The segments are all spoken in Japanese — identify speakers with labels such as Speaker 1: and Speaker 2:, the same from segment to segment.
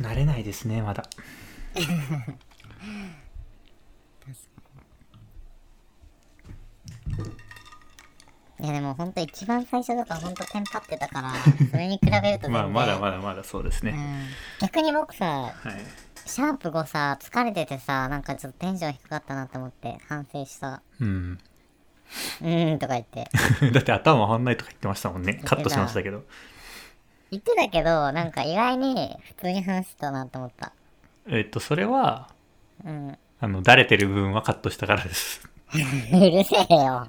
Speaker 1: ないですねまだ
Speaker 2: いやでも本当一番最初とか本当テンパってたから それに比べると全然
Speaker 1: まあまだまだまだそうです
Speaker 2: う
Speaker 1: ね、
Speaker 2: ん、逆に僕さ
Speaker 1: はい
Speaker 2: シャープ5さ疲れててさなんかちょっとテンション低かったなと思って反省した
Speaker 1: うん
Speaker 2: うーんとか言って
Speaker 1: だって頭回んないとか言ってましたもんねカットしましたけど
Speaker 2: 言ってたけどなんか意外に普通に話してたなと思った
Speaker 1: えっとそれは
Speaker 2: うん
Speaker 1: あのだれてる部分はカットしたからです
Speaker 2: うるせえよ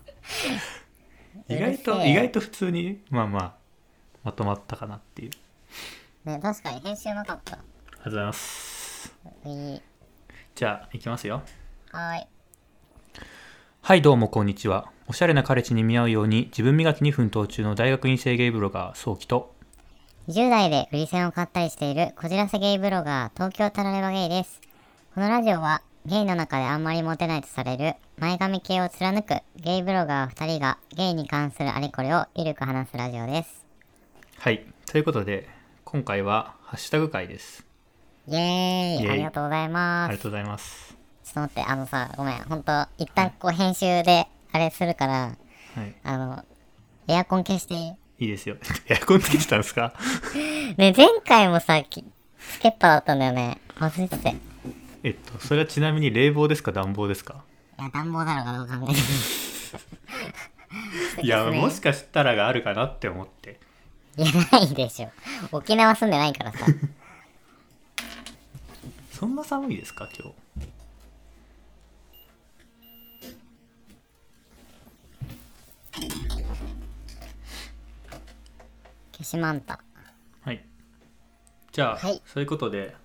Speaker 1: 意外
Speaker 2: うる
Speaker 1: と
Speaker 2: せえ
Speaker 1: 意外と普通にまあまあまとまったかなっていう
Speaker 2: ね確かに編集なかっ
Speaker 1: あ
Speaker 2: た
Speaker 1: りがとうございます
Speaker 2: いい
Speaker 1: じゃあいきますよ
Speaker 2: はーい
Speaker 1: はいどうもこんにちはおしゃれな彼氏に見合うように自分磨きに奮闘中の大学院生ゲイブロガー早期と
Speaker 2: 10代で売り線を買ったりしているこじらせゲイブロガー東京タラレバゲイですこのラジオはゲイの中であんまりモテないとされる前髪系を貫くゲイブロガー2人がゲイに関するあれこれをゆるく話すラジオです
Speaker 1: はいということで今回はハッシュタグ会です
Speaker 2: イエーイ
Speaker 1: イエーイ
Speaker 2: ありがとうござい
Speaker 1: あ
Speaker 2: ま
Speaker 1: り
Speaker 2: す
Speaker 1: がとうございます
Speaker 2: ちょっと待ってあのさごめんほんと一旦こう編集であれするから
Speaker 1: はい
Speaker 2: あのエアコン消していい
Speaker 1: いいですよ エアコンつけてたんですか
Speaker 2: ね前回もさきつけっぱだったんだよね忘れててい
Speaker 1: えっとそれはちなみに冷房ですか暖房ですか
Speaker 2: や暖房だろうかどうかみたいないそ
Speaker 1: や
Speaker 2: うですね
Speaker 1: もしかしたらがあるかなって思って
Speaker 2: いや、ないでしょ。沖縄住んでないからさ。
Speaker 1: そんな寒いですか今日
Speaker 2: 消しマンタ。
Speaker 1: はいじゃあ、
Speaker 2: はい
Speaker 1: そういうことで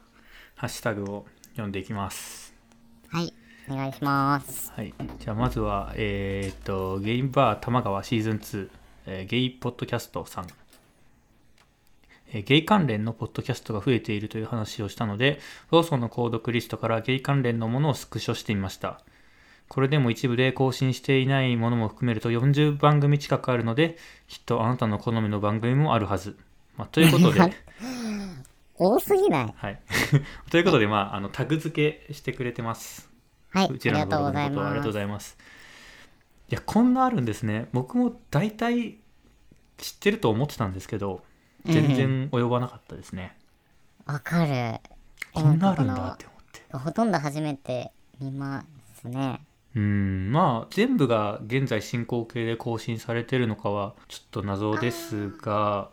Speaker 1: ハッシュタグを読んでいきます
Speaker 2: はい。お願いします。
Speaker 1: はい、じゃあまずは、えーっとゲイバー玉川シーズン2、えーゲイポッドキャストさん、えーゲイ関連のポッドキャストが増えているという話をしたのでローソンの購読リストからゲイ関連のものをスクショしてみましたこれでも一部で更新していないものも含めると40番組近くあるのできっとあなたの好みの番組もあるはず、まあ、ということで、
Speaker 2: 多すぎない
Speaker 1: はい、 ということで、まあ、あのタグ付けしてくれてます
Speaker 2: はい。あ
Speaker 1: う
Speaker 2: り
Speaker 1: ちら
Speaker 2: が
Speaker 1: のブ
Speaker 2: と
Speaker 1: ロ
Speaker 2: う
Speaker 1: グ
Speaker 2: ござ
Speaker 1: の
Speaker 2: い
Speaker 1: ことをありがとうご
Speaker 2: ます。
Speaker 1: ざいます。いや、こんなあるんですね。僕も大体知ってると思ってたんですけど、全然及ばなかったですね。
Speaker 2: わかる。
Speaker 1: こんなあるんだって思って。
Speaker 2: ほとんど初めて見ますね。
Speaker 1: うん、まあ、全部が現在進行形で更新されてるのかは、ちょっと謎ですが、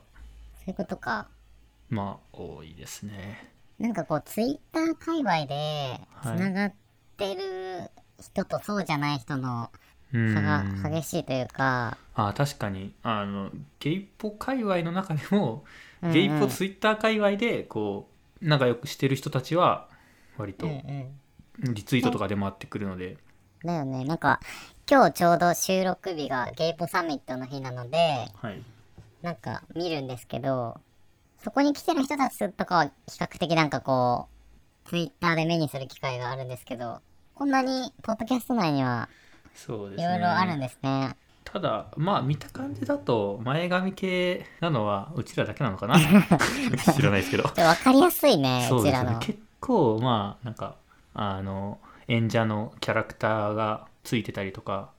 Speaker 2: そういうことか。
Speaker 1: まあ、多いですね。
Speaker 2: なんかこう、ツイッター界隈で、つ
Speaker 1: はい
Speaker 2: ながってる人とそうじゃない人の
Speaker 1: う
Speaker 2: 差が
Speaker 1: ん。
Speaker 2: 激しいというか、
Speaker 1: あ確かにあのゲイポ界隈の中でも、
Speaker 2: うんうん
Speaker 1: ゲイポツイッター界隈でこう仲良くしてる人たちは割と
Speaker 2: うんうん。
Speaker 1: リツイートとかで回ってくるので、
Speaker 2: だよね。なんか、今日ちょうど収録日がゲイポサミットの日なので、
Speaker 1: はい、
Speaker 2: なんか見るんですけど、そこに来てる人たちとかは比較的なんかこう、ツイッターで目にする機会があるんですけど、こんなにポッドキャスト内には
Speaker 1: そうで
Speaker 2: い
Speaker 1: す
Speaker 2: ろ
Speaker 1: ね
Speaker 2: いろあるんですね。
Speaker 1: ただまあ見た感じだと前髪系なのはうちらだけなのか な知らないですけど
Speaker 2: ちょわかりやすいね、
Speaker 1: そう
Speaker 2: うち
Speaker 1: です
Speaker 2: ら
Speaker 1: よね
Speaker 2: の。
Speaker 1: 結構まあなんかあの演者のキャラクターがついてたりとか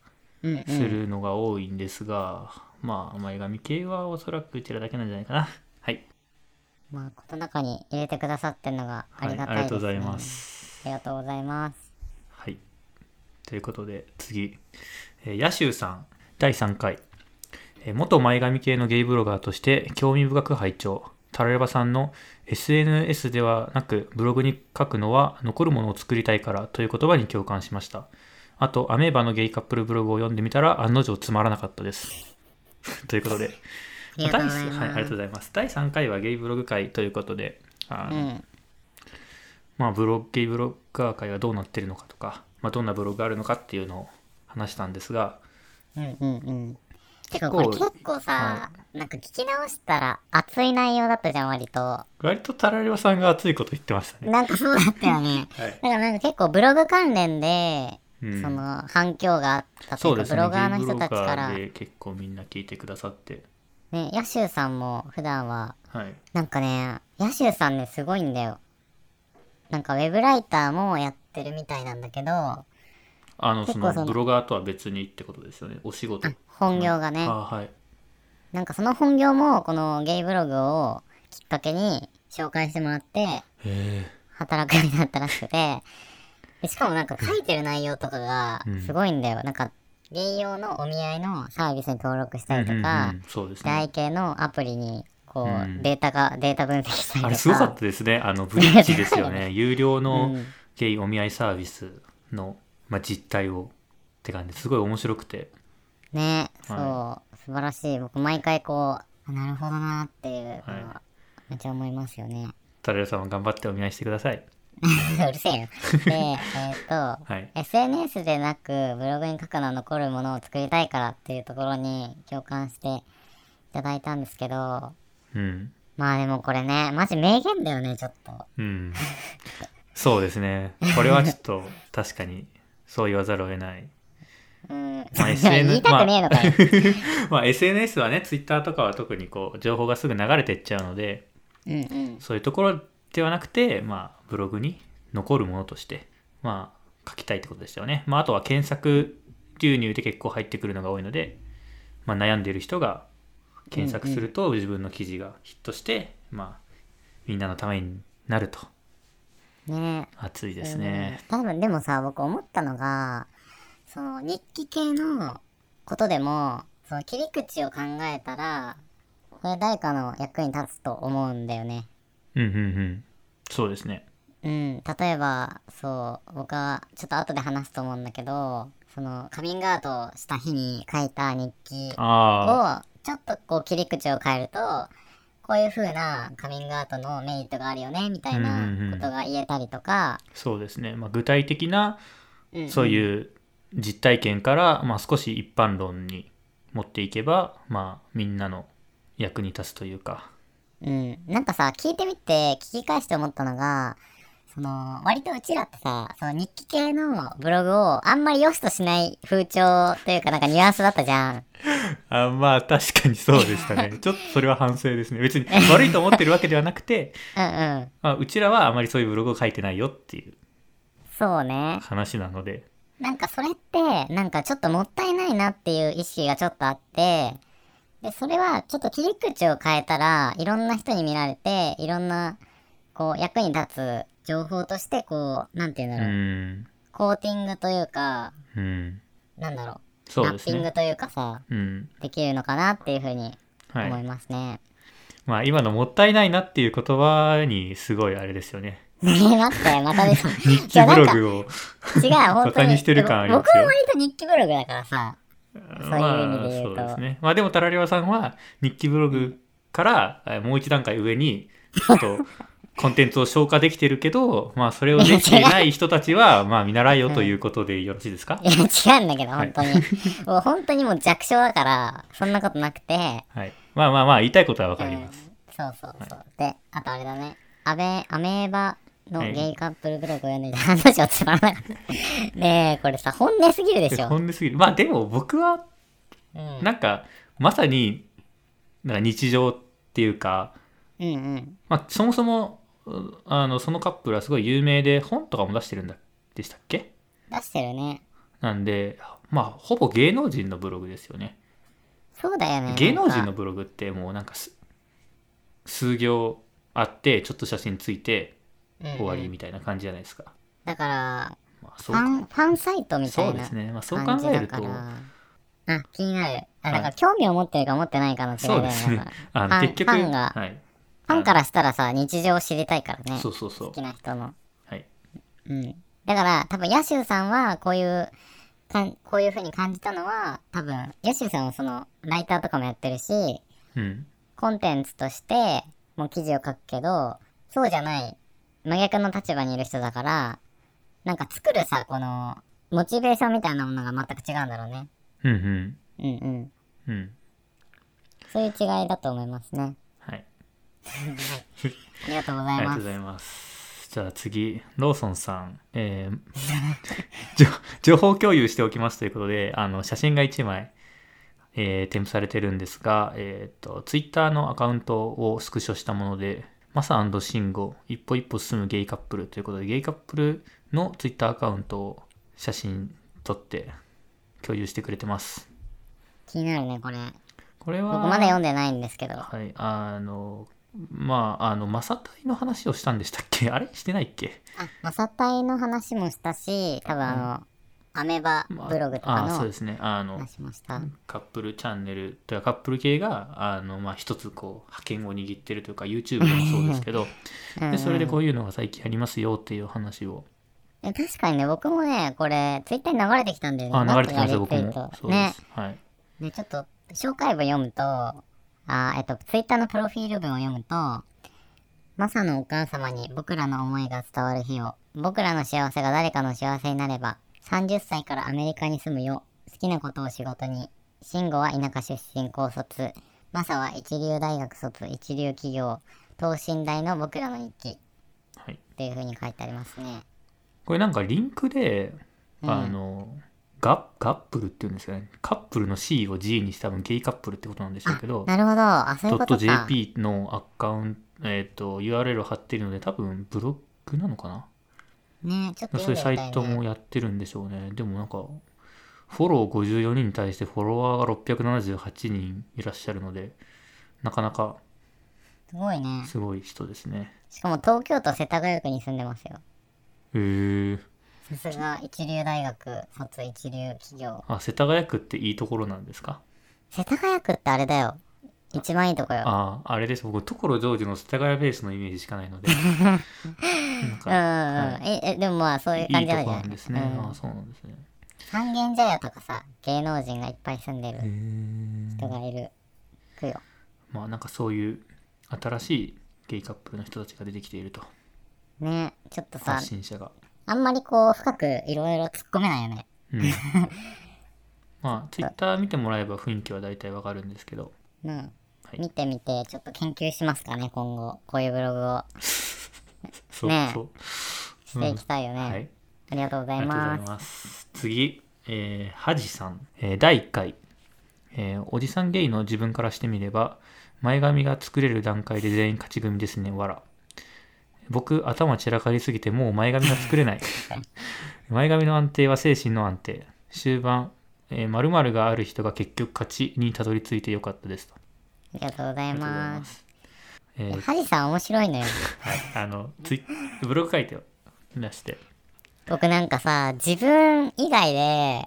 Speaker 2: うん
Speaker 1: するのが多いんですが、まあ前髪系はおそらくうちらだけなんじゃないかなはい
Speaker 2: まあ、この中に入れてくださってるのがあ
Speaker 1: はい
Speaker 2: りがた
Speaker 1: ありが
Speaker 2: いで
Speaker 1: と
Speaker 2: す、ね
Speaker 1: うございま。す
Speaker 2: ありがとうございます。
Speaker 1: はい。ということで、次。えー、ヤシュウさん、第3回。えー元前髪系のゲイブロガーとして興味深く拝聴。タラレバさんの SNS ではなくブログに書くのは残るものを作りたいからという言葉に共感しました。あと、アメーバのゲイカップルブログを読んでみたら案の定つまらなかったです。 ということで、
Speaker 2: ありがとうござい
Speaker 1: 第
Speaker 2: ます。
Speaker 1: はい、ありがとうございます。第3回はゲイブログ会ということで、あの
Speaker 2: うん。
Speaker 1: まあ、ブロッキーブロッカー界がどうなってるのかとか、まあ、どんなブログがあるのかっていうのを話したんですが
Speaker 2: うんうんうん。
Speaker 1: 結
Speaker 2: てか
Speaker 1: 構
Speaker 2: これ結構さ、なんか聞き直したら熱い内容だったじゃん、割と。
Speaker 1: 割とタラレバさんが熱いこと言ってましたね。
Speaker 2: なんかそうだったよね。
Speaker 1: はい、
Speaker 2: だからなんか結構ブログ関連で、
Speaker 1: うん
Speaker 2: その反響があったと
Speaker 1: そ
Speaker 2: いううか
Speaker 1: です
Speaker 2: ブ
Speaker 1: ね
Speaker 2: ロガーの
Speaker 1: ゲイ
Speaker 2: 人
Speaker 1: ブ
Speaker 2: た
Speaker 1: ロ
Speaker 2: ちか
Speaker 1: ガ
Speaker 2: ら、
Speaker 1: ー
Speaker 2: ね、
Speaker 1: で結構みんな聞いてくださって
Speaker 2: ヤシュウさんも普段は
Speaker 1: はい
Speaker 2: なんかねヤシュウさんねすごいんだよなんかウェブライターもやってるみたいなんだけど、
Speaker 1: あのそ
Speaker 2: 結構
Speaker 1: の
Speaker 2: その
Speaker 1: ブロガーとは別にってことですよねお仕事
Speaker 2: 本業がね、
Speaker 1: あはい
Speaker 2: なんかその本業もこのゲイブログをきっかけに紹介してもらって
Speaker 1: へ
Speaker 2: 働くようになったらしくて、でしかもなんか書いてる内容とかが
Speaker 1: うん
Speaker 2: すごいんだよ。なんか、ゲイ用のお見合いのサービスに登録した
Speaker 1: え
Speaker 2: りとか、
Speaker 1: そうです
Speaker 2: 出会
Speaker 1: ね
Speaker 2: い系のアプリにこう、
Speaker 1: うん
Speaker 2: データが、データ分析したりとか。
Speaker 1: あれすごかったですねあのブリッジですよ ね有料
Speaker 2: う
Speaker 1: の
Speaker 2: ん
Speaker 1: ゲイお見合いサービスの、まあ、実態をって感じですごい面白くて
Speaker 2: ねそう、
Speaker 1: は
Speaker 2: 素晴らしい僕毎回こうあなるほどなっていうのは、
Speaker 1: は
Speaker 2: めっちゃ思いますよね
Speaker 1: タレルさんも頑張ってお見合いしてくださいう
Speaker 2: るせえよでえーっと
Speaker 1: はい
Speaker 2: SNS でなくブログに書くのは残るものを作りたいからっていうところに共感していただいたんですけどま
Speaker 1: うん
Speaker 2: あでもこれねマジ名言だよねちょっと
Speaker 1: うんそうですねこれはちょっと確かにそう言わざるを得ない
Speaker 2: うん、
Speaker 1: ま あ SN
Speaker 2: 言いたくねえ のかよ、
Speaker 1: まあ SNS はね Twitter とかは特にこう情報がすぐ流れてっちゃうので
Speaker 2: うんうん
Speaker 1: そういうところではなくて、まあ、ブログに残るものとして、まあ、書きたいってことですよね。まあ、あとは検索流入で結構入ってくるのが多いので、まあ、悩んでいる人が検索すると自分の記事がヒットして、まあ、みんなのためになると
Speaker 2: ねえ
Speaker 1: 熱いですね。
Speaker 2: うん。多分でもさ、僕思ったのが、その日記系のことでも、その切り口を考えたら、これ誰かの役に立つと思うんだよね。
Speaker 1: うんうんうん。そうですね。
Speaker 2: うん、例えば、そう、僕はちょっと後で話すと思うんだけど、そのカミングアウトした日に書いた日記
Speaker 1: ああ、
Speaker 2: を、ちょっとこう切り口を変えると、こういう風なカミングアウトのメリットがあるよね、みたいなことが言えたりとか、
Speaker 1: そうですね。まあ、具体的な
Speaker 2: うん
Speaker 1: そういう実体験から、まあ、少し一般論に持っていけば、まあ、みんなの役に立つというか。
Speaker 2: うん、なんかさ聞いてみて聞き返して思ったのがその割とうちらってさその日記系のブログをあんまり良しとしない風潮というかなんかニュアンスだったじゃん。
Speaker 1: あまあ確かにそうでした ね。ちょっとそれは反省ですね。別に悪いと思ってるわけではなくて、
Speaker 2: うんうん。
Speaker 1: まあ、うちらはあまりそういうブログを書いてないよっていう
Speaker 2: そうね。
Speaker 1: 話なので。
Speaker 2: なんかそれってなんかちょっともったいないなっていう意識がちょっとあってでそれはちょっと切り口を変えたらいろんな人に見られていろんなこう役に立つ情報としてこうなんて言うん
Speaker 1: う
Speaker 2: だろう、
Speaker 1: ん。
Speaker 2: コーティングというか
Speaker 1: うん。
Speaker 2: なんだろう
Speaker 1: そう
Speaker 2: ラ
Speaker 1: で
Speaker 2: ッ
Speaker 1: す
Speaker 2: ピン
Speaker 1: ね
Speaker 2: グ。というかさ
Speaker 1: うん。
Speaker 2: できるのかなっていうふうに
Speaker 1: は
Speaker 2: 思い
Speaker 1: い。
Speaker 2: ますね。
Speaker 1: まあ今のもったいないなっていう言葉にすごいあれですよね。
Speaker 2: ね待って、またです。
Speaker 1: 日
Speaker 2: い
Speaker 1: 記
Speaker 2: やな
Speaker 1: ブ
Speaker 2: ん
Speaker 1: ロ
Speaker 2: か
Speaker 1: グを。
Speaker 2: 違う、本
Speaker 1: 馬
Speaker 2: 当
Speaker 1: 鹿
Speaker 2: に。
Speaker 1: にしてる感ありますよ
Speaker 2: 僕は割と日記ブログだからさ。そういう意味で言うと
Speaker 1: まあ、そうですね。まあでも、タラレバさんは日記ブログから、えーもう一段階上に、ちょっと、 コンテンツを消化できてるけど、まあそれをできてない人たちは、 まあ見習いよということでよろしいですか、
Speaker 2: いや、違うんだけど、
Speaker 1: はい
Speaker 2: 本当に。もう本当にもう弱小だから、そんなことなくて。
Speaker 1: はい。まあまあまあ、言いたいことはわかります。
Speaker 2: うんそうそうそう。で、あとあれだね。アベ、アメーバのゲイカップルブログを読んでいた話をつまらなかった。ねえ、これさ、本音すぎるでしょ。
Speaker 1: 本音すぎる。まあでも僕は、
Speaker 2: うん。
Speaker 1: なんか、まさに、なんか日常っていうか、
Speaker 2: うんうん。
Speaker 1: まあそもそも、うあの、そのカップルはすごい有名で、本とかも出してるんだ、でしたっけ
Speaker 2: 出してるね。
Speaker 1: なんで、まあほぼ芸能人のブログですよね。
Speaker 2: そうだよね。
Speaker 1: 芸能人
Speaker 2: な
Speaker 1: の
Speaker 2: んか
Speaker 1: ブログってもうなんかす数行あってちょっと写真ついて終わ
Speaker 2: うんう
Speaker 1: り
Speaker 2: ん
Speaker 1: みたいな感じじゃないですか、
Speaker 2: だから、
Speaker 1: まあ、
Speaker 2: フ
Speaker 1: そう
Speaker 2: ァ
Speaker 1: か
Speaker 2: ン、ファンサイトみた
Speaker 1: そう
Speaker 2: い
Speaker 1: で
Speaker 2: な
Speaker 1: す。ね、まあ、そう考
Speaker 2: 感じ
Speaker 1: え
Speaker 2: だ
Speaker 1: る
Speaker 2: か
Speaker 1: と
Speaker 2: らあ、気になる。あ、
Speaker 1: は
Speaker 2: ないんか興味を持ってるか持ってないかの違いだ
Speaker 1: そ
Speaker 2: よ
Speaker 1: うですね
Speaker 2: だから
Speaker 1: あ
Speaker 2: フ
Speaker 1: の
Speaker 2: ァン
Speaker 1: 結局
Speaker 2: ファンが
Speaker 1: はい、
Speaker 2: ファンからしたらさ、日常を知りたいからね。
Speaker 1: そ
Speaker 2: 好
Speaker 1: うそうそう
Speaker 2: きな人の。
Speaker 1: はい
Speaker 2: うん。だから、多分、ヤシュウさんは、こういう、かんこういう風に感じたのは、多分、ヤシュウさんはその、ライターとかもやってるし、
Speaker 1: うん
Speaker 2: コンテンツとして、もう記事を書くけど、そうじゃない、真逆の立場にいる人だから、なんか作るさ、この、モチベーションみたいなものが全く違うんだろうね。
Speaker 1: うんうん
Speaker 2: うんうん。
Speaker 1: うん
Speaker 2: そういう違いだと思いますね。
Speaker 1: はい
Speaker 2: ありがとうご
Speaker 1: あ
Speaker 2: ざ
Speaker 1: り
Speaker 2: い
Speaker 1: が
Speaker 2: ま
Speaker 1: とう
Speaker 2: す
Speaker 1: ご。ざいますじゃあ次ローソンさんえ ー情情報共有しておきますということであの写真が1枚えー添付されてるんですが、えー、とツイッターのアカウントをスクショしたもので、マサシンゴ、一歩一歩進むゲイカップルということで、ゲイカップルのツイッターアカウントを写真撮って共有してくれてます。
Speaker 2: 気になるね、これ。
Speaker 1: これは、
Speaker 2: 僕まだ読んでないんですけど。
Speaker 1: はい、あの、まあ、あの、マサタイの話をしたんでしたっけあれしてないっけ
Speaker 2: あ、マサタイの話もしたし、多分あの、アメバ
Speaker 1: まあ
Speaker 2: ブログとか
Speaker 1: あそう
Speaker 2: の
Speaker 1: ですね。あの、
Speaker 2: 話もした。
Speaker 1: カップルチャンネルというかカップル系が、あの、まあ、一つこう、覇権を握ってるというか、YouTube でもそうですけど、
Speaker 2: うんうん
Speaker 1: で、それでこういうのが最近ありますよっていう話を。
Speaker 2: え確かにね、僕もね、これ、ツイッターに流れてきたんだよね。
Speaker 1: あ、流れてきますよ、
Speaker 2: なん
Speaker 1: 僕
Speaker 2: かやり
Speaker 1: も
Speaker 2: とり。と
Speaker 1: そうで
Speaker 2: ね
Speaker 1: す。。はい。
Speaker 2: で、ちょっと、紹介文読むと、あーえっと、ツイッターのプロフィール文を読むと、マサのお母様に僕らの思いが伝わる日を、僕らの幸せが誰かの幸せになれば、30歳からアメリカに住むよ、好きなことを仕事に、慎吾は田舎出身高卒、マサは一流大学卒、一流企業、等身大の僕らの日記、
Speaker 1: はい。
Speaker 2: というふうに書いてありますね。
Speaker 1: これなんかリンクで、
Speaker 2: うん
Speaker 1: あの、ガガップルっていうんですかね。カップルの C を G にして多分ゲイカップルってことなんでしょうけど、
Speaker 2: なるほど、あ、そういうことか。
Speaker 1: .jp のアカウント、えっ、と、URL を貼っているので、多分ブログなのかな、
Speaker 2: ねちょっと
Speaker 1: そう
Speaker 2: 読
Speaker 1: い
Speaker 2: ん
Speaker 1: うサ
Speaker 2: でみたい、ね、
Speaker 1: イトもやってるんでしょうね。でもなんか、フォロー54人に対してフォロワーが678人いらっしゃるので、なかなか
Speaker 2: すごいね。
Speaker 1: すごい人ですね。
Speaker 2: しかも東京都世田谷区に住んでますよ。
Speaker 1: へえー。
Speaker 2: さすが一流大学卒一流企業
Speaker 1: あ、世田谷区っていいところなんですか
Speaker 2: 世田谷区ってあれだよ一番いいとこよ
Speaker 1: ああ、あれです。僕、所ジョージの世田谷ベースのイメージしかないの で。なん
Speaker 2: うんうん
Speaker 1: か、
Speaker 2: うん、ええでもまあそう
Speaker 1: い
Speaker 2: いう
Speaker 1: い
Speaker 2: 感じ
Speaker 1: と
Speaker 2: なんじ
Speaker 1: こ
Speaker 2: ゃ
Speaker 1: な
Speaker 2: ない
Speaker 1: んですね。
Speaker 2: うん
Speaker 1: あそうなんですね。
Speaker 2: 三軒茶屋とかさ芸能人がいっぱい住んでる人がいる区よ
Speaker 1: まあなんかそういう新しいゲイカップルの人たちが出てきていると
Speaker 2: ねちょっとさ
Speaker 1: 発信者が、
Speaker 2: あんまりこう深くいろいろ突っ込めないよね
Speaker 1: うん、まあツイッター見てもらえば雰囲気は大体わかるんですけど
Speaker 2: うん、
Speaker 1: い
Speaker 2: 見てみてちょっと研究しますかね今後こういうブログを
Speaker 1: そう
Speaker 2: ねえ
Speaker 1: そう
Speaker 2: していきたいよね、
Speaker 1: はい
Speaker 2: ありがとうござ
Speaker 1: あ
Speaker 2: い
Speaker 1: りがとうござ
Speaker 2: ま
Speaker 1: い
Speaker 2: す
Speaker 1: ます次えー、ハジさん、えー第1回、えーおじさんゲイの自分からしてみれば前髪が作れる段階で全員勝ち組ですねわら僕頭散らかりすぎてもう前髪が作れ ない前髪の安定は精神の安定終盤えー、〇〇がある人が結局勝ちにたどり着いてよかったですと。
Speaker 2: ありがとうござい
Speaker 1: ありがとうござい
Speaker 2: ま
Speaker 1: ますす。えー
Speaker 2: ハジさん面白いのよ
Speaker 1: はい、あのツイブログ書いて出して、
Speaker 2: 僕なんかさ自分以外で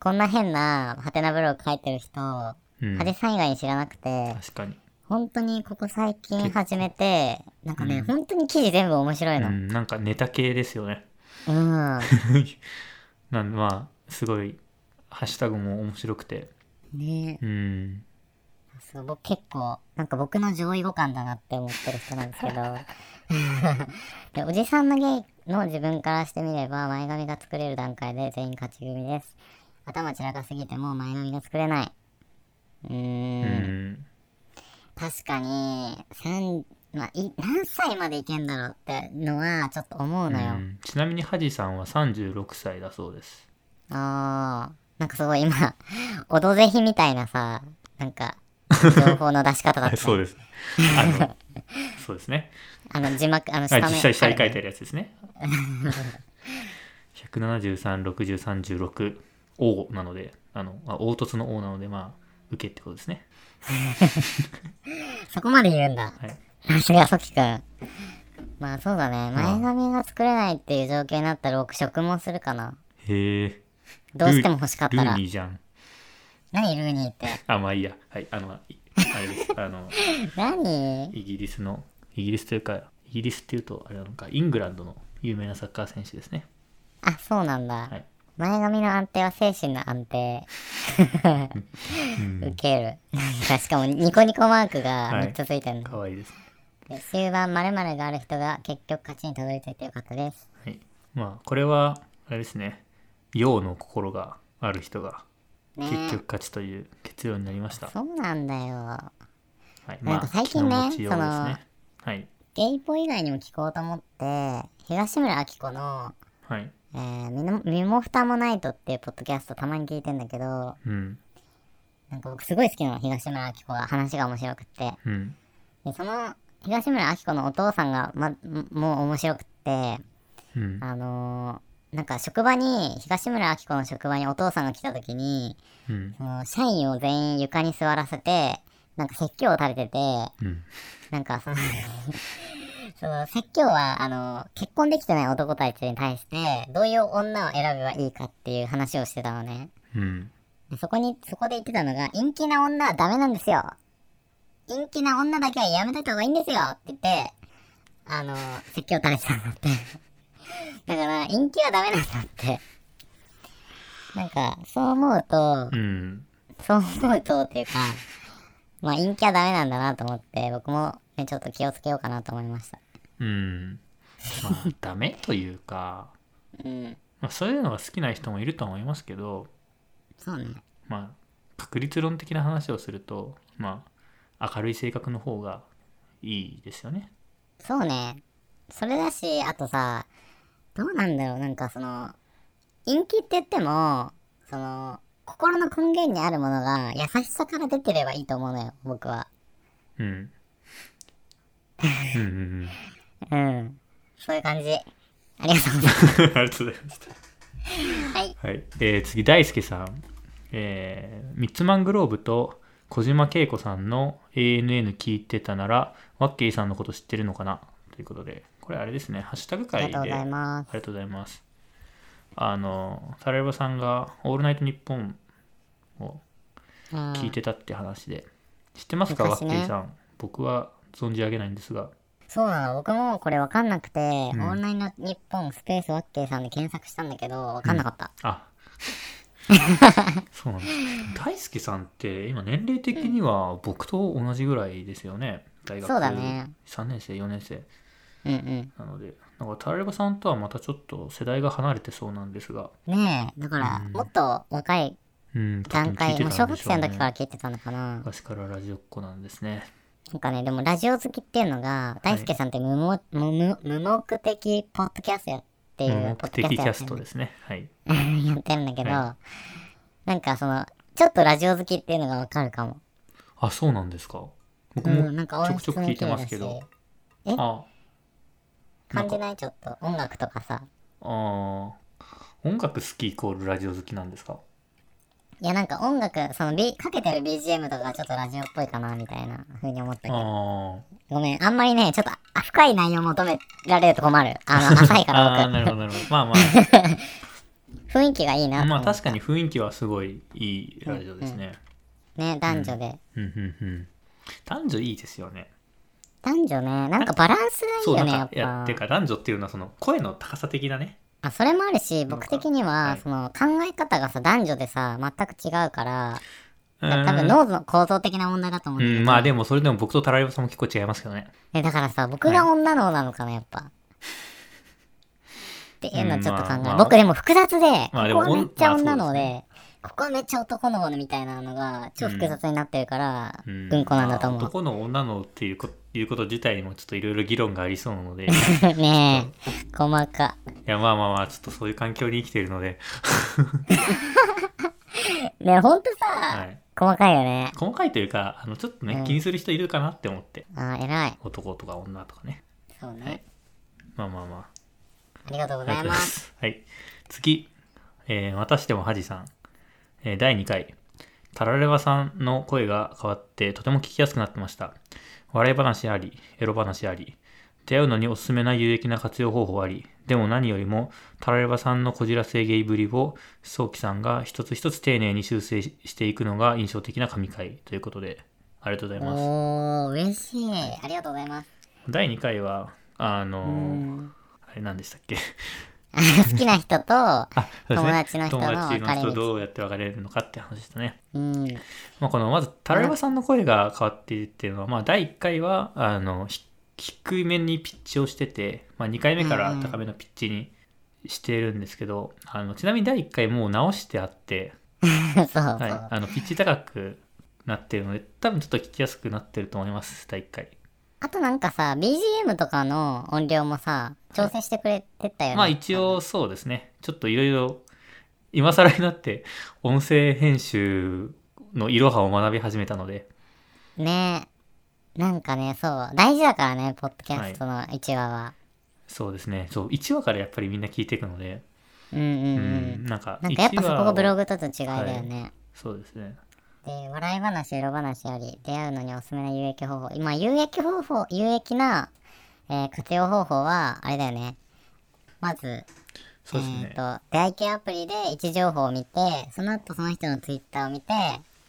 Speaker 2: こんな変なハテナブログ書いてる人、ハ
Speaker 1: うん、
Speaker 2: ジさん以外に知らなくて
Speaker 1: 確かに、
Speaker 2: 本当にここ最近始めてなんかね、本当に記事全部面白いうのう
Speaker 1: ん、
Speaker 2: ん、
Speaker 1: なんかネタ系ですよね。 なんでまあすごいハッシュタグも面白くて
Speaker 2: ね
Speaker 1: うん
Speaker 2: えそう僕結構なんか僕の上位互換だなって思ってる人なんですけ どでおじさんのゲイの自分からしてみれば前髪が作れる段階で全員勝ち組です頭散らかすぎてもう前髪が作れないう
Speaker 1: うん、
Speaker 2: ーん確かに、三、まあ、い、何歳までいけんだろうってのは、ちょっと思うのよ。
Speaker 1: うんちなみにハジさんは36歳だそうです
Speaker 2: あー、なんかすごい今、 オドぜひみたいなさ、なんか、情報の出し方だった。
Speaker 1: うです あのそうですね
Speaker 2: あの、字幕、あの、
Speaker 1: は
Speaker 2: 下
Speaker 1: い
Speaker 2: 目。
Speaker 1: 実際下に書い
Speaker 2: あれ
Speaker 1: てあるやつですね 1736036王なのであのあ凹凸の王なのでまあ受けってことですね
Speaker 2: そこまで言うんだ。
Speaker 1: はい
Speaker 2: さすが、ソキ君。まあ、そうだね。前髪が作れないっていう状況になったら、僕、植毛するかな。
Speaker 1: へえ
Speaker 2: どうしても欲しかった
Speaker 1: ルー
Speaker 2: ら
Speaker 1: ニ。ーじゃん
Speaker 2: 何、ルーニーって。
Speaker 1: あまあいいやはいあのいあれですあの
Speaker 2: 何
Speaker 1: イギリスのイギリスというかイギリスっていうとあれなのかイングランドの有名なサッカー選手ですね
Speaker 2: あ、そうなん
Speaker 1: は
Speaker 2: だ。
Speaker 1: い
Speaker 2: 前髪の安定は精神の安定ウケる なんかしかもニコニコマークが
Speaker 1: はい
Speaker 2: めっちゃついてるの、
Speaker 1: 可愛いですね
Speaker 2: で終盤〇〇がある人が結局勝ちにたどり着いてよかったです
Speaker 1: はいまあこれはあれですね陽の心がある人が
Speaker 2: ね
Speaker 1: 結
Speaker 2: え
Speaker 1: 局勝ちという結論になりました、
Speaker 2: そうなんだよ
Speaker 1: はい、
Speaker 2: なんか最近ね
Speaker 1: 気の持ちようです
Speaker 2: その
Speaker 1: ねはい
Speaker 2: ゲイポ以外にも聞こうと思って東村明子の
Speaker 1: はい
Speaker 2: えー身の「身も蓋もないと」っていうポッドキャストたまに聞いてんだけど
Speaker 1: うん
Speaker 2: なんか僕すごい好きなの東村明子が話が面白くって
Speaker 1: うん
Speaker 2: でその東村明子のお父さんが、ま、もう面白くって、
Speaker 1: うん。
Speaker 2: あのーなんか職場に、東村明子の職場にお父さんが来た時に、
Speaker 1: うん。
Speaker 2: その社員を全員床に座らせて、なんか説教を垂れてて、
Speaker 1: うん。
Speaker 2: なんかその その説教はあの結婚できてない男たちに対してどういう女を選べばいいかっていう話をしてたのね
Speaker 1: うん。
Speaker 2: でそこにそこで言ってたのが陰気な女はダメなんですよ陰気な女だけはやめといた方がいいんですよって言ってあの説教垂れてたんだって だから陰気はダメなんだってなんかそう思うと
Speaker 1: うん。
Speaker 2: そう思うとっていうか、まあ陰キャダメなんだなと思って、僕も、ね、ちょっと気をつけようかなと思いました。
Speaker 1: うん。まあ、ダメというか、
Speaker 2: うん。
Speaker 1: まあ、そういうのが好きな人もいると思いますけど、
Speaker 2: そうね。
Speaker 1: まあ、確率論的な話をすると、まあ、明るい性格の方がいいですよね。
Speaker 2: そうね。それだし、あとさ、どうなんだろう、なんかその、陰気って言っても、その、心の根源にあるものが優しさから出てればいいと思うのよ、僕は。
Speaker 1: うん。うんうん
Speaker 2: うん。そういう感じ。ありがとうございます。
Speaker 1: うん。ありがとうございました。
Speaker 2: はい。
Speaker 1: はい、えー次、大輔さん。えーミッツマングローブと小島慶子さんの ANN 聞いてたなら、ワッケイさんのこと知ってるのかなということで、これあれですね、ハッシュタグ
Speaker 2: あ
Speaker 1: 会
Speaker 2: り
Speaker 1: で
Speaker 2: がとうございま
Speaker 1: ありがとうございます。あの、サラエバさんが「オールナイトニッポン」を
Speaker 2: す。うん
Speaker 1: 聞いてたって話で、知ってますか、ワ
Speaker 2: 昔
Speaker 1: ッ
Speaker 2: ね
Speaker 1: ケイさん。僕は存じ上げないんですが、
Speaker 2: そうなの僕もこれわかんなくて、
Speaker 1: ん
Speaker 2: オンラインの日本スペースワッケーさんで検索したんだけどわかんなかった、
Speaker 1: あそうなんです大輔さんって今年齢的には僕と同じぐらいですよね、大学
Speaker 2: そうだね
Speaker 1: 3年生4年生
Speaker 2: うん、うん
Speaker 1: なのでなんかタラレバさんとはまたちょっと世代が離れてそうなんですが
Speaker 2: ねえだから
Speaker 1: うん
Speaker 2: もっと若い
Speaker 1: うん多分聞
Speaker 2: 段
Speaker 1: い
Speaker 2: 階、
Speaker 1: て
Speaker 2: まあ
Speaker 1: た
Speaker 2: 小
Speaker 1: んで
Speaker 2: 学
Speaker 1: しょう
Speaker 2: 生の
Speaker 1: ね
Speaker 2: 時から聞いてたのかな
Speaker 1: 昔からラジオっ子なんですね
Speaker 2: なんかねでもラジオ好きっていうのが
Speaker 1: い
Speaker 2: 大輔さんって無目無無無目的ポッドキャストやっていう
Speaker 1: 目
Speaker 2: ポッド
Speaker 1: 的キ
Speaker 2: や
Speaker 1: ャ
Speaker 2: って
Speaker 1: ス
Speaker 2: る
Speaker 1: トですねはい、
Speaker 2: やってる んだけど、
Speaker 1: は
Speaker 2: なんかそのちょっとラジオ好きっていうのがわかるかも
Speaker 1: あそうなんですか僕
Speaker 2: う
Speaker 1: も
Speaker 2: んなんか
Speaker 1: ちょくちょく
Speaker 2: 音質も
Speaker 1: 聞いてますけど、
Speaker 2: 綺麗だし
Speaker 1: あなん
Speaker 2: 感
Speaker 1: か
Speaker 2: じないちょっと音楽とかさ
Speaker 1: あー音楽好きイコールラジオ好きなんですか
Speaker 2: いやなんか音楽その、B、かけてる BGM とかちょっとラジオっぽいかなみたいな風に思ったけど
Speaker 1: ああ
Speaker 2: ごめんあんまりねちょっとあ深い内容求められると困るあの浅いか
Speaker 1: ああーな
Speaker 2: ら
Speaker 1: るほどなるほどまあまあ
Speaker 2: 僕 雰囲気がいい なと
Speaker 1: ま
Speaker 2: 思
Speaker 1: あ
Speaker 2: う
Speaker 1: 確かに雰囲気はすごいいいラジオですね。
Speaker 2: ね男女で、
Speaker 1: うんうんうん。男女いいですよね。
Speaker 2: 男女ねなんかバランスがい
Speaker 1: そ
Speaker 2: い
Speaker 1: な
Speaker 2: うよ
Speaker 1: ん
Speaker 2: ねや
Speaker 1: か
Speaker 2: っ
Speaker 1: いや
Speaker 2: ぱ
Speaker 1: てか男女っていうのはその声の高さ的なね。
Speaker 2: あそれもあるし
Speaker 1: なんか
Speaker 2: 僕的に
Speaker 1: は
Speaker 2: はいその考え方がさ男女でさ全く違うから
Speaker 1: う
Speaker 2: 多分
Speaker 1: ん
Speaker 2: 脳の構造的な問題だと思うんだけど、
Speaker 1: うんまあでもそれでも僕とタラリバさんも結構違いますけどね。
Speaker 2: ねだからさ僕が女の子なのかなやっぱ、っていうのをちょっと考え、
Speaker 1: うんまあまあ
Speaker 2: 僕でも複雑で,、
Speaker 1: まあでも
Speaker 2: ここはめっちゃ女の子で,、
Speaker 1: まあ
Speaker 2: ここはめっちゃ男の子みたいなのが超複雑になってるから、う
Speaker 1: うん
Speaker 2: ん、こなんだと思
Speaker 1: まあ
Speaker 2: う、
Speaker 1: 男の女のっていうこいうこと自体にもちょっといろいろ議論がありそうな ので、い
Speaker 2: ねえ細か
Speaker 1: やまあまあまあちょっとそういう環境に生きているので、
Speaker 2: ねえほんとさ、
Speaker 1: はい、
Speaker 2: 細かいよね
Speaker 1: 細かいというかあのちょっとね、
Speaker 2: うん
Speaker 1: 気にする人いるかなって思って
Speaker 2: あー偉い
Speaker 1: 男とか女とかね。
Speaker 2: そうね、
Speaker 1: はいまあまあまあ。
Speaker 2: ありがとうござ
Speaker 1: あ
Speaker 2: い
Speaker 1: りがとうござい
Speaker 2: ま
Speaker 1: ますす。はい。次、えーまたしてもハジさん。えー第2回。タラレバさんの声が変わってとても聞きやすくなってました。笑い話あり、エロ話あり、出会うのにおすすめな有益な活用方法あり、でも何よりもタラレバさんのこじらせゲイぶりを、早期さんが一つ一つ丁寧に修正ししていくのが印象的な神回ということで、ありがとうございます。
Speaker 2: おー嬉しいありがとうございます
Speaker 1: 第2回は、あの
Speaker 2: う
Speaker 1: ー
Speaker 2: ん
Speaker 1: あれ何でしたっけ
Speaker 2: 好きな人と
Speaker 1: あそうですね
Speaker 2: 友達の人の
Speaker 1: 友達の
Speaker 2: 別れ
Speaker 1: 人
Speaker 2: 道
Speaker 1: どうやって別れるのかって話でしたね。
Speaker 2: うん
Speaker 1: まあ、このまず、タラレバさんの声が変わっているっていうのは、まあ、第1回はあのひ低めにピッチをしてて、まあ、2回目から高めのピッチにしてるんですけど、あのちなみに第1回もう直してあって、
Speaker 2: そうそう、
Speaker 1: はい、あのピッチ高くなってるので多分ちょっと聞きやすくなってると思います第1回。
Speaker 2: あとなんかさ、BGM とかの音量もさ、調整してくれてたよね。
Speaker 1: まあ一応そうですね。ちょっといろいろ今更になって音声編集のいろはを学び始めたので、
Speaker 2: ねなんかね、そう、大事だからね、ポッドキャストの1話は。
Speaker 1: そうですねそう1話からやっぱりみんな聞いていくので、
Speaker 2: うんうんう。
Speaker 1: うんなんか
Speaker 2: なんかやっぱそこがブロ
Speaker 1: グ
Speaker 2: グとと違いだよね。
Speaker 1: そうですね
Speaker 2: で、笑い話、裏話より出会うのにおすすめな有益方法。今、有益方法、有益な、えー活用方法は、あれだよね。まず、
Speaker 1: そうです
Speaker 2: え
Speaker 1: ね、
Speaker 2: ーと、出会い系アプリで位置情報を見て、その後その人のツイッターを見て、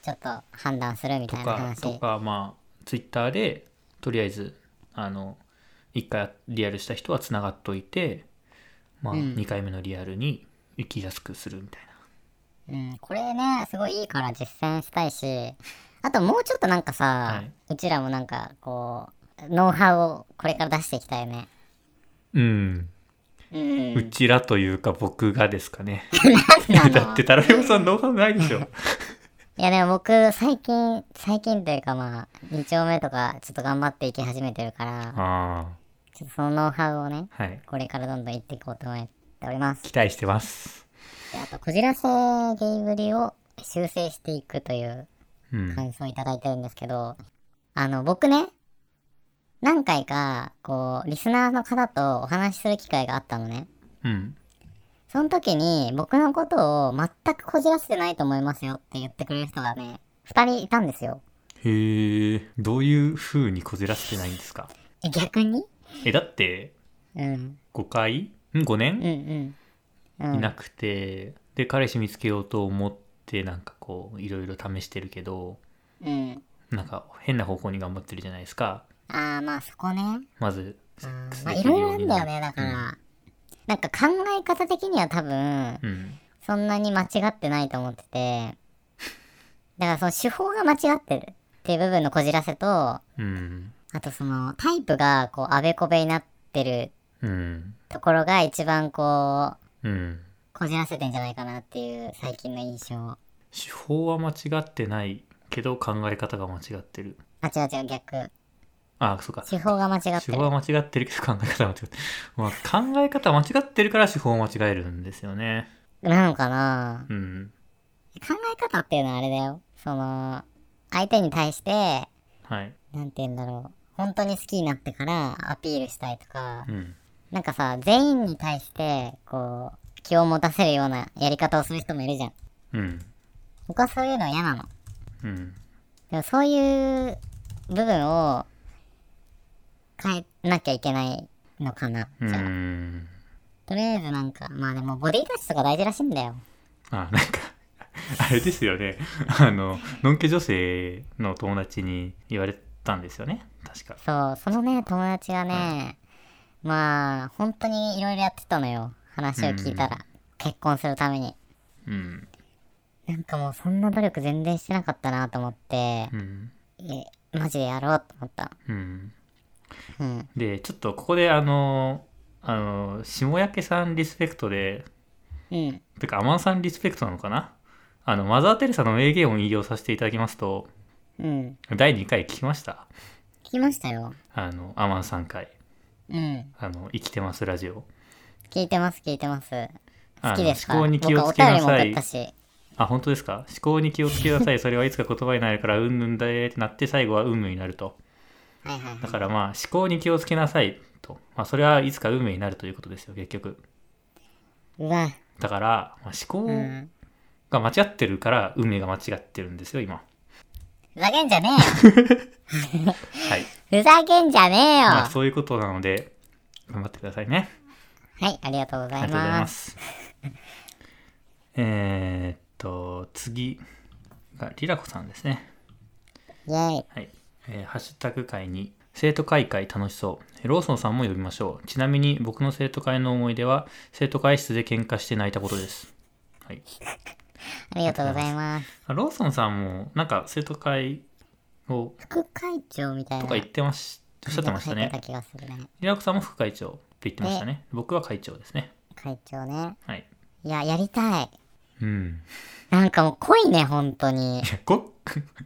Speaker 2: ちょっと判断するみ
Speaker 1: と
Speaker 2: たいな
Speaker 1: か
Speaker 2: 話。
Speaker 1: とかまあツイッターでとりあえずあの1回リアルした人はつながっといて、まあ
Speaker 2: うん
Speaker 1: 2回目のリアルに行きやすくするみたいな
Speaker 2: うん、これね、すごいいいから実践したいし、あともうちょっとなんかさ、
Speaker 1: いう
Speaker 2: ちらもなんかこう、ノウハウをこれから出していきたいよね。
Speaker 1: うん、
Speaker 2: うん。
Speaker 1: うちらというか僕がですかね
Speaker 2: なの
Speaker 1: だってタラレオ さんノウハウないで しょ
Speaker 2: いやでも僕、最近、最近というかまあ、2丁目とかちょっと頑張っていき始めてるから、
Speaker 1: ああ
Speaker 2: ちょっとそのノウハウをね、
Speaker 1: はい
Speaker 2: これからどんどんいっていこうと思っております。
Speaker 1: 期待してます
Speaker 2: であと、こじらせゲイぶりを修正していくという
Speaker 1: うん
Speaker 2: 感想をいただいてるんですけど、あの、僕ね、何回か、こう、リスナーの方とお話しする機会があったのね。
Speaker 1: うん
Speaker 2: その時に、僕のことを全くこじらせてないと思いますよって言ってくれる人がね、二人いたんですよ。
Speaker 1: へえどういう風にこじらせてないんですか
Speaker 2: え逆に
Speaker 1: えだって
Speaker 2: うん、
Speaker 1: 5回ん5年、
Speaker 2: うん、うん。うん
Speaker 1: いなくてで彼氏見つけようと思ってなんかこういろいろ試してるけど
Speaker 2: うん。
Speaker 1: なんか変な方向に頑張ってるじゃないですか
Speaker 2: ああ、まあそこね。
Speaker 1: まず
Speaker 2: あー
Speaker 1: セ
Speaker 2: まあ
Speaker 1: ックス
Speaker 2: い
Speaker 1: できる
Speaker 2: ろい
Speaker 1: ように
Speaker 2: ろあ
Speaker 1: なんる
Speaker 2: だよね、だから。なんか考え方的には多分、
Speaker 1: うん
Speaker 2: そんなに間違ってないと思ってて、だからその手法が間違ってるっていう部分のこじらせと、あ
Speaker 1: うん
Speaker 2: とそのタイプがこうあべこべになってる
Speaker 1: うん
Speaker 2: ところが一番こ
Speaker 1: う
Speaker 2: う、
Speaker 1: ん
Speaker 2: こじらせてんじゃないかなっていう最近の印象。
Speaker 1: 手法は間違ってないけど考え方が間違ってる
Speaker 2: あ、違う違う逆。
Speaker 1: あそうか
Speaker 2: 手法が間違って
Speaker 1: 手
Speaker 2: る。
Speaker 1: 法は間違ってるけど考え方は間違ってる、まあ、考え方間違ってるから手法を間違えるんですよね
Speaker 2: なのかな
Speaker 1: うん
Speaker 2: 考え方っていうのはあれだよ。その、相手に対して、
Speaker 1: はい
Speaker 2: なんて言うんだろう。本当に好きになってからアピールしたいとか
Speaker 1: う、ん
Speaker 2: なんかさ、全員に対して、こう、気を持たせるようなやり方をする人もいるじゃん。
Speaker 1: うん
Speaker 2: 僕はそういうの嫌なの。
Speaker 1: うん
Speaker 2: でもそういう部分を変えなきゃいけないのかな。
Speaker 1: う
Speaker 2: じゃあ、
Speaker 1: ん
Speaker 2: とりあえずなんか、まあでもボディタッチとか大事らしいんだよ。
Speaker 1: あなんかあれですよねあののんけ女性の友達に言われたんですよね確か
Speaker 2: そう、そのね、友達がね、まあ、本当にいろいろやってたのよ。話を聞いたら。結婚するために。
Speaker 1: うん
Speaker 2: なんかもうそんな努力全然してなかったなと思って、
Speaker 1: うん
Speaker 2: え、マジでやろうと思った。
Speaker 1: うん
Speaker 2: うん。
Speaker 1: でちょっとここであのあの下焼けさんリスペクトで
Speaker 2: うん。
Speaker 1: てかアマンさんリスペクトなのかなあのマザー・テレサの名言を引用させていただきますと
Speaker 2: うん。
Speaker 1: 第2回聞きました
Speaker 2: 聞きましたよ。
Speaker 1: あのアマンさん回
Speaker 2: うん。
Speaker 1: あの生きてますラジオ
Speaker 2: 聞いてます、聞いてます。好
Speaker 1: あ
Speaker 2: き
Speaker 1: の
Speaker 2: ですか
Speaker 1: 思考に気をつけな
Speaker 2: 僕はお
Speaker 1: さ
Speaker 2: 便り
Speaker 1: い
Speaker 2: も送ったし。
Speaker 1: あ、本当ですか思考に気をつけなさ い。それはいつか言葉になるから、うんぬんだえってなって、最後はうんぬんになると。
Speaker 2: はいはいは
Speaker 1: だ
Speaker 2: い。
Speaker 1: からまあ、思考に気をつけなさいと。まあ、それはいつか運命になるということですよ、結局。
Speaker 2: うわ。
Speaker 1: だから、まあ、思考
Speaker 2: うん。
Speaker 1: が間違ってるから、運命が間違ってるんですよ、今。
Speaker 2: ふざけんじゃね
Speaker 1: はい。
Speaker 2: えよふざけんじゃねえよ、
Speaker 1: まあ、そういうことなので、頑張ってくださいね。
Speaker 2: はい、ありがとうござい
Speaker 1: あ
Speaker 2: ま
Speaker 1: りが
Speaker 2: す。
Speaker 1: とうございます。えーっと、次が、リラコさんですね。
Speaker 2: イェイ。
Speaker 1: はい、えーハッシュタグ会に生徒会会楽しそうえーローソンさんも呼びましょうちなみに僕の生徒会の思い出は生徒会室で喧嘩して泣いたことです、はい、
Speaker 2: ありがとうございます。
Speaker 1: あローソンさんもなんか生徒会を
Speaker 2: 副会長みたいな。
Speaker 1: とか言ってましおっしゃってました
Speaker 2: 書い
Speaker 1: ね
Speaker 2: た気がするね。
Speaker 1: リラコさんも副会長って言ってましたね僕は会長ですね
Speaker 2: 会長ね。
Speaker 1: はい
Speaker 2: いや、やりたい。
Speaker 1: うん
Speaker 2: なんかもう濃いね、本当に。
Speaker 1: こ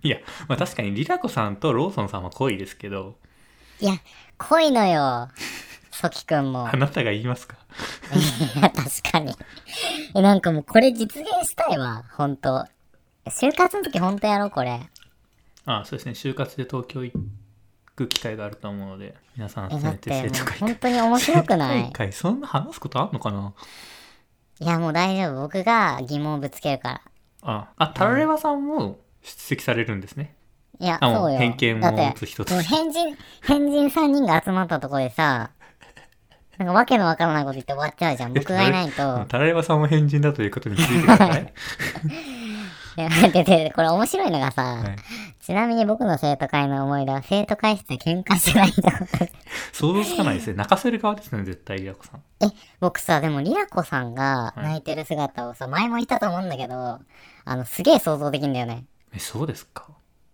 Speaker 1: いや、まあ、確かにリラコさんとローソンさんは濃いですけど
Speaker 2: いや、濃いのよ。ソキく んも。
Speaker 1: あなたが言いますか
Speaker 2: いや、確かに。え、なんかもうこれ実現したいわ、ほんと。就活の時ほんとやろう、これ。
Speaker 1: あそうですね就活で東京行っく機会があると思うので皆さん
Speaker 2: え、
Speaker 1: 集
Speaker 2: だ
Speaker 1: め
Speaker 2: ってて
Speaker 1: 生徒
Speaker 2: もう
Speaker 1: 会
Speaker 2: 本
Speaker 1: 会
Speaker 2: 当に面白くな
Speaker 1: 生
Speaker 2: い
Speaker 1: 徒。会そんな話すことあんのかない
Speaker 2: や、もう大丈夫。僕が疑問をぶつけるから。
Speaker 1: ああタラレバさんも出席されるんですね、
Speaker 2: いや、
Speaker 1: あもう
Speaker 2: そうよ。
Speaker 1: 偏見
Speaker 2: だ
Speaker 1: も
Speaker 2: って、
Speaker 1: 一つ
Speaker 2: もう変人、変人3人が集まったところでさ、なんかわけのわからないこと言って終わっちゃうじゃん。僕がいな いと。
Speaker 1: タラレバさんも変人だということに気づいてくだ さい
Speaker 2: で、ででこれ面白いのがさ、
Speaker 1: はい
Speaker 2: ちなみに僕の生徒会の思い出は、生徒会室で喧嘩してないとこ
Speaker 1: 想像つかない ですね泣かせる側ですね絶対リラコさん
Speaker 2: え、 僕さ、でもリラコさんが
Speaker 1: い
Speaker 2: 泣いてる姿をさ、前も言ったと思うんだけど、あの、すげえ想像できんだよね。
Speaker 1: えそうですか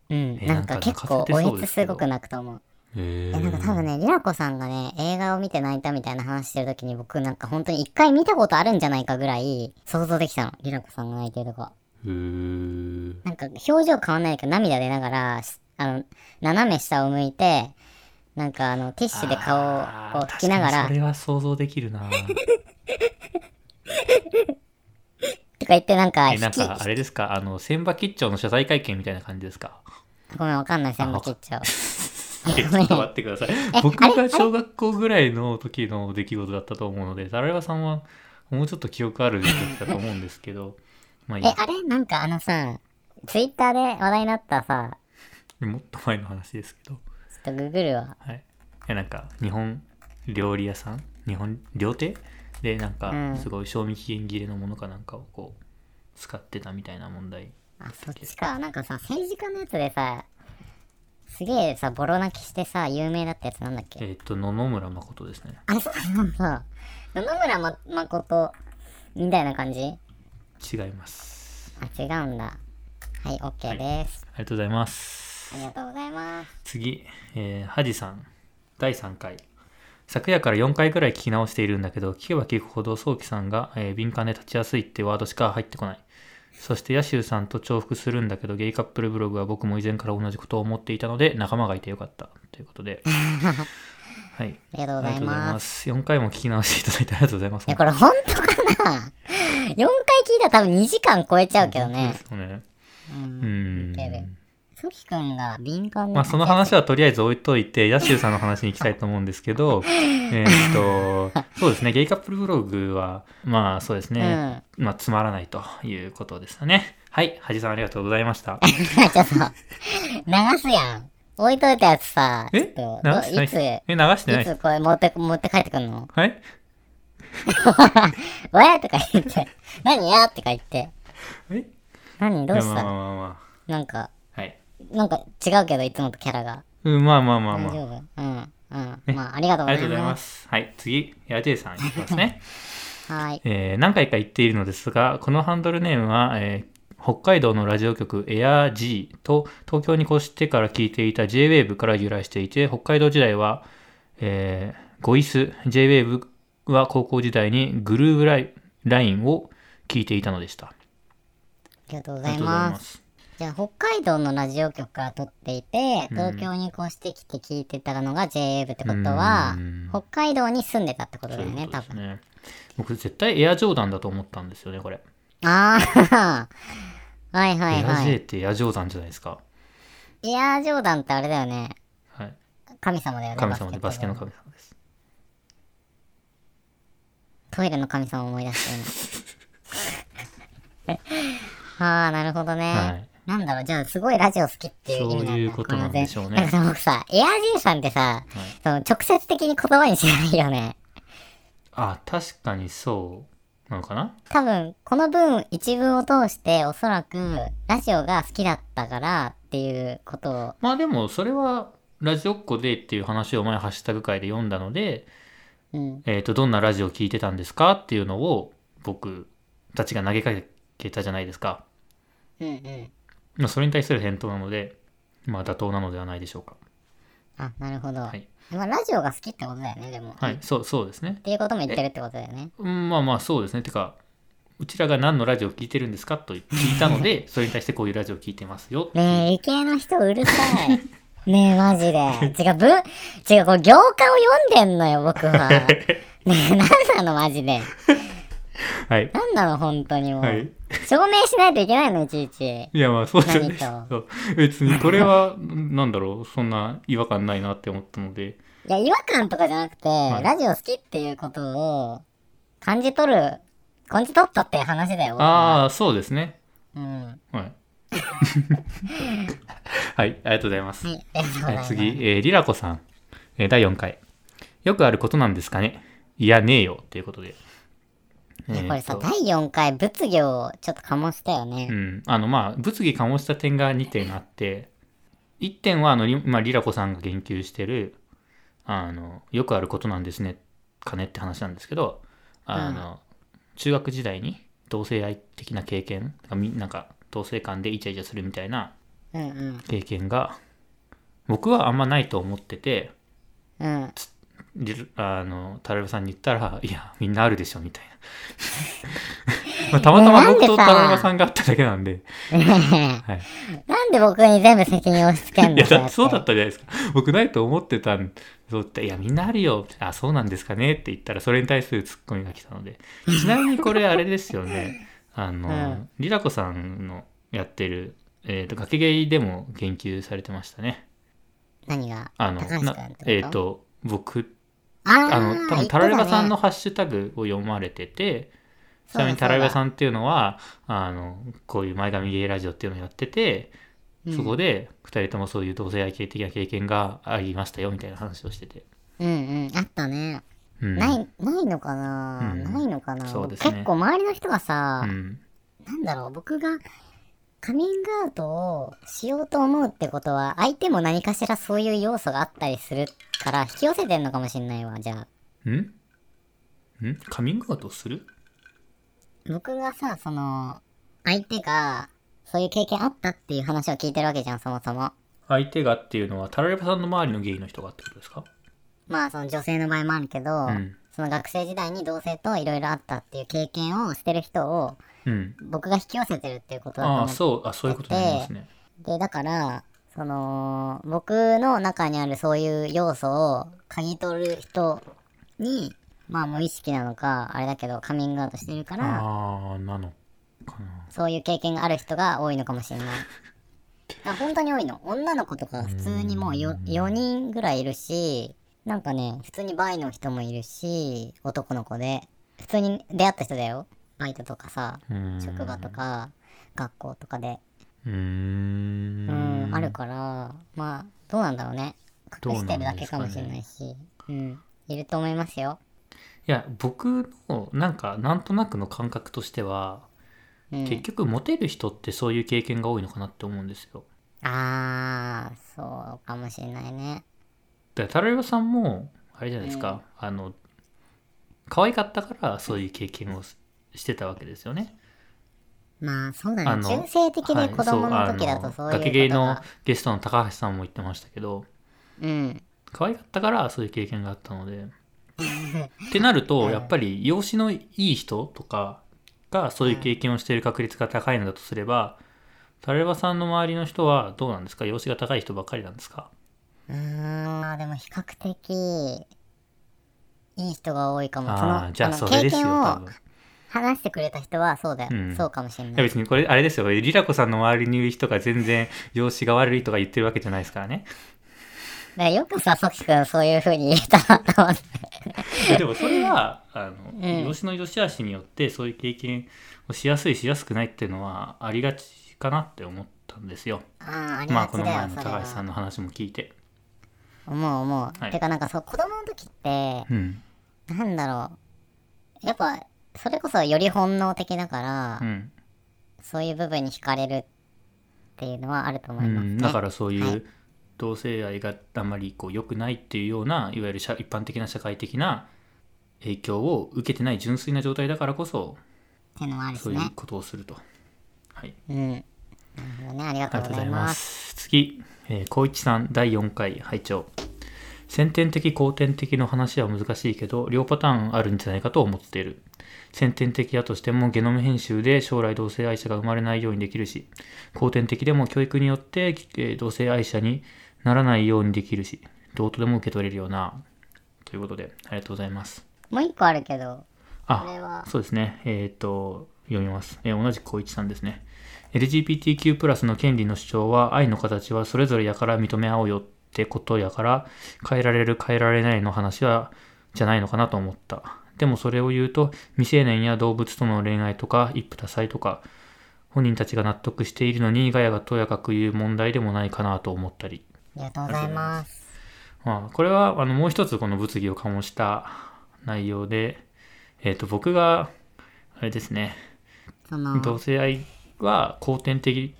Speaker 2: うん、
Speaker 1: え
Speaker 2: なんか
Speaker 1: なんか
Speaker 2: 結構
Speaker 1: 泣か
Speaker 2: お
Speaker 1: せてそう
Speaker 2: え
Speaker 1: で
Speaker 2: つ
Speaker 1: すけ
Speaker 2: す
Speaker 1: ど
Speaker 2: ごく泣くと思う。
Speaker 1: へえ
Speaker 2: えなんか多分ね、リラコさんがね、映画を見て泣いたみたいな話してる時に僕なんか本当に一回見たことあるんじゃないかぐらい想像できたの。リラコさんが泣いてるとこ。
Speaker 1: へー
Speaker 2: なんか表情変わんないけど涙出ながら、しあの、斜め下を向いて、なんかあの、ティッシュで顔を
Speaker 1: あー
Speaker 2: こう拭きなが
Speaker 1: 確
Speaker 2: ら
Speaker 1: かに、それは想像できる な
Speaker 2: とか言ってなんか
Speaker 1: え
Speaker 2: 引
Speaker 1: なん
Speaker 2: き、
Speaker 1: かあれですかあの千葉吉兆の謝罪会見みたいな感じですか
Speaker 2: ごめんわかんない、千葉吉兆。
Speaker 1: え ちょっと待ってください。僕が小学校ぐらいの時の出来事だったと思うので、タラレバさんはもうちょっと記憶ある時だと思うんですけ ど、まあいい
Speaker 2: え、あれなんかあのさ、ツイッターで話題になったさ、
Speaker 1: や、もっと前の話ですけど、
Speaker 2: ちょっとググるわ。
Speaker 1: はい。いやなんか、日本料理屋さん日本料亭で、なん
Speaker 2: う
Speaker 1: か、
Speaker 2: ん
Speaker 1: すごい賞味期限切れのものかなんかをこう、使ってたみたいな問題。
Speaker 2: あ、そっちか。なんかさ、政治家のやつでさ、すげえさ、ボロ泣きしてさ、有名だったやつなんだっけ
Speaker 1: えっと、野々村誠ですね。
Speaker 2: あ、そうそうそう。野々村ま、誠みたいな感じあ、
Speaker 1: 違います。
Speaker 2: 違うんだ。はい、OK です。
Speaker 1: ありがとうございます。
Speaker 2: ありがとうございます。
Speaker 1: 次、えー、ハジさん第3回昨夜から4回くらい聞き直しているんだけど聞けば聞くほど早期さんが、えー敏感で立ちやすいってワードしか入ってこないそしてヤシュウさんと重複するんだけどゲイカップルブログは僕も以前から同じことを思っていたので仲間がいてよかったという ことではい
Speaker 2: ありがと
Speaker 1: あ
Speaker 2: うございます。
Speaker 1: す4回も聞き直していただいてありがとうございます
Speaker 2: いや、これ本当かな ?4 回聞いたら多分2時間超えちゃうけどね。
Speaker 1: そうねう
Speaker 2: う。
Speaker 1: んん
Speaker 2: いけるソキ君が敏感で。
Speaker 1: まあ、その話はとりあえず置いといて、ヤシューさんの話に行きたいと思うんですけ ど、えーっと、そうですね、ゲイカップルブログは、まあそうですね、まあつまらないということでしたね。はい、はじさんありがとうございま した。
Speaker 2: ちょっと、流すやん。置いといたやつさ、ちょっ
Speaker 1: え流
Speaker 2: と、
Speaker 1: してない
Speaker 2: いつ、
Speaker 1: え、流してない
Speaker 2: いつこれ持って、持って帰ってくんの
Speaker 1: はい
Speaker 2: わーとか言って、何やとか言って、
Speaker 1: えい
Speaker 2: 何どう
Speaker 1: や
Speaker 2: し
Speaker 1: まあまあ
Speaker 2: たの
Speaker 1: まあま
Speaker 2: なんか、
Speaker 1: あ。はい。
Speaker 2: なんか違うけど、いつもとキャラが。
Speaker 1: うん、まあまあまあ
Speaker 2: 大
Speaker 1: ま
Speaker 2: 丈
Speaker 1: あ。
Speaker 2: 夫うん。うん。まあ、ありがと
Speaker 1: ありが
Speaker 2: うござ
Speaker 1: と
Speaker 2: いう
Speaker 1: ござい
Speaker 2: ま。
Speaker 1: ますす。はい、次、ヤジェイさんいきますね。
Speaker 2: はい。
Speaker 1: えー何回か言っているのですが、このハンドルネームは、えー北海道のラジオ局エアー G と東京に越してから聞いていた JWAVE から由来していて、北海道時代は、えーゴイス、JWAVE は高校時代にグルーブライラインを聞いていたのでした。
Speaker 2: ありがとうご
Speaker 1: あ
Speaker 2: ざ
Speaker 1: りが
Speaker 2: い
Speaker 1: とうござい
Speaker 2: ま。
Speaker 1: ますす。
Speaker 2: じゃあ、北海道のラジオ局から撮っていて、東京に越してきて聞いてたのが JF ってことは
Speaker 1: うん、
Speaker 2: 北海道に住んでたってことだ
Speaker 1: そう
Speaker 2: よ
Speaker 1: いう
Speaker 2: ね、
Speaker 1: こと
Speaker 2: 多
Speaker 1: です
Speaker 2: 分。
Speaker 1: ね。僕絶対エアジョーダンだと思ったんですよね、これ。
Speaker 2: ああ はいはい
Speaker 1: エア
Speaker 2: は
Speaker 1: J っ
Speaker 2: い。
Speaker 1: てエアジョーダンじゃないですか。
Speaker 2: エアジョーダンってあれだよね。
Speaker 1: はい、
Speaker 2: 神様だよね。
Speaker 1: 神様でバスケの
Speaker 2: の。
Speaker 1: 神様です。
Speaker 2: トイレの神様を思い出して今。 ああ、なるほどね。
Speaker 1: はい
Speaker 2: なんだろう、じゃあ、すごいラジオ好きっていう意味なんだ
Speaker 1: そういうことなんでしょうね
Speaker 2: この前 なんかさ僕さ、エアジーさんってさ、その直接的に言葉にしないよね。
Speaker 1: あ、確かにそうなのかな
Speaker 2: 多分、この文、一文を通して、おそらく、ラジオが好きだったからっていうことを、
Speaker 1: まあでもそれはラジオっ子でっていう話を前ハッシュタグ会で読んだので、
Speaker 2: うん。
Speaker 1: えー、とどんなラジオ聞いてたんですかっていうのを僕たちが投げかけたじゃないですか、
Speaker 2: うんうん。
Speaker 1: まあ、それに対する返答なので、まあ、妥当なのではないでしょうか
Speaker 2: あ、なるほど。
Speaker 1: はい、
Speaker 2: まあ、ラジオが好きってことだよね、でも。
Speaker 1: はい
Speaker 2: っ
Speaker 1: そうそうですね
Speaker 2: ていうことも言ってるってことだよね。
Speaker 1: うんまあまあそうですねてかうちらが何のラジオ聞いてるんですかと聞いたの でそれに対してこういうラジオ聞いてますよ
Speaker 2: ねえ、理系の人うるさい。 ねえ、マジで。違う、文、違う、これ、行間を読んでんのよ、僕は。ねえ、なんなの、マジで。
Speaker 1: はい。
Speaker 2: なんだろう、本当にもう。
Speaker 1: はい。
Speaker 2: 証明しないといけないの、いちいち。
Speaker 1: いや、まあ、そうじゃね。
Speaker 2: 何
Speaker 1: そう別に、これは、 なんだろう、そんな違和感ないなって思ったので、
Speaker 2: いや、違和感とかじゃなくて、
Speaker 1: い
Speaker 2: ラジオ好きっていうことを感じ取る、感じ取ったって話だよ。僕は
Speaker 1: ああ、そうですね。
Speaker 2: うん。はい、
Speaker 1: はい。 はい、ありがとうございます。
Speaker 2: ありがとうござい
Speaker 1: は
Speaker 2: ま
Speaker 1: い、
Speaker 2: す。
Speaker 1: 次、えー、リラコさん、えー第4回。よくあることなんですかねいや、ねえよ、っていうことで。えー
Speaker 2: これさ、
Speaker 1: と
Speaker 2: 第4回物議をちょっと醸したよね。
Speaker 1: うん、あのまあ物議醸した点が2点あって1点はあの、りまあ、リラコさんが言及してるあのよくあることなんですねかねって話なんですけどあの、中学時代に同性愛的な経験みなんか同性間でイチャイチャするみたいな
Speaker 2: うんうん。
Speaker 1: 経験が僕はあんまないと思ってて
Speaker 2: うん。
Speaker 1: リルあのタラベさんに言ったら「いやみんなあるでしょ」みたいな、まあ、たまたま僕と
Speaker 2: ねなん
Speaker 1: タラ
Speaker 2: でさ
Speaker 1: ベさんがあっただけなんで、はい、
Speaker 2: なんで僕に全部責任押し付けん
Speaker 1: い
Speaker 2: の
Speaker 1: やだってそうだ
Speaker 2: っ
Speaker 1: ってたじゃないですか僕ないと思ってたんそうって「いやみんなあるよ」あそうなんですかね」って言ったらそれに対するツッコミが来たのでちなみにこれあれですよ ねあの、
Speaker 2: うん
Speaker 1: リラコさんのやってる、えー、とガキゲイでも言及されてましたね
Speaker 2: 何が
Speaker 1: あの
Speaker 2: 高橋
Speaker 1: な
Speaker 2: 君ってこと
Speaker 1: えっ、と僕
Speaker 2: あー
Speaker 1: あの多
Speaker 2: 言
Speaker 1: 分
Speaker 2: って
Speaker 1: タ
Speaker 2: た
Speaker 1: ラレバさんの
Speaker 2: ね
Speaker 1: ハッシュタグを読まれててち
Speaker 2: そうだ
Speaker 1: なみにタラレバさんっていうのはあのこういう前髪ゲイラジオっていうのをやってて
Speaker 2: うん
Speaker 1: そこで2人ともそういう同性愛系的な経験がありましたよみたいな話をしてて、
Speaker 2: うんうんあったね、
Speaker 1: うん、
Speaker 2: ないないのかな、
Speaker 1: うん
Speaker 2: ないのかな、
Speaker 1: そうですね
Speaker 2: 結構周りの人がさ、
Speaker 1: うん
Speaker 2: なんだろう、僕がカミングアウトをしようと思うってことは、相手も何かしらそういう要素があったりするから、引き寄せてんのかもしんないわ、じゃあ。
Speaker 1: うんんカミングアウトする
Speaker 2: 僕がさ、その、相手が、そういう経験あったっていう話を聞いてるわけじゃん、そもそも。
Speaker 1: 相手がっていうのはタラレバさんの周りのゲイの人がってことですか
Speaker 2: まあ、その女性の場合もあるけど、
Speaker 1: ん
Speaker 2: その学生時代に同性といろいろあったっていう経験をしてる人を、
Speaker 1: うん
Speaker 2: 僕が引き寄せてるっていうことだと思
Speaker 1: あ
Speaker 2: う
Speaker 1: あそうあそういうことになりますね
Speaker 2: で、だから、その、僕の中にあるそういう要素を嗅ぎ取る人に、まあ無意識なのか、あれだけどカミングアウトしてるから、
Speaker 1: ああなのかな
Speaker 2: そういう経験がある人が多いのかもしれない。あ本当に多いの。女の子とか普通にもう 4, 4人ぐらいいるし、なんかね、普通にバイの人もいるし、男の子で、普通に出会った人だよ。バイトとかさ、
Speaker 1: うん
Speaker 2: 職場とか、学校とかで。
Speaker 1: うーん
Speaker 2: うん、あるから、まあ、どうなんだろうね。
Speaker 1: どう
Speaker 2: 隠
Speaker 1: な
Speaker 2: し
Speaker 1: んですかね
Speaker 2: てるだけかもしれないし、うん、いると思いますよ。
Speaker 1: いや僕のなんかなんとなくの感覚としては、
Speaker 2: うん、
Speaker 1: 結局モテる人ってそういう経験が多いのかなって思うんですよ
Speaker 2: あー、そうかもしれないね。
Speaker 1: だからタラヨさんもあれじゃないですか、あの可愛かったからそういう経験をししてたわけですよね
Speaker 2: まあ、そうだ
Speaker 1: あ
Speaker 2: ね。
Speaker 1: の
Speaker 2: 中性的で子供
Speaker 1: はい
Speaker 2: の時だと
Speaker 1: そ
Speaker 2: そうう
Speaker 1: あ
Speaker 2: いうことが、
Speaker 1: ガキゲイのゲストの高橋さんも言ってましたけど
Speaker 2: うん。
Speaker 1: 可愛かったからそういう経験があったの でってなるとやっぱり容姿のいい人とかがそういう経験をしている確率が高いのだとすればタレバさんの周りの人はどうなんですか容姿が高い人ばっかりなんですか
Speaker 2: うーん、まあでも比較的、いい人が多いかも。そ
Speaker 1: ああ
Speaker 2: の、
Speaker 1: じゃあ
Speaker 2: の
Speaker 1: それ
Speaker 2: 経
Speaker 1: ですよ
Speaker 2: 験
Speaker 1: 多
Speaker 2: を
Speaker 1: 分。
Speaker 2: 話してくれた人は、そうだよ、
Speaker 1: うん
Speaker 2: そうかもしれ
Speaker 1: い
Speaker 2: な
Speaker 1: や
Speaker 2: い。
Speaker 1: 別にこれあれですよリラコさんの周りにいる人が全然容姿が悪いとか言ってるわけじゃないですから ね
Speaker 2: だからよくさ、ソキ君そういう風に言えたなと思って。
Speaker 1: いやでもそれはあの、
Speaker 2: ええ
Speaker 1: 容姿の良し悪しによってそういう経験をしやすいしやすくないっていうのはありがちかなって思ったんですよ
Speaker 2: ああ、あり
Speaker 1: まあ
Speaker 2: が
Speaker 1: こ
Speaker 2: ち
Speaker 1: の
Speaker 2: だ
Speaker 1: 前
Speaker 2: よ、
Speaker 1: の
Speaker 2: それ
Speaker 1: 高橋さ
Speaker 2: は
Speaker 1: ん。の話も聞いて
Speaker 2: 思う思う。
Speaker 1: はい
Speaker 2: てかなんかそう、子供の時って、
Speaker 1: うん
Speaker 2: なんだろう。やっぱ、それこそより本能的だから、
Speaker 1: うん、
Speaker 2: そういう部分に惹かれるっていうのはあると思
Speaker 1: う
Speaker 2: いますね。
Speaker 1: ん、だからそうい
Speaker 2: は
Speaker 1: う同性愛があまりこう良くないっていうようないわゆる社一般的な社会的な影響を受けてない純粋な状態だからこそ
Speaker 2: っていうのもあるし
Speaker 1: そういう
Speaker 2: ね。
Speaker 1: ことをすると。はい
Speaker 2: うん。なるほどね。ありが
Speaker 1: あ
Speaker 2: と
Speaker 1: り
Speaker 2: う
Speaker 1: がとうご
Speaker 2: ござ
Speaker 1: ざ
Speaker 2: い
Speaker 1: い
Speaker 2: ま。
Speaker 1: ますす。次、えー、光一さん第4回拝聴先天的後天的の話は難しいけど両パターンあるんじゃないかと思っている先天的だとしてもゲノム編集で将来同性愛者が生まれないようにできるし後天的でも教育によって、えー同性愛者にならないようにできるしどうとでも受け取れるようなということでありがとうございます
Speaker 2: もう一個あるけど、これは
Speaker 1: あ、そうですね。えっ、と、読みます。えー同じく小一さんですね。LGBTQ+, の権利の主張は、愛の形はそれぞれやから認め合おうよってことやから、変えられる変えられないの話は、じゃないのかなと思った。でもそれを言うと、未成年や動物との恋愛とか、一夫多妻とか、本人たちが納得しているのに、ガヤがとやかく言う問題でもないかなと思ったり。
Speaker 2: ありがとうございます。
Speaker 1: まあ、これはあのもう一つこの物議を醸した内容で、えっと僕があれですね
Speaker 2: その、
Speaker 1: 同性愛は後天的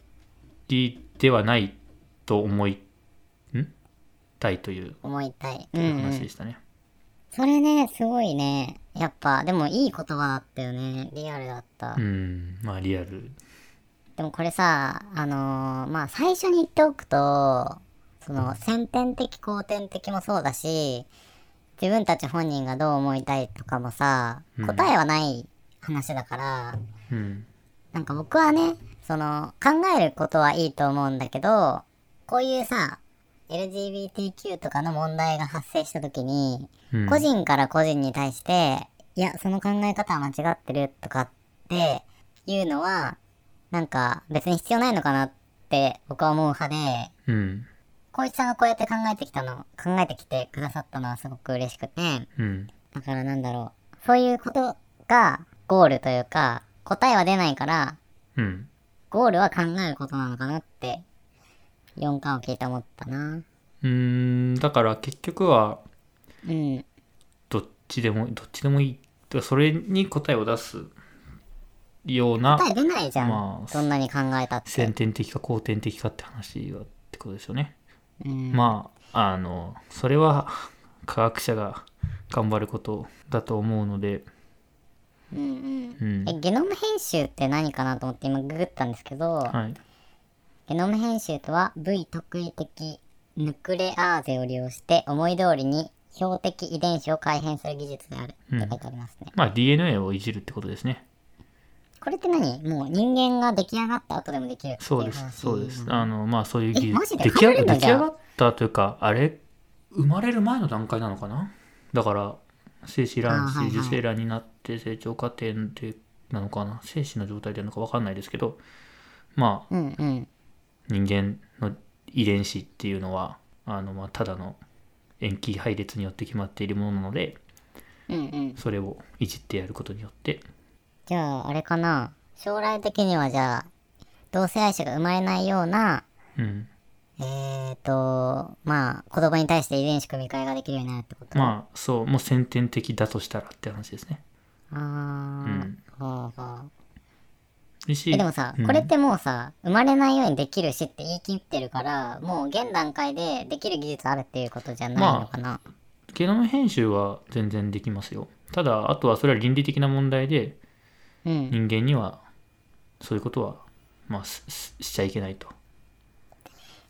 Speaker 1: ではないと思いんたいという
Speaker 2: 思いたい。うん、う
Speaker 1: 話で
Speaker 2: ん。
Speaker 1: したね、
Speaker 2: それね、すごいね。やっぱ、でもいい言葉だったよね。リアルだった。
Speaker 1: うんまあリアル
Speaker 2: でもこれさ、あのーまあ、最初に言っておくと、その、先天的、後天的もそうだし、自分たち本人がどう思いたいとかもさ、
Speaker 1: うん
Speaker 2: 答えはない話だから、
Speaker 1: うん
Speaker 2: なんか僕はね、その、考えることはいいと思うんだけど、こういうさ、LGBTQ とかの問題が発生した時に、
Speaker 1: うん
Speaker 2: 個人から個人に対して、いや、その考え方は間違ってるとかっていうのは、なんか別に必要ないのかなって僕は思う派で、
Speaker 1: うん
Speaker 2: 光一さんがこうやって考えてきたの、考えてきてくださったのはすごく嬉しくて、
Speaker 1: うん
Speaker 2: だからなんだろう、そういうことがゴールというか、答えは出ないから、
Speaker 1: うん
Speaker 2: ゴールは考えることなのかなって、4巻を聞いて思ったな。
Speaker 1: うーんだから結局は
Speaker 2: うん。
Speaker 1: どっちでもどっちでもいいだからそれに答えを出すような
Speaker 2: 答え出ないじゃん。
Speaker 1: まあ
Speaker 2: どんなに考えたって。
Speaker 1: 先天的か後天的かって話がってことですよね。
Speaker 2: うん。
Speaker 1: まああのそれは 科学者が頑張ることだと思うので、
Speaker 2: うんうん。
Speaker 1: うん
Speaker 2: え、ゲノム編集って何かなと思って今ググったんですけど、
Speaker 1: はい、
Speaker 2: ゲノム編集とは V 特異的ヌクレアーゼを利用して思い通りに標的遺伝子を改変する技術であるって書いてありますね。
Speaker 1: まあ DNA をいじるってことですね。
Speaker 2: これって何もう人間が出来上がった後でもできるっていう
Speaker 1: そ
Speaker 2: 話
Speaker 1: うですそうです。あのまあそういう技
Speaker 2: えマ
Speaker 1: 術
Speaker 2: ジで
Speaker 1: 出来上
Speaker 2: 変えるん
Speaker 1: が
Speaker 2: だ
Speaker 1: 出来
Speaker 2: じゃ
Speaker 1: 上が
Speaker 2: あ
Speaker 1: ったというかあれ生まれる前の段階なのかなだから精子
Speaker 2: あ
Speaker 1: 卵
Speaker 2: はいはい
Speaker 1: 子受精卵になって成長過程でなのかな精子の状態でなのか分かんないですけどまあ
Speaker 2: うんうん。
Speaker 1: 人間の遺伝子っていうのはあのまあただの塩基配列によって決まっているものなので
Speaker 2: うんうん。
Speaker 1: それをいじってやることによって
Speaker 2: じゃあ、あれかな。将来的にはじゃあ、同性愛者が生まれないような、
Speaker 1: うん
Speaker 2: えーと、まあ、子供に対して遺伝子組み換えができるようになるってこと。あ
Speaker 1: まあそうもう先天的だとしたらって話ですね。
Speaker 2: あー、
Speaker 1: うん
Speaker 2: はあはあ。
Speaker 1: でし
Speaker 2: え、でもさ、
Speaker 1: うん
Speaker 2: これってもうさ、生まれないようにできるしって言い切ってるから、もう現段階でできる技術あるっていうことじゃないのかな。
Speaker 1: ゲノム編集は全然できますよ。ただあとはそれは倫理的な問題で
Speaker 2: うん。
Speaker 1: 人間にはそういうことは、まあ、しししちゃいけないと。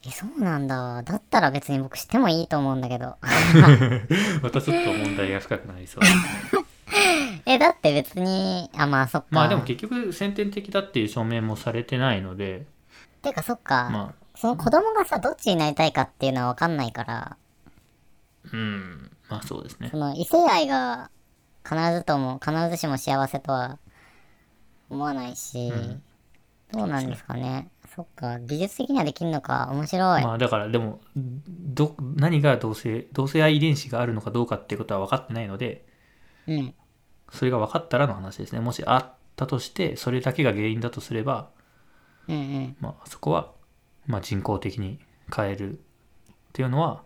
Speaker 2: え、そうなんだ。だったら別に僕してもいいと思うんだけど。
Speaker 1: またちょっと問題が深くなりそうですね。
Speaker 2: え、だって別に、あ、まあそっか。
Speaker 1: まあでも結局先天的だっていう証明もされてないので
Speaker 2: てかそっか。
Speaker 1: まあ
Speaker 2: その子供がさ、どっちになりたいかっていうのは分かんないから、
Speaker 1: うん、まあそうですね
Speaker 2: そ。の異性愛が必ずとも、必ずしも幸せとは思わないし、どうなんですかね。そっか、技術的にはできるのか、面白い。
Speaker 1: まあだからでもど何が同性同性愛遺伝子があるのかどうかっていうことは分かってないので
Speaker 2: うん。
Speaker 1: それが分かったらの話ですねもしあったとしてそれだけが原因だとすれば、
Speaker 2: うんうん。
Speaker 1: まあ、そこは、まあ、人工的に変えるっていうのは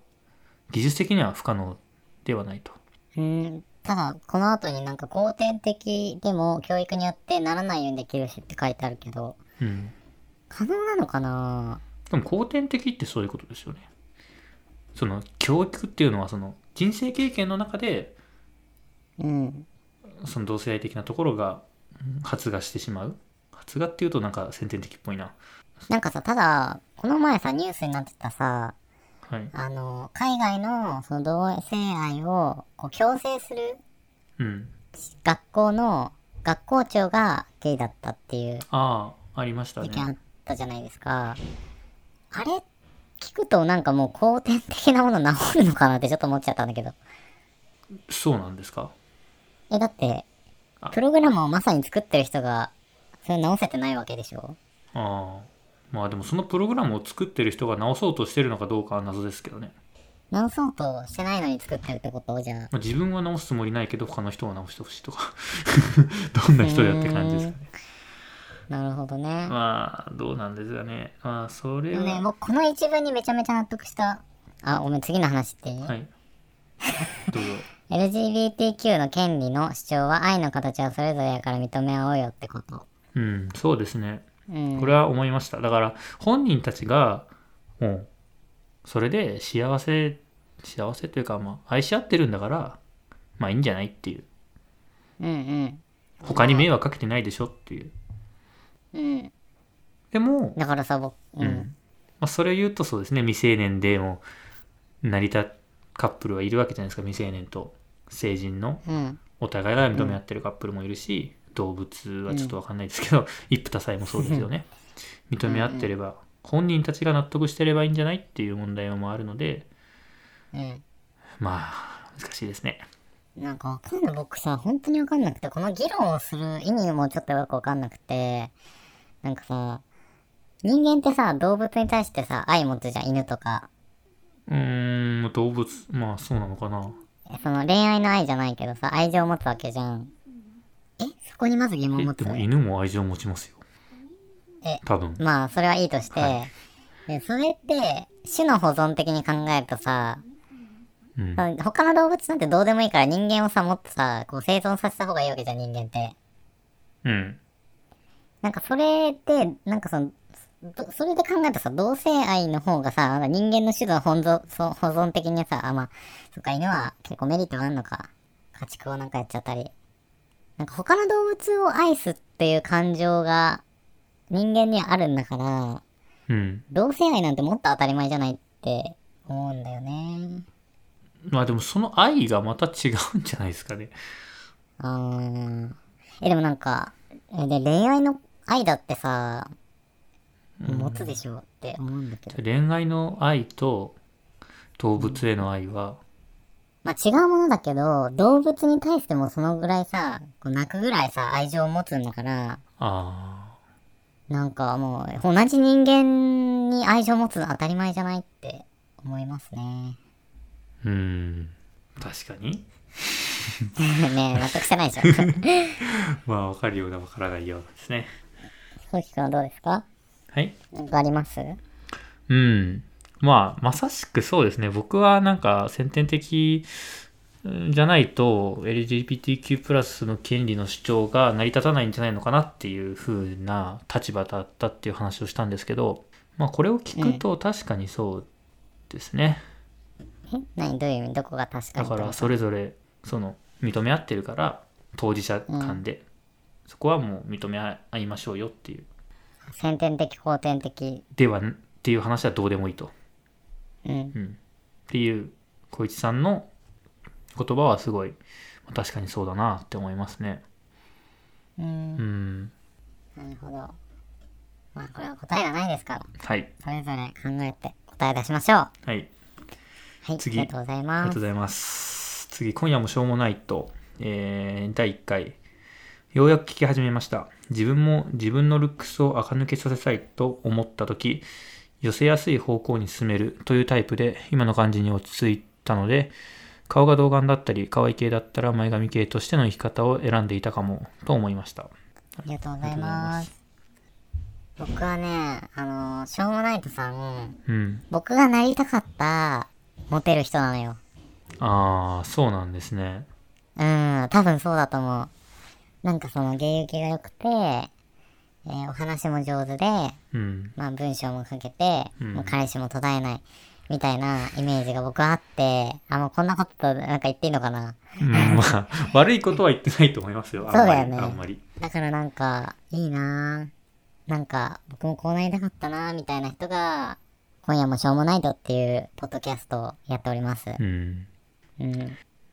Speaker 1: 技術的には不可能ではないと
Speaker 2: うん、ただ、この後になんか後天的でも教育によってならないようにできるしって書いてあるけど、
Speaker 1: うん
Speaker 2: 可能なのかな
Speaker 1: でも後天的ってそういうことですよねその教育っていうのはその人生経験の中で
Speaker 2: うん。
Speaker 1: その同性愛的なところがうん発芽してしまう発芽っていうとなんか先天的っぽいな
Speaker 2: なんかさ、ただ、この前さ、ニュースになってたさ、
Speaker 1: はい
Speaker 2: あの、海外のその同性愛をこう強制する
Speaker 1: うん
Speaker 2: 学校の学校長がゲイだったっていう
Speaker 1: ああありました
Speaker 2: 事件あ
Speaker 1: ね
Speaker 2: ったじゃないですか。あれ聞くとなんかもう後天的なもの治るのかなってちょっと思っちゃったんだけど。
Speaker 1: そうなんですか
Speaker 2: え、だって、
Speaker 1: あ
Speaker 2: プログラムをまさに作ってる人が、それ直せてないわけでしょ
Speaker 1: ああまあでもそのプログラムを作ってる人が直そうとしてるのかどうかは謎ですけどね、
Speaker 2: 直そうとしてないのに作ってるってことじゃあ。
Speaker 1: まあ、自分は直すつもりないけど他の人は直してほしいとか どんな人やって感じですかね
Speaker 2: なるほどね。
Speaker 1: まあどうなんですかねまあそれ
Speaker 2: でもね、
Speaker 1: は
Speaker 2: 僕この一文にめちゃめちゃ納得した。あ、ごめん、次の話っていい、
Speaker 1: はいどうぞ
Speaker 2: ?LGBTQ の権利の主張は愛の形はそれぞれやから認め合おうよってこと。
Speaker 1: うんそうですね
Speaker 2: うん。
Speaker 1: これは思いましただから本人たちがもうそれで幸せ幸せというかまあ愛し合ってるんだからまあいいんじゃないっていう
Speaker 2: うん
Speaker 1: 他に迷惑かけてないでしょっていう
Speaker 2: うん。うん。
Speaker 1: でも、
Speaker 2: だからさ、僕、う
Speaker 1: うん
Speaker 2: ん。
Speaker 1: まあ、それを言うとそうですね未成年でも成り立っカップルはいるわけじゃないですか未成年と成人の
Speaker 2: うん。
Speaker 1: お互いが認め合ってるカップルもいるし、動物はちょっとわかんないですけ ど、一夫多妻もそうですよね認め合ってれば本人たちが納得してればいいんじゃないっていう問題もあるので
Speaker 2: うん。
Speaker 1: まあ難しいですね
Speaker 2: なんかわかんない。僕さ、本当にわかんなくて、この議論をする意味もちょっとよくわかんなくて、なんかさ、人間ってさ、動物に対してさ、愛持つじゃん、犬とか。
Speaker 1: うーん動物まあそうなのかな
Speaker 2: その恋愛の愛じゃないけどさ、愛情を持つわけじゃん。えそこにまず疑問を持
Speaker 1: えで
Speaker 2: つ
Speaker 1: も犬も愛情持ちますよ
Speaker 2: え
Speaker 1: 多分
Speaker 2: まあ、それはいいとして、
Speaker 1: は
Speaker 2: でそれって、種の保存的に考えるとさ、
Speaker 1: うん
Speaker 2: 他の動物なんてどうでもいいから人間をさ、もっとさ、こう生存させた方がいいわけじゃん、人間って。
Speaker 1: うん
Speaker 2: なんかそれって、なんかその、どそれで考えたらさ、同性愛の方がさ、なんか人間の種の保存そう保存的にさ、あ、まあ、そっか、犬は結構メリットがあるのか。家畜をなんかやっちゃったり。なんか他の動物を愛すっていう感情が人間にはあるんだから、
Speaker 1: うん
Speaker 2: 同性愛なんてもっと当たり前じゃないって思うんだよね。
Speaker 1: まあでもその愛がまた違うんじゃないですかね
Speaker 2: あーえ、でもなんか、えで恋愛の愛だってさ、持つでしょって思うんだけど。
Speaker 1: 恋愛の愛と動物への愛は、
Speaker 2: まあ、違うものだけど、動物に対してもそのぐらいさ、こう泣くぐらいさ、愛情を持つんだから、
Speaker 1: あ
Speaker 2: なんかもう、同じ人間に愛情を持つの当たり前じゃないって思いますね。
Speaker 1: あうん確かに
Speaker 2: ねえ、納得してな いでしょ。
Speaker 1: まあ分かるような分からないようなんですね
Speaker 2: そうきくんはどうですか
Speaker 1: はい
Speaker 2: なんかあります
Speaker 1: うん。まあ、まさしくそうですね。僕はなんか先天的うんじゃないと LGBTQ+, の権利の主張が成り立たないんじゃないのかなっていう風な立場だったっていう話をしたんですけど、まあこれを聞くと確かにそうですね。
Speaker 2: え何どういう意味どこが確か
Speaker 1: だ
Speaker 2: にと
Speaker 1: からそれぞれその認め合ってるから当事者間で、そこはもう認め合いましょうよっていう。
Speaker 2: 先天的、後天的。
Speaker 1: では、っていう話はどうでもいいと。
Speaker 2: うん。
Speaker 1: っていう小市さんの言葉はすごいまあ確かにそうだなって思いますね
Speaker 2: うん。
Speaker 1: うん
Speaker 2: なるほど。まあ、これは答えがないですから、
Speaker 1: はい
Speaker 2: それぞれ考えて答え出しましょう。
Speaker 1: はい
Speaker 2: はい、
Speaker 1: 次
Speaker 2: ありがとうござい
Speaker 1: あり
Speaker 2: ま
Speaker 1: がとうご
Speaker 2: す。
Speaker 1: ざいます次今夜もしょうもないと、えー第1回ようやく聞き始めました自分も自分のルックスを垢抜けさせたいと思った時寄せやすい方向に進めるというタイプで今の感じに落ち着いたので顔が童顔だったり可愛い系だったら前髪系としての生き方を選んでいたかもと思いました
Speaker 2: ありがとうございます。僕はね、あのしょうもないとさん、
Speaker 1: うん
Speaker 2: 僕がなりたかった、モテる人なのよ。
Speaker 1: ああそうなんですね
Speaker 2: うん、多分そうだと思う。なんかその、芸行きが良くて、えーお話も上手で、
Speaker 1: うん
Speaker 2: まあ文章も書けて、
Speaker 1: うん
Speaker 2: もう彼氏も途絶えない、みたいなイメージが僕はあって、あ、もうこんなことなんか言っていいのかな。
Speaker 1: うんまあ 悪いことは言ってないと思いますよあんまり
Speaker 2: そうだよね
Speaker 1: あんまり
Speaker 2: だからなんか、いいなぁ。なんか、僕もこうなりたかったなぁ、みたいな人が、今夜もしょうもないとっていう、ポッドキャストをやっております。
Speaker 1: うん
Speaker 2: うん。だ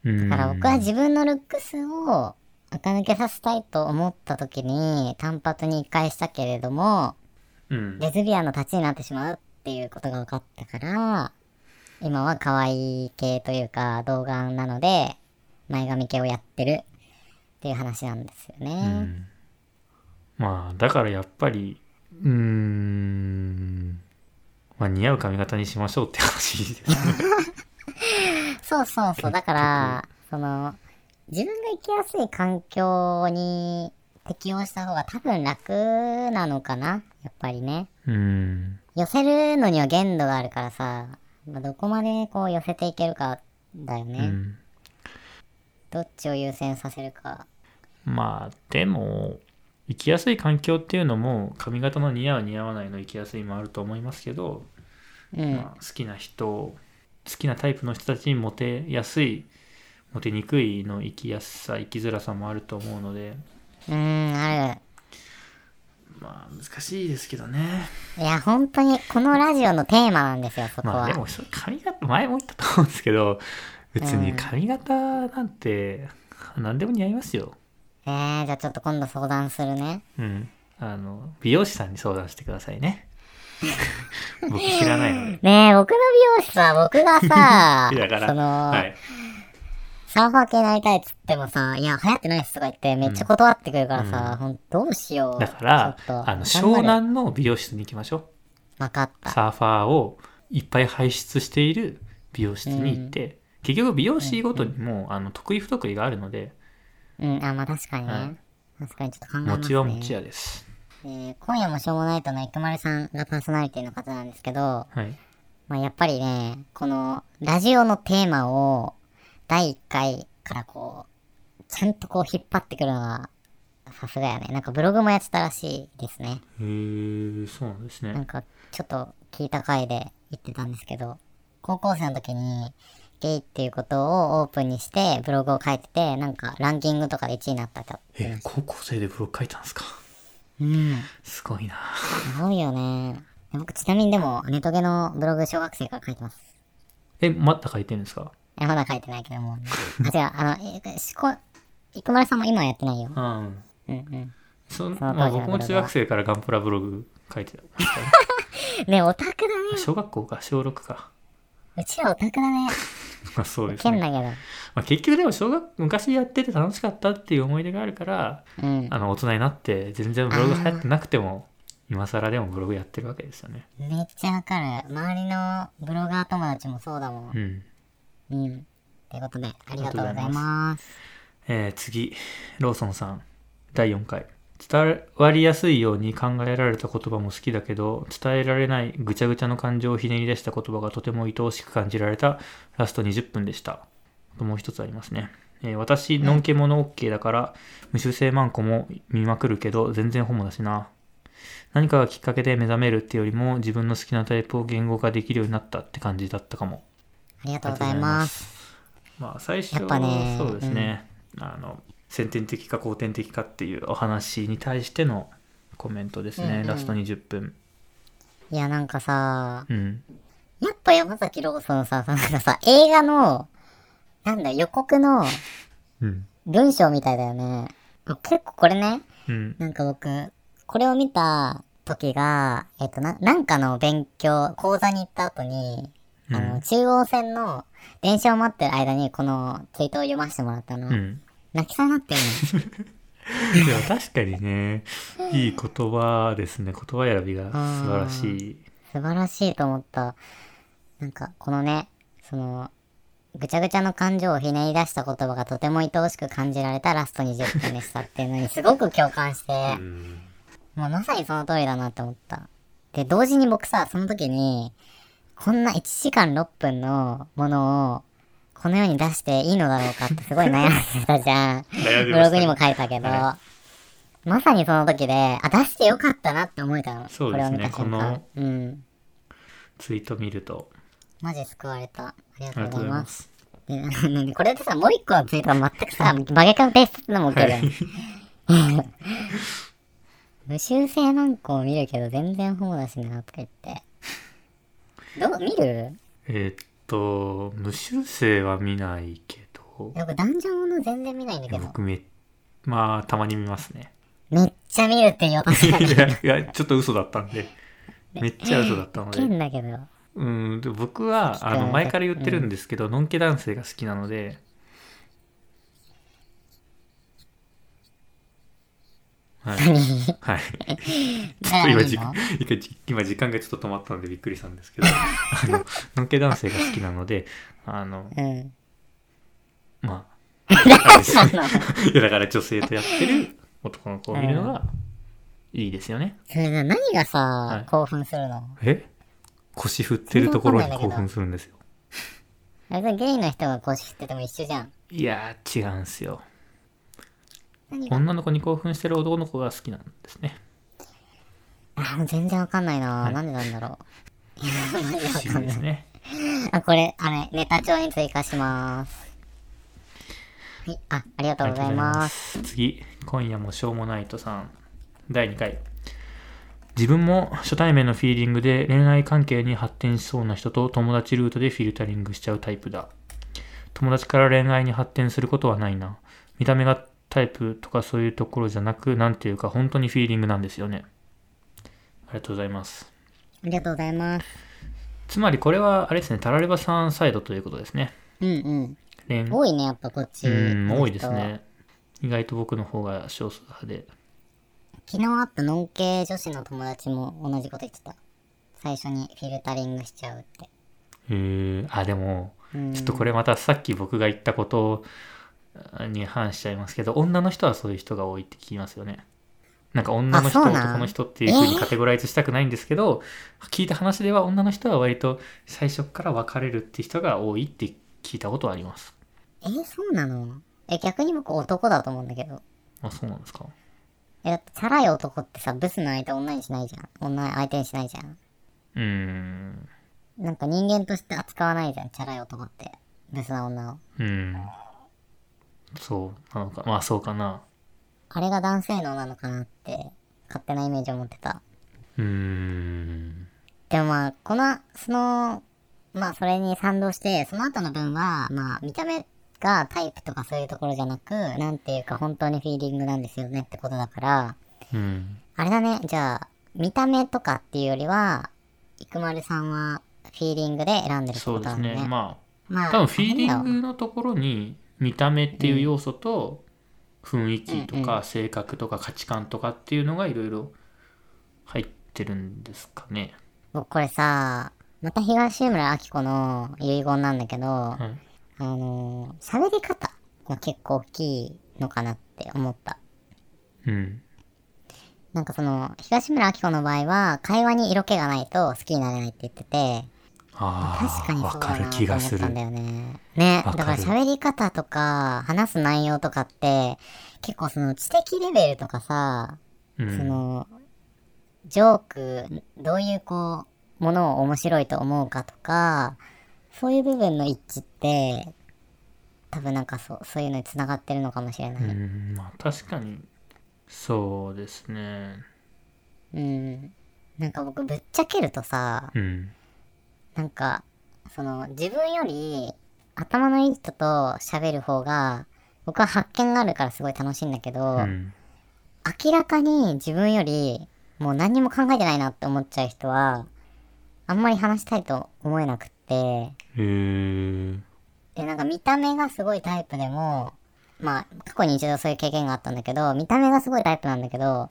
Speaker 1: うん
Speaker 2: から僕は自分のルックスを、垢抜けさせたいと思った時に、単発に一回したけれども、
Speaker 1: うん
Speaker 2: レズビアンの立ちになってしまうっていうことが分かったから、今は可愛い系というか、動画なので、前髪系をやってるっっていう話なんですよね。
Speaker 1: うんまあだからやっぱりうーんまあ似合う髪型にしましょうって話です ね
Speaker 2: そうそうそう、だから、その、自分が生きやすい環境に適応した方が多分楽なのかな、やっぱりね。
Speaker 1: うん
Speaker 2: 寄せるのには限度があるからさ、まあ、どこまでこう寄せていけるかだよね。
Speaker 1: うん
Speaker 2: どっちを優先させるか。
Speaker 1: まあでも生きやすい環境っていうのも髪型の似合う似合わないの生きやすいもあると思いますけど、
Speaker 2: うん。
Speaker 1: まあ、好きな人好きなタイプの人たちにモテやすいモテにくいの生きやすさ生きづらさもあると思うので
Speaker 2: うん、ある。
Speaker 1: まあ難しいですけどね
Speaker 2: いや、本当に、このラジオのテーマなんですよ、そこは。
Speaker 1: まあでもそれ髪型前も言ったと思うんですけど別に髪型なんて何でも似合いますよ。
Speaker 2: えー、じゃあちょっと今度相談するね。
Speaker 1: うん。あの美容師さんに相談してください ね。僕知らないので。
Speaker 2: ねえ、僕の美容師さ、僕が さ、
Speaker 1: だから、
Speaker 2: その、
Speaker 1: はい、
Speaker 2: サーファー系になりたいっつってもさ、いや、流行ってないっすとか言って、めっちゃ断ってくるからさ、ほんとどうしよう。
Speaker 1: だから
Speaker 2: ちょっと
Speaker 1: あの
Speaker 2: 頑張れ
Speaker 1: 湘南の美容室に行きましょ
Speaker 2: わかっ
Speaker 1: う。
Speaker 2: た。
Speaker 1: サーファーをいっぱい輩出している美容室に行って、結局美容師ごとにも、あの得意不得意があるので、
Speaker 2: うん、あ、まあ確かにね。
Speaker 1: はい
Speaker 2: 確かにちょっと考えます、ね。
Speaker 1: 持ちは持ち屋です。
Speaker 2: えー今夜もしょうもないとのいくまるさんがパーソナリティの方なんですけど、
Speaker 1: はい。
Speaker 2: まあやっぱりね、このラジオのテーマを第1回からこう、ちゃんとこう引っ張ってくるのがさすがやね。なんかブログもやってたらしいですね。
Speaker 1: へえ、そうなんです
Speaker 2: な
Speaker 1: ね
Speaker 2: ん。かちょっと聞いた回で言ってたんですけど、高校生の時にゲイっていうことをオープンにしてブログを書いてて、なんかランキングとかで1位になったと。
Speaker 1: えー、高校生でブログ書いたんですか。
Speaker 2: うん。
Speaker 1: すごいな。
Speaker 2: すごいよね。僕ちなみにでもネトゲのブログ小学生から書いてます。
Speaker 1: え、また書いてるんですか
Speaker 2: えまだ書いてないけども。あ、違う、あの、えしこ、いくまるさんも今はやってないよ。
Speaker 1: うん。
Speaker 2: うんうん。
Speaker 1: そ
Speaker 2: その
Speaker 1: まあ、
Speaker 2: 当時の
Speaker 1: 僕も中学生からガンプラブログ書 いてた。
Speaker 2: ねオタクだね。
Speaker 1: 小学校か、小6か。
Speaker 2: うちらオタクだね。
Speaker 1: まあ そう
Speaker 2: ウ
Speaker 1: です
Speaker 2: ケん
Speaker 1: ね。
Speaker 2: だけ
Speaker 1: まあ、結局でも小学、昔やってて楽しかったっていう思い出があるから、
Speaker 2: ど。うん。
Speaker 1: あの、大人になって全然ブログ流行ってなくても、今更でもブログやってるわけですよね。
Speaker 2: めっちゃわかる。周りのブロガー友達もそうだもん
Speaker 1: う。ん。
Speaker 2: うん。ということで、ありがとうございます。
Speaker 1: えー次、ローソンさん。第4回。伝わりやすいように考えられた言葉も好きだけど、伝えられないぐちゃぐちゃの感情をひねり出した言葉がとても愛おしく感じられたラスト20分でした。あともう一つありますね。えー私、のんけもの OK だから、無修正マンコも見まくるけど、全然ホモだしな。何かがきっかけで目覚めるってよりも、自分の好きなタイプを言語化できるようになったって感じだったかも。
Speaker 2: ありがとうございます。
Speaker 1: す。まあ最初
Speaker 2: やっぱね
Speaker 1: そうですね、あの先天的か後天的かっていうお話に対してのコメントですね、
Speaker 2: うんうん
Speaker 1: ラスト20分。
Speaker 2: いや、なんかさ、
Speaker 1: うん、
Speaker 2: やっぱ山崎ローソンさん、なんかさ、映画の、なんだ、予告の
Speaker 1: うん、
Speaker 2: 文章みたいだよね。結構これね、
Speaker 1: うん、
Speaker 2: なんか僕、これを見た時が、えっと、な、なんかの勉強、講座に行った後に、あ
Speaker 1: う
Speaker 2: の、
Speaker 1: ん
Speaker 2: 中央線の電車を待ってる間に、このツイートを読ませてもらったの。
Speaker 1: うん。
Speaker 2: 泣きそうになってる
Speaker 1: いや確かにね、いい言葉ですね、言葉選びが素晴らしい。
Speaker 2: 素晴らしいと思った。なんか、このね、その、ぐちゃぐちゃの感情をひねり出した言葉がとても愛おしく感じられたラスト20分でしたっていうの にすごく共感して、
Speaker 1: うん
Speaker 2: もうまさにその通りだなって思った。で、同時に僕さ、その時に、こんな1時間6分のものを、このように出していいのだろうかってすごい悩んでたじゃん。
Speaker 1: 悩ん
Speaker 2: ブ
Speaker 1: でまし
Speaker 2: ロ
Speaker 1: たね
Speaker 2: グにも書いたけど、
Speaker 1: は
Speaker 2: まさにその時で、あ、出してよかったなって思えたの。
Speaker 1: そうですね
Speaker 2: これを見た瞬間。うん。
Speaker 1: ツイート見ると
Speaker 2: マジ救われた。ありが
Speaker 1: あ
Speaker 2: と
Speaker 1: り
Speaker 2: う
Speaker 1: がと
Speaker 2: ご
Speaker 1: うござい
Speaker 2: ざいま。
Speaker 1: ますす。
Speaker 2: でなんでこれでさ、もう一個のツイートは全くさ、バゲカンペースのも受ける よね。無修正マンコを見るけど全然ホモだしな、とか言って。どう、見る
Speaker 1: えーっと無修正は見ないけど、
Speaker 2: 僕、男女もの全然見ないんだけど。
Speaker 1: 僕めまあたまに見ます ね。
Speaker 2: めっちゃ見るって言おうとした
Speaker 1: いや、いやちょっと嘘だったんで。めっちゃ嘘だったの
Speaker 2: け
Speaker 1: で。
Speaker 2: んだけど。
Speaker 1: うん、で僕は、あの、前から言ってるんですけど、のんけ男性が好きなので、はい。
Speaker 2: 何
Speaker 1: はい。ちょっと
Speaker 2: 誰
Speaker 1: 今
Speaker 2: がいい
Speaker 1: じ
Speaker 2: の
Speaker 1: 今じ今時間がちょっと止まったのでびっくりしたんです けど、あの、のんけ男性が好きなので、あの、
Speaker 2: うん。
Speaker 1: ま あ、あれですね
Speaker 2: なの
Speaker 1: いやだから女性とやってる男の子を見るのがいいですよね。
Speaker 2: それな何がさ、
Speaker 1: い
Speaker 2: 興奮するの
Speaker 1: え腰振ってるところに興奮するんですよ。
Speaker 2: あれゲイの人が腰振ってても一緒じゃん。
Speaker 1: いやー、違うんすよ。
Speaker 2: 何が
Speaker 1: 女の子に興奮してる男の子が好きなんですね。
Speaker 2: あー全然わかんないな、
Speaker 1: はい
Speaker 2: なんでなんだろう。いや、マ
Speaker 1: 不
Speaker 2: ジでわ
Speaker 1: 思
Speaker 2: か
Speaker 1: 議で
Speaker 2: んない
Speaker 1: す。ね。
Speaker 2: あ、これ、あれ、ネタ帳に追加します。はい、あ、ありがとうございます。
Speaker 1: す。次、今夜もしょうもないとさん、第2回。自分も初対面のフィーリングで恋愛関係に発展しそうな人と友達ルートでフィルタリングしちゃうタイプだ。友達から恋愛に発展することはないな。見た目がタイプとかそういうところじゃなく、なんていうか本当にフィーリングなんですよね。ありがとうございます。
Speaker 2: ありがとうございます。
Speaker 1: つまりこれは、あれですね、タラレバさんサイドということですね。
Speaker 2: うんうん。
Speaker 1: 恋愛
Speaker 2: 多いね、やっぱこっち。
Speaker 1: うん、
Speaker 2: この人
Speaker 1: 多いです。ね。意外と僕の方が少数派で。
Speaker 2: 昨日会ったノン系女子の友達も同じこと言ってた。最初にフィルタリングしちゃうって。
Speaker 1: えー、あ、でも、
Speaker 2: うん
Speaker 1: ちょっとこれまたさっき僕が言ったことに反しちゃいますけど、女の人はそういう人が多いって聞きますよね。なんか女の人、
Speaker 2: あそうなん
Speaker 1: 男の人っていう風にカテゴライズしたくないんですけど、聞いた話では女の人は割と最初から別れるって人が多いって聞いたことはあります。
Speaker 2: えーそうなのえ、逆に僕男だと思うんだけど。
Speaker 1: あ、そうなんですか。
Speaker 2: え、だってチャラい男ってさ、ブスの相手女にしないじゃん。女相手にしないじゃん。
Speaker 1: うーん、
Speaker 2: なんか人間として扱わないじゃん、チャラい男って。ブスな女を。
Speaker 1: うん。そうなのか。まあそうかな。
Speaker 2: あれが男性能なのかなって、勝手なイメージを持ってた。
Speaker 1: うーん。
Speaker 2: でもまあ、この、その、まあそれに賛同して、その後の分は、まあ見た目がタイプとかそういうところじゃなく、なんていうか本当にフィーリングなんですよねってことだから、
Speaker 1: うん。
Speaker 2: あれだね、じゃあ、見た目とかっていうよりは、いくまるさんはフィーリングで選んでるって
Speaker 1: そ
Speaker 2: こ
Speaker 1: うで
Speaker 2: とな
Speaker 1: す
Speaker 2: んだ
Speaker 1: ね。
Speaker 2: ね。
Speaker 1: ま
Speaker 2: ま
Speaker 1: あ、
Speaker 2: あ、
Speaker 1: 多分フィーリ
Speaker 2: あれだわ
Speaker 1: ングのところに見た目っていう要素と雰囲気と
Speaker 2: うんう
Speaker 1: か性格とか価値観とかっていうのがいろいろ入ってるんですかね。
Speaker 2: 僕これさ、また東村明子の遺言なんだけど、
Speaker 1: はい。
Speaker 2: あのー喋り方が結構大きいのかなって思った。
Speaker 1: うん。
Speaker 2: なんかその、東村明子の場合は、会話に色気がないと好きになれないって言ってて、
Speaker 1: あ
Speaker 2: 確かに
Speaker 1: あ、わ
Speaker 2: そうだ
Speaker 1: か
Speaker 2: な
Speaker 1: る
Speaker 2: と
Speaker 1: 気
Speaker 2: 思
Speaker 1: が
Speaker 2: っ
Speaker 1: す
Speaker 2: た
Speaker 1: る
Speaker 2: んだ。よね。ね、
Speaker 1: わ
Speaker 2: だ
Speaker 1: か
Speaker 2: か
Speaker 1: る
Speaker 2: ら喋り方とか、話す内容とかって、結構その知的レベルとかさ、
Speaker 1: う
Speaker 2: そ
Speaker 1: ん。
Speaker 2: の、ジョーク、どういうこう、ものを面白いと思うかとか、そういう部分の一致って、多分なんかそう、そういうのに繋がってるのかもしれな
Speaker 1: う
Speaker 2: い。
Speaker 1: ん、まあ確かに、そうですね。
Speaker 2: うん。なんか僕、ぶっちゃけるとさ、
Speaker 1: うん。
Speaker 2: なんか、その、自分より、頭のいい人と喋る方が、僕は発見があるからすごい楽しいんだけど、
Speaker 1: うん。
Speaker 2: 明らかに自分よりもう何にも考えてないなって思っちゃう人はあんまり話したいと思えなくって
Speaker 1: へえ。
Speaker 2: でなんか見た目がすごいタイプでもまあ過去に一度そういう経験があったんだけど見た目がすごいタイプなんだけど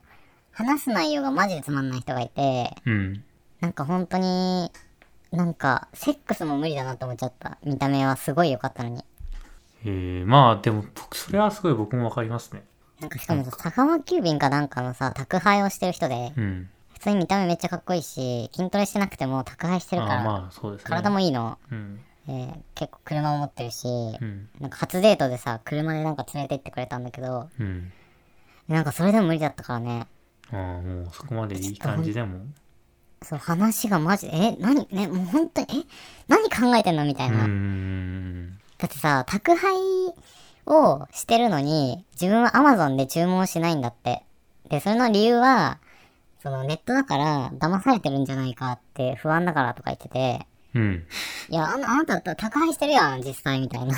Speaker 2: 話す内容がマジでつまんない人がいて
Speaker 1: うん。
Speaker 2: なんか本当になんかセックスも無理だなって思っちゃった見た目はすごい良かったのに
Speaker 1: へえ。まあでも僕、それはすごい僕もわかりますね。
Speaker 2: なんかしかもさ佐川急便かなんかのさ宅配をしてる人で
Speaker 1: うん。
Speaker 2: 普通に見た目めっちゃかっこいいし筋トレしてなくても宅配して
Speaker 1: あ
Speaker 2: るから
Speaker 1: あまあそうですね。
Speaker 2: 体もいいの、
Speaker 1: うん。
Speaker 2: えー結構車も持ってるし、
Speaker 1: うん。
Speaker 2: なんか初デートでさ車でなんか連れて行ってくれたんだけど
Speaker 1: うん。
Speaker 2: なんかそれでも無理だったからね
Speaker 1: ああ、もうそこまでいい感じでも。
Speaker 2: そう話がマジでえ何ねもう本当にえ何考えてんのみた
Speaker 1: う
Speaker 2: い
Speaker 1: ー
Speaker 2: な、
Speaker 1: ん。
Speaker 2: だってさ宅配をしてるのに自分は Amazon で注文しないんだってでそれの理由はそのネットだから騙されてるんじゃないかって不安だからとか言ってて
Speaker 1: うん。
Speaker 2: いや、あのあなたと宅配してるやん、実際みたいな。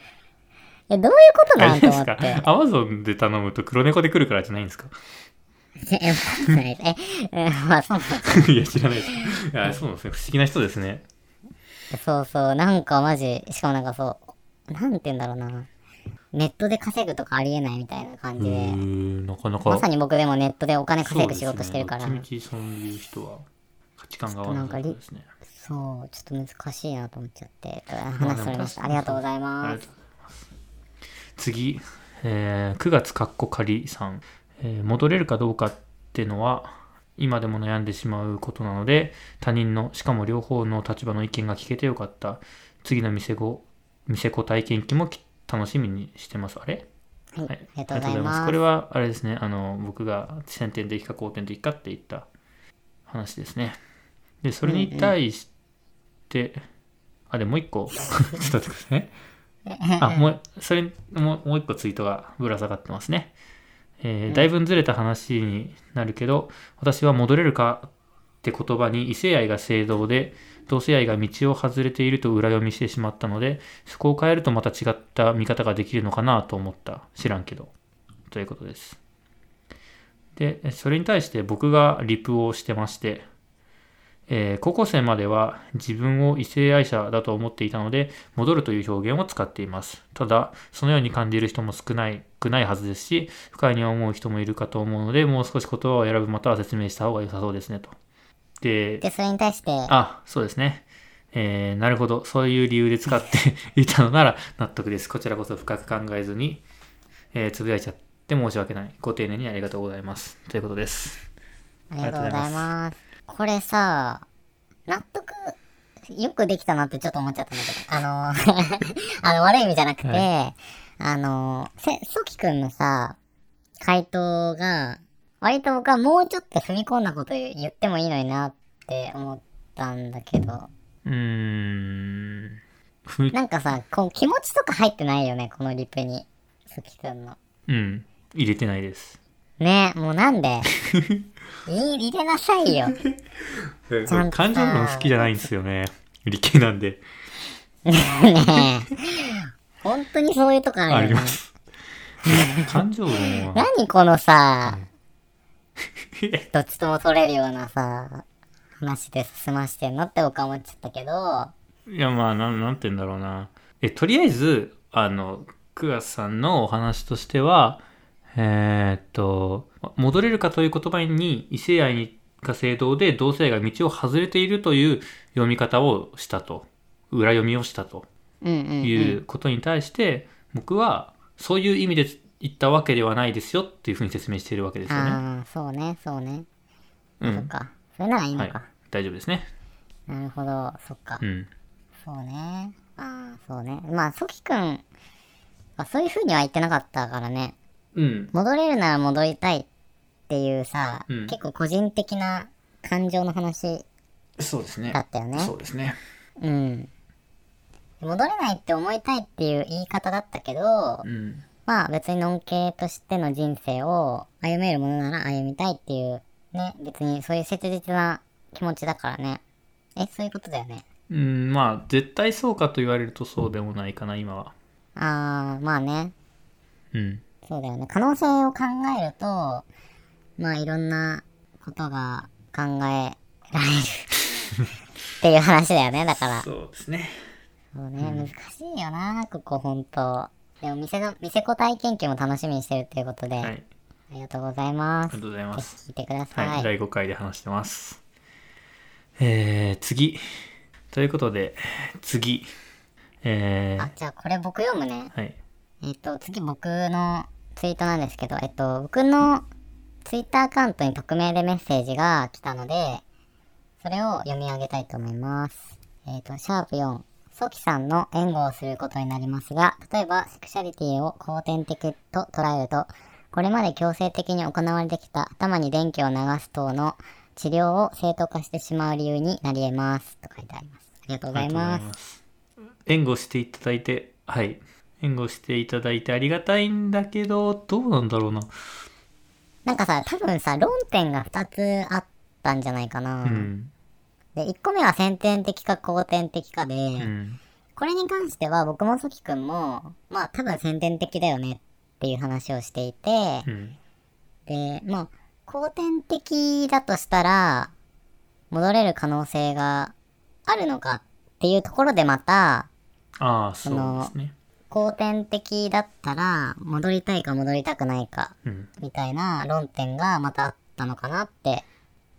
Speaker 2: え、どういうこと
Speaker 1: あ
Speaker 2: な
Speaker 1: れ
Speaker 2: んと
Speaker 1: で
Speaker 2: 思
Speaker 1: す
Speaker 2: っ
Speaker 1: か
Speaker 2: て。
Speaker 1: アマゾンで頼むと黒猫で来るからじゃないんですか
Speaker 2: え、まあないえ、 えまあそうなんです
Speaker 1: いや、知らないです。いや、そうなんですね。不思議な人ですね。
Speaker 2: そうそう、なんかマジ、しかもなんかそう、なんて言うんだろうな。ネットで稼ぐとかありえないみたいな
Speaker 1: う
Speaker 2: 感じで、
Speaker 1: ーなかなか。
Speaker 2: まさに僕でもネットでお金
Speaker 1: そう
Speaker 2: 稼
Speaker 1: で
Speaker 2: ぐ
Speaker 1: す
Speaker 2: 仕
Speaker 1: ね
Speaker 2: 事してるから、
Speaker 1: どっちみちそういう人は価値観が合わなかったですね。
Speaker 2: そう、ちょっと難しいなと思っちゃって、話それました。ありがとうござい
Speaker 1: あり
Speaker 2: ま
Speaker 1: が
Speaker 2: す
Speaker 1: と。うございます次、えー9月かっこ仮さん、えー戻れるかどうかってのは今でも悩んでしまうことなので他人のしかも両方の立場の意見が聞けてよかった次の店子店子体験記もき楽しみにしてますあれ
Speaker 2: はい、
Speaker 1: はい
Speaker 2: ありがとうございます。
Speaker 1: これはあれですねあの僕が先天的か後天的かって言った話ですねでそれに対して、あでもう一 個ちょっと待ってくださいねあもうそれもうもう一個ツイートがぶら下がってますね、えーだいぶんずれた話になるけど私は戻れるかって言葉に異性愛が正道で同性愛が道を外れていると裏読みしてしまったのでそこを変えるとまた違った見方ができるのかなと思った知らんけどということですでそれに対して僕がリプをしてまして、えー高校生までは自分を異性愛者だと思っていたので戻るという表現を使っていますただそのように感じる人も少ないくないはずですし不快に思う人もいるかと思うのでもう少し言葉を選ぶまたは説明した方が良さそうですねとで
Speaker 2: で、それに対して、
Speaker 1: あ、そうですね。えーなるほど。そういう理由で使って いたのなら納得です。こちらこそ深く考えずに、えーつぶやいちゃって申し訳ない。ご丁寧にありがとうございます。ということです。
Speaker 2: ありがとうございます。これさ、納得、よくできたなってちょっと思っちゃったんだけど、あの ー、あの悪い意味じゃなくて、あのー、せ、ソキくんのさ、回答が、割と僕はもうちょっと踏み込んだこと言ってもいいのになって思ったんだけど、
Speaker 1: うーん。ふみ
Speaker 2: なんかさ、こう気持ちとか入ってないよね、このリプに。ソキくんの。
Speaker 1: うん。入れてないです。
Speaker 2: ねもうなん でいい入れなさいよ。ゃんと
Speaker 1: 感情論好きじゃないんですよね。理系なんで。
Speaker 2: ねえ。本当にそういうとこあるよ
Speaker 1: あ
Speaker 2: ね。
Speaker 1: ります。感情論は。
Speaker 2: 何このさ、
Speaker 1: え
Speaker 2: どっちとも取れるようなさ、話で済ましてんのって僕は思っちゃったけど、
Speaker 1: いやまあなんなんて言うんだろうなえとりあえずあの久我さんのお話としてはえーっと「戻れるか」という言葉に異性愛が正道で同性愛が道を外れているという読み方をしたと裏読みをしたと
Speaker 2: うんうん、うん。
Speaker 1: いうことに対して、僕はそういう意味で言ったわけではないですよっていうふうに説明しているわけですよね。
Speaker 2: ああ、そうね、そうね。
Speaker 1: う
Speaker 2: そっ
Speaker 1: ん、
Speaker 2: か。それならいい
Speaker 1: は
Speaker 2: の
Speaker 1: い
Speaker 2: か。、
Speaker 1: 大丈夫ですね。
Speaker 2: なるほど、そっか。
Speaker 1: うん
Speaker 2: そうね。ああ、そうね。まあ、ソキくんはそういう風には言ってなかったからね。
Speaker 1: うん
Speaker 2: 戻れるなら戻りたいっていうさ、
Speaker 1: うん
Speaker 2: 結構個人的な感情の話
Speaker 1: そうですね
Speaker 2: だったよね。
Speaker 1: そうですね。
Speaker 2: うん。戻れないって思いたいっていう言い方だったけど、
Speaker 1: うん
Speaker 2: まあ別にのんけいとしての人生を歩めるものなら歩みたいっていう、ね、別にそういう切実な気持ちだからね。え、そういうことだよね。
Speaker 1: うん、まあ、絶対そうかと言われるとそうでもないかな、今は。
Speaker 2: あー、まあね。
Speaker 1: うん。
Speaker 2: そうだよね。可能性を考えると、まあいろんなことが考えられるっていう話だよね、だから。
Speaker 1: そうですね。
Speaker 2: そうね、難しいよな、ここほんと。でも店の、店子体験記も楽しみにしてるということで、
Speaker 1: はい。
Speaker 2: ありがとうござい
Speaker 1: あ
Speaker 2: ま
Speaker 1: りが
Speaker 2: す。
Speaker 1: とうございます。
Speaker 2: 聞いてください。
Speaker 1: はい。
Speaker 2: はい、
Speaker 1: 第5回で話してます。えー、次。ということで、次。えー
Speaker 2: あ、、じゃあこれ僕読むね。
Speaker 1: はい。
Speaker 2: えっ、と、次僕のツイートなんですけど、えっと、僕のツイッターアカウントに匿名でメッセージが来たので、それを読み上げたいと思います。えっ、と、シャープ4。ソキさんの援護をすることになりますが、例えばセクシャリティを後天的と捉えると、これまで強制的に行われてきた頭に電気を流す等の治療を正当化してしまう理由になり得ます。と書いてあります。ありがとうございます。
Speaker 1: す。援護していただいて、はい。援護していただいてありがたいんだけど、どうなんだろうな。
Speaker 2: なんかさ、多分さ、論点が2つあったんじゃないかな。
Speaker 1: うん。
Speaker 2: で、1個目は先天的か後天的かで、
Speaker 1: うん。
Speaker 2: これに関しては僕もソキ君も、まあ多分先天的だよねっていう話をしていて、
Speaker 1: うん。
Speaker 2: で、まあ、後天的だとしたら、戻れる可能性があるのかっていうところでまた、
Speaker 1: ああ、
Speaker 2: の
Speaker 1: そうですね。
Speaker 2: 後天的だったら戻りたいか戻りたくないか
Speaker 1: うん。
Speaker 2: みたいな論点がまたあったのかなって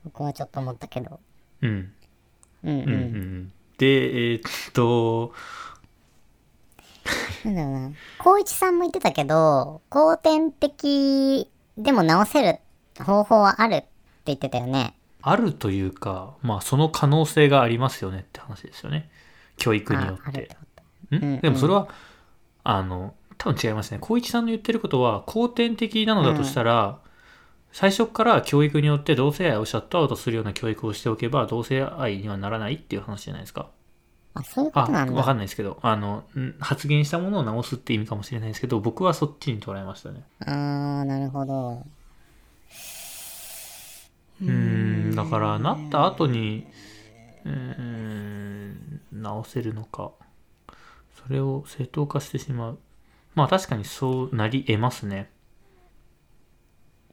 Speaker 2: 僕はちょっと思ったけど
Speaker 1: うん。うん。
Speaker 2: うんう、
Speaker 1: うんん。で、えーっと、
Speaker 2: なんだろうな光一さんも言ってたけど後天的でも直せる方法はあるって言ってたよね
Speaker 1: あるというか、まあ、その可能性がありますよねって話ですよね。教育によ
Speaker 2: ああ
Speaker 1: っ
Speaker 2: るって
Speaker 1: て。
Speaker 2: ことうん
Speaker 1: んでもそれは、あの、多分違いますね。光一さんの言ってることは、後天的なのだとしたら、最初から教育によって同性愛をシャットアウトするような教育をしておけば、同性愛にはならないっていう話じゃないですか。
Speaker 2: あそういうこ
Speaker 1: あ、
Speaker 2: となん
Speaker 1: わか
Speaker 2: だ
Speaker 1: んないですけど、あの、ん発言したものを直すって意味かもしれないですけど、僕はそっちに捉えましたね。
Speaker 2: あーなるほど
Speaker 1: うーん、だから、なった後に、うーん、直せるのか、それを正当化してしまう。まあ確かにそうなり得ますね。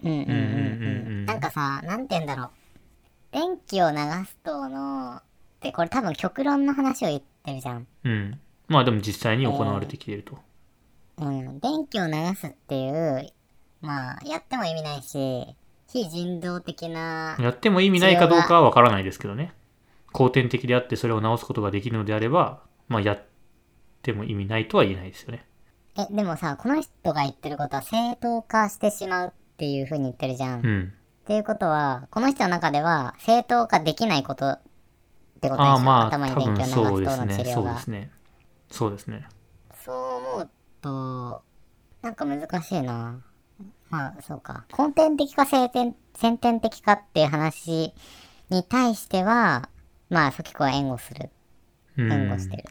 Speaker 2: うんうんうん
Speaker 1: うん
Speaker 2: う
Speaker 1: うんんうん
Speaker 2: なんかさなんて言うんだろう電気を流すとのでこれ多分極論の話を言ってるじゃん
Speaker 1: うん。まあでも実際に行われてきていると。
Speaker 2: うん、電気を流すっていう、まあ、やっても意味ないし、非人道的な、
Speaker 1: やっても意味ないかどうかはわからないですけどね。後天的であってそれを直すことができるのであれば、まあやっても意味ないとは言えないですよね。
Speaker 2: え、でもさ、この人が言ってることは正当化してしまうっていう風に言ってるじゃん。
Speaker 1: う
Speaker 2: っ
Speaker 1: ん。
Speaker 2: ていうことは、この人の中では正当化できないことってことでしょ
Speaker 1: ああまあ
Speaker 2: 頭に
Speaker 1: 多
Speaker 2: 電気
Speaker 1: 分
Speaker 2: を流すと
Speaker 1: そうです
Speaker 2: の治
Speaker 1: ね。
Speaker 2: 療
Speaker 1: そうで
Speaker 2: が。
Speaker 1: すね。そうですね。
Speaker 2: そう思うと、なんか難しいな。まあ、そうか。根点的か先天先天的かっていう話に対しては、まあ、そきこは援護する。
Speaker 1: う
Speaker 2: 援
Speaker 1: ん
Speaker 2: 護。してる。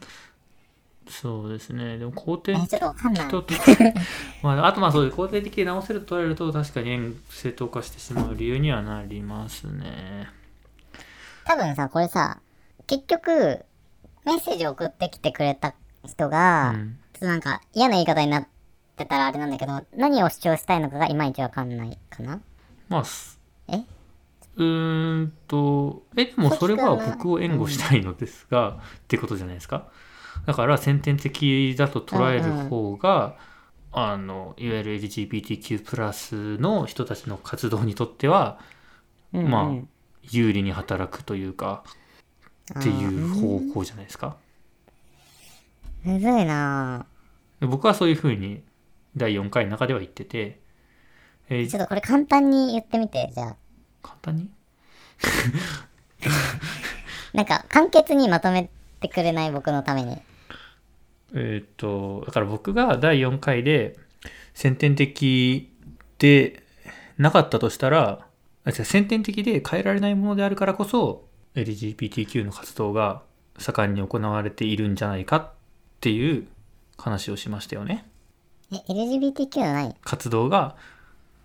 Speaker 1: そうですね。でも後天
Speaker 2: え、ちょっとわかんない。
Speaker 1: 人と、 まあ、あとまあそうです。肯定的で直せると取られると確かに正当化してしまう理由にはなりますね。
Speaker 2: 多分さ、これさ、結局、メッセージを送ってきてくれた人が、
Speaker 1: うん
Speaker 2: ちょっとなんか嫌な言い方になってたらあれなんだけど、何を主張したいのかがいまいちわかんないかな
Speaker 1: まあ、す
Speaker 2: え
Speaker 1: うーんと、え、でもそれは
Speaker 2: そっちかな
Speaker 1: 僕を援護したいのですが、ってことじゃないですか。だから先天的だと捉える方が、あの、いわゆる LGBTQ+, プラスの人たちの活動にとっては、
Speaker 2: うんうん
Speaker 1: まあ、有利に働くというか、っていう方向じゃないですか。
Speaker 2: むずいな
Speaker 1: で僕はそういうふうに第4回の中では言ってて、え
Speaker 2: ぁ。
Speaker 1: ー
Speaker 2: ちょっとこれ簡単に言ってみて、じゃあ。
Speaker 1: 簡単に
Speaker 2: なんか、簡潔にまとめてくれない僕のために。
Speaker 1: えーっと、だから僕が第4回で先天的でなかったとしたら、あ違う先天的で変えられないものであるからこそ、LGBTQ の活動が盛んに行われているんじゃないかっていう話をしましたよね。
Speaker 2: え、LGBTQ の何
Speaker 1: 活動が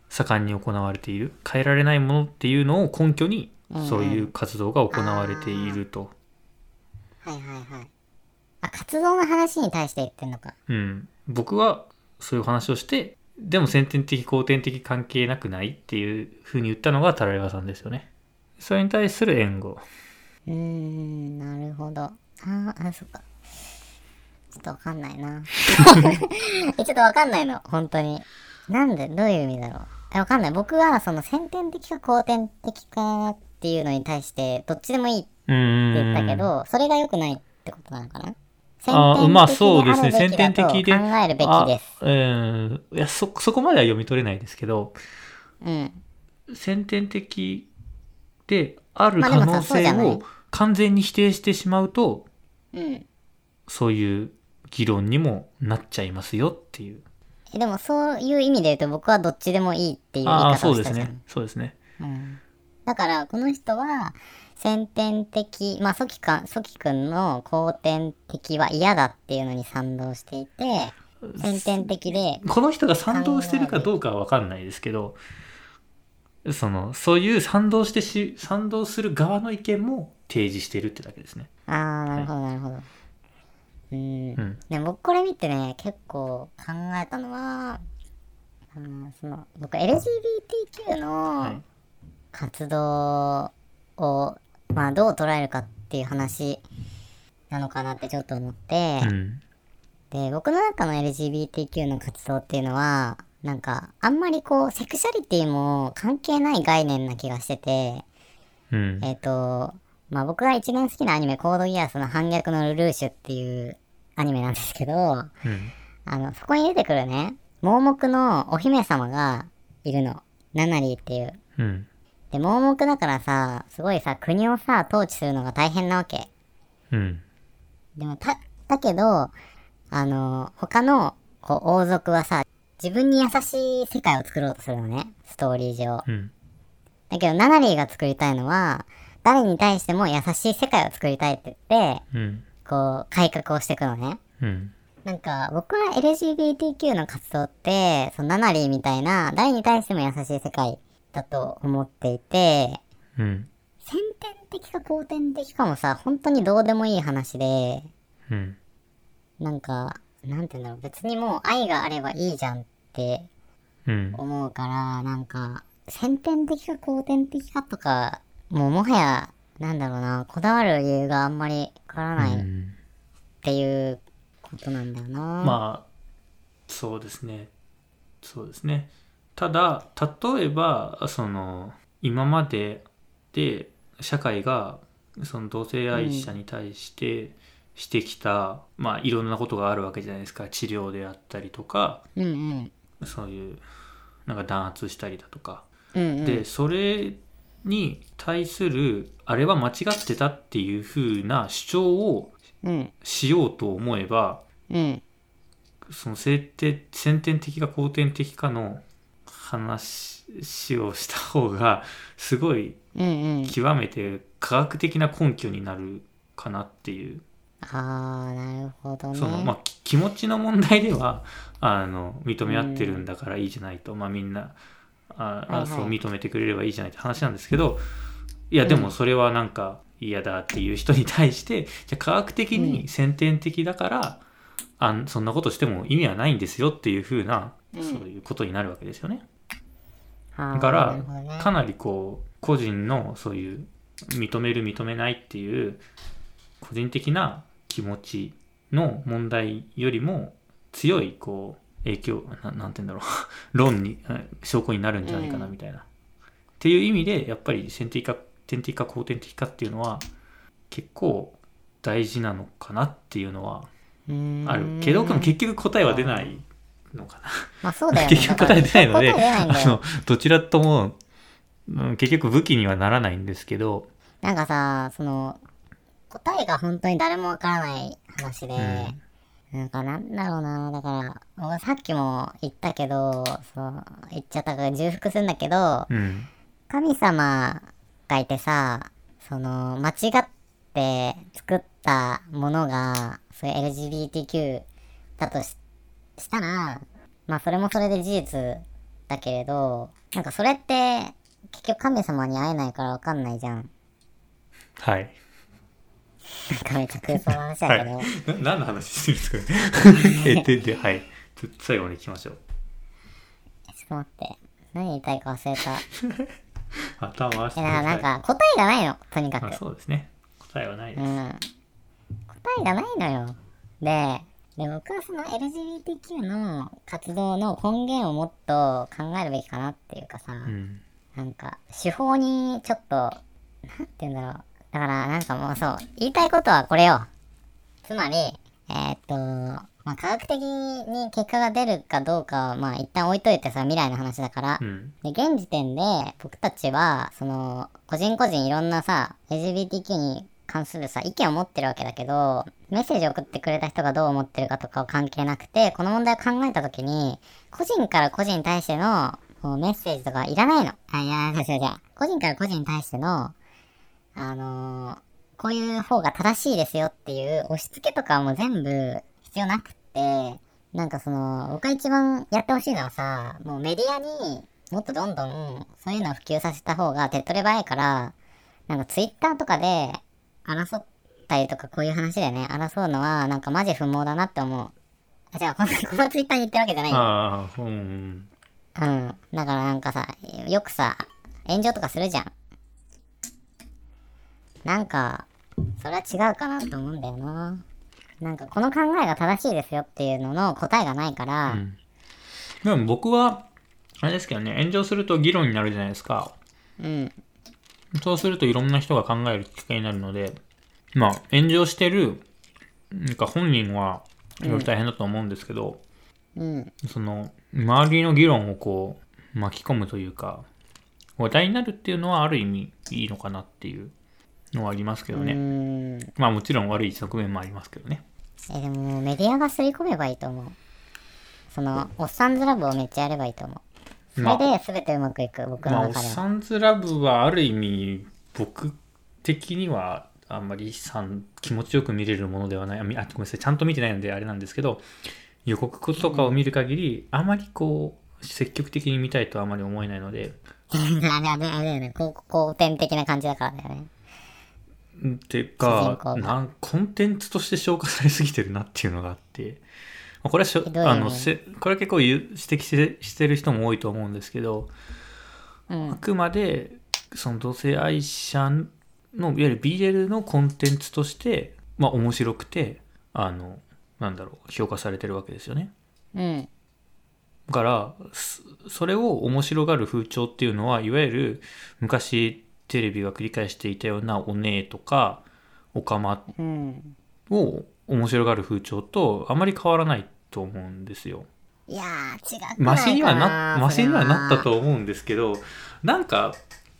Speaker 1: 盛んに行われている。変えられないものっていうのを根拠に、そういう活動が行われていると。
Speaker 2: はいはいはい。あ、活動の話に対して言ってんのか。
Speaker 1: うん、僕はそういう話をしてでも先天的後天的関係なくないっていうふうに言ったのがタラレバさんですよねそれに対する援護
Speaker 2: うーんなるほどあーあそっかちょっとわかんないな えちょっとわかんないの本当になんでどういう意味だろうえわかんない僕はその先天的か後天的かっていうのに対してどっちでもいいって
Speaker 1: うん
Speaker 2: 言ったけど、それが良くないってことなのかな
Speaker 1: あーまあそうですね
Speaker 2: 先
Speaker 1: 先
Speaker 2: 天
Speaker 1: 天
Speaker 2: 的であるべ
Speaker 1: 的で
Speaker 2: きだと考えるべきです
Speaker 1: あうんいやそそこまでは読み取れないですけど
Speaker 2: うん
Speaker 1: 先天的である
Speaker 2: まあでも
Speaker 1: 可
Speaker 2: さ
Speaker 1: 能
Speaker 2: そうじ
Speaker 1: 性
Speaker 2: ゃない
Speaker 1: を完全に否定してしまうと
Speaker 2: うん
Speaker 1: そういう議論にもなっちゃいますよっていう
Speaker 2: えでもそういう意味で言うと僕はどっちでもいいっていう言い
Speaker 1: ああー
Speaker 2: 方
Speaker 1: そ
Speaker 2: を
Speaker 1: う
Speaker 2: し
Speaker 1: で
Speaker 2: た
Speaker 1: す
Speaker 2: じゃん
Speaker 1: ねそうですね
Speaker 2: だからこの人は先天的まあソキかソキ君の後天的は嫌だっていうのに賛同していて先天的で
Speaker 1: この人が賛同してるかどうかは分かんないですけど、その、そういう賛同してし、賛同する側の意見も提示してるってだけですね。
Speaker 2: ああなるほどなるほど、うん、
Speaker 1: うん
Speaker 2: でも僕これ見てね結構考えたのは、うん、その僕 LGBTQ
Speaker 1: は
Speaker 2: の
Speaker 1: い
Speaker 2: 活動を、まあ、どう捉えるかっていう話なのかなってちょっと思って、
Speaker 1: うん。
Speaker 2: で、僕の中の LGBTQ の活動っていうのは、なんか、あんまりこう、セクシャリティも関係ない概念な気がしてて、
Speaker 1: うん。
Speaker 2: えっ、と、まあ、僕が一番好きなアニメ、コードギアスの反逆のルルーシュっていうアニメなんですけど、
Speaker 1: うん。
Speaker 2: あの、そこに出てくるね、盲目のお姫様がいるの。ナナリーっていう。
Speaker 1: うん。
Speaker 2: で、盲目だからさ、すごいさ、国をさ、統治するのが大変なわけ。
Speaker 1: うん。
Speaker 2: でも、た、だけど、あの、他の、こう、王族はさ、自分に優しい世界を作ろうとするのね、ストーリー上。
Speaker 1: うん。
Speaker 2: だけど、ナナリーが作りたいのは、誰に対しても優しい世界を作りたいって言って、
Speaker 1: うん。
Speaker 2: こう、改革をしていくのね。
Speaker 1: うん。
Speaker 2: なんか、僕は LGBTQ の活動って、そのナナリーみたいな、誰に対しても優しい世界だと思っていて、
Speaker 1: うん。
Speaker 2: 先天的か後天的かもさ、本当にどうでもいい話で、
Speaker 1: うん。
Speaker 2: なんか、なんて言うんだろう、別にもう愛があればいいじゃんって
Speaker 1: うん。
Speaker 2: 思うから、なんか、先天的か後天的かとか、もうもはや、なんだろうな、こだわる理由があんまりわからないっ
Speaker 1: うん
Speaker 2: ていうことなんだよな。
Speaker 1: まあそうですねそうですねただ例えばその今までで社会がその同性愛者に対してしてきた、まあいろんなことがあるわけじゃないですか治療であったりとか
Speaker 2: うんうん。
Speaker 1: そういうなんか弾圧したりだとか、
Speaker 2: うんうん。
Speaker 1: でそれに対するあれは間違ってたっていう風な主張を
Speaker 2: うん。
Speaker 1: しようと思えば
Speaker 2: うん。
Speaker 1: その先天先天的か後天的かの話をした方がすごい
Speaker 2: うんうん。
Speaker 1: 極めて科学的な根拠になるかなっていう、
Speaker 2: ああ、なるほどね。
Speaker 1: そのまあき気持ちの問題では あの認め合ってるんだからいいじゃないと、まあ、みんなあ、あ
Speaker 2: はいはい
Speaker 1: そう認めてくれればいいじゃないって話なんですけどいやでもそれはなんか嫌だっていう人に対してじゃあ科学的
Speaker 2: う
Speaker 1: に先天的だから、あんそんなことしても意味はないんですよっていう風な
Speaker 2: うん
Speaker 1: そういうことになるわけですよね。
Speaker 2: あー
Speaker 1: だか
Speaker 2: なるほどね
Speaker 1: らかなりこう個人のそういう認める認めないっていう個人的な気持ちの問題よりも強いこう影響ななんて言うんだろう 論にえ証拠になるんじゃないかな
Speaker 2: うん
Speaker 1: みたいな、っていう意味でやっぱり先天的か天的か後天的かっていうのは結構大事なのかなっていうのは
Speaker 2: うーん
Speaker 1: あるけど、でも結局答えは出ないのかな
Speaker 2: まあそうだよね。
Speaker 1: 結局答え出ないので、
Speaker 2: だから結局答え出ないんだ
Speaker 1: あ
Speaker 2: よ
Speaker 1: の、どちらとも、うん結局武器にはならないんですけど、
Speaker 2: なんかさ、その、答えが本当に誰もわからない話で、なんかなんだろうな、だから、僕さっきも言ったけど、そう、言っちゃったから重複するんだけど、
Speaker 1: うん、
Speaker 2: 神様がいてさ、その、間違って作ったものが、そういう LGBTQ だとししたら、まあそれもそれで事実だけれど、なんかそれって、結局神様に会えないからわかんないじゃん。
Speaker 1: はい。
Speaker 2: なんかめっちゃ空想の話だけど、
Speaker 1: な何の話してるんですかね えで、で、はい。ちょ最後に行きましょう。
Speaker 2: ちょっと待って。何言いたいか忘れ た。え、
Speaker 1: 頭回して
Speaker 2: だ
Speaker 1: く
Speaker 2: か
Speaker 1: ださ
Speaker 2: ら
Speaker 1: い。
Speaker 2: なんか答えがないの、とにかく。
Speaker 1: あそうですね。答えはないで
Speaker 2: う
Speaker 1: す。
Speaker 2: ん。答えがないのよ。で、で僕はその LGBTQ の活動の根源をもっと考えるべきかなっていうかさ、
Speaker 1: うん。
Speaker 2: なんか手法にちょっと、なんて言うんだろう。だからなんかもうそう、言いたいことはこれよ。つまり、えーっと、まあ、科学的に結果が出るかどうかは、まあ一旦置いといてさ、未来の話だから、
Speaker 1: うん。
Speaker 2: で現時点で僕たちはその個人個人いろんなさ LGBTQ に関するさ意見を持ってるわけだけどメッセージを送ってくれた人がどう思ってるかとかは関係なくてこの問題を考えた時に個人から個人に対してのこうメッセージとかいらないのあいや違う違う違う個人から個人に対してのあのーこういう方が正しいですよっていう押し付けとかはもう全部必要なくってなんかその僕が一番やってほしいのはさもうメディアにもっとどんどんそういうのを普及させた方が手っ取り早いからなんかツイッターとかで争ったりとかこういう話でね争うのはなんかマジ不毛だなって思うあじゃあこのこのツイッターに言ってるわけじゃないよ
Speaker 1: ああ、うん。
Speaker 2: うん。だからなんかさ、よくさ、炎上とかするじゃん。なんか、それは違うかなと思うんだよな。なんかこの考えが正しいですよっていうのの答えがないから、
Speaker 1: んでも僕は、あれですけどね、炎上すると議論になるじゃないですか。
Speaker 2: うん、
Speaker 1: そうするといろんな人が考えるきっかけになるので、まあ、炎上してる、なんか本人はいろいろ大変だと思うんですけど、
Speaker 2: うん、
Speaker 1: その、周りの議論をこう、巻き込むというか、話題になるっていうのはある意味いいのかなっていうのはありますけど
Speaker 2: う
Speaker 1: ね。
Speaker 2: ーん。え、
Speaker 1: まあもちろん悪い側面もありますけどね。
Speaker 2: でもメディアが刷り込めばいいと思う。その、おっさんずラブをめっちゃやればいいと思う。そ
Speaker 1: まあ
Speaker 2: れで全てうまくいく、僕
Speaker 1: まあ、
Speaker 2: の
Speaker 1: おっ
Speaker 2: 中では。
Speaker 1: さんずラブはある意味、僕的にはあんまりさん気持ちよく見れるものではない。あ、みあごめんなさい。ちゃんと見てないのであれなんですけど、予告とかを見る限り、あまりこう、積極的に見たいとはあまり思えないので、
Speaker 2: あれあれあれだよね、こう後天的な感じだからだよね。
Speaker 1: んて
Speaker 2: 主人
Speaker 1: か
Speaker 2: 公が
Speaker 1: なんコンテンツとして消化されすぎてるなっていうのがあってまあこれはしょ、
Speaker 2: ひどいよね
Speaker 1: あのせこれは結構言う指摘してしてる人も多いと思うんですけど
Speaker 2: うん
Speaker 1: あ。くまでその同性愛者のいわゆる BL のコンテンツとして、まあ、面白くてあのなんだろう評価されてるわけですよね。
Speaker 2: うん。
Speaker 1: だからすそれを面白がる風潮っていうのはいわゆる昔テレビが繰り返していたようなお姉とかおかま
Speaker 2: うん。
Speaker 1: を面白がる風潮とあまり変わらないと思うんですよ。
Speaker 2: いやー、違くないかな
Speaker 1: マシにはなマシにはなった。
Speaker 2: それ
Speaker 1: と思うんですけどなんか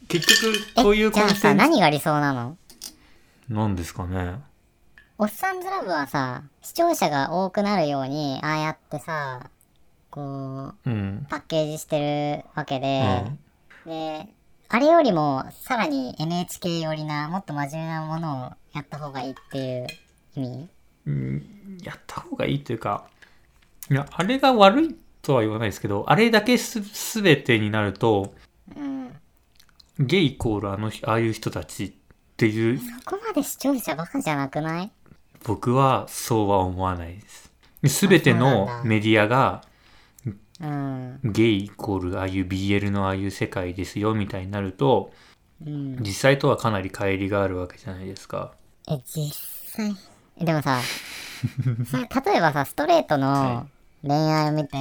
Speaker 1: 結局こういうコ
Speaker 2: じゃ
Speaker 1: ン
Speaker 2: あ
Speaker 1: テ
Speaker 2: さ、
Speaker 1: ンツ
Speaker 2: 何が理想なの
Speaker 1: なんですかね。
Speaker 2: おっさんずラブはさ、視聴者が多くなるように、ああやってさ、こ
Speaker 1: う
Speaker 2: う、
Speaker 1: ん。
Speaker 2: パッケージしてるわけ
Speaker 1: う
Speaker 2: で、
Speaker 1: ん
Speaker 2: で、あれよりも、さらに NHK 寄りな、もっと真面目なものをやった方がいいっていう意味
Speaker 1: うんやった方がいいというかいやあれが悪いとは言わないですけどあれだけす全てになると
Speaker 2: うん。
Speaker 1: ゲイイコールあのああいう人たちっていう
Speaker 2: そこまで視聴者バカじゃなくない
Speaker 1: 僕はそうは思わないです。全て
Speaker 2: あそうな
Speaker 1: の
Speaker 2: んだ
Speaker 1: メディアが
Speaker 2: うん。
Speaker 1: ゲイイコールああいう BL のああいう世界ですよみたいになると
Speaker 2: うん。
Speaker 1: 実際とはかなり乖離があるわけじゃないですか。
Speaker 2: え、実際。えでも さ、それ例えばさ、ストレートの
Speaker 1: は
Speaker 2: 恋愛を見て、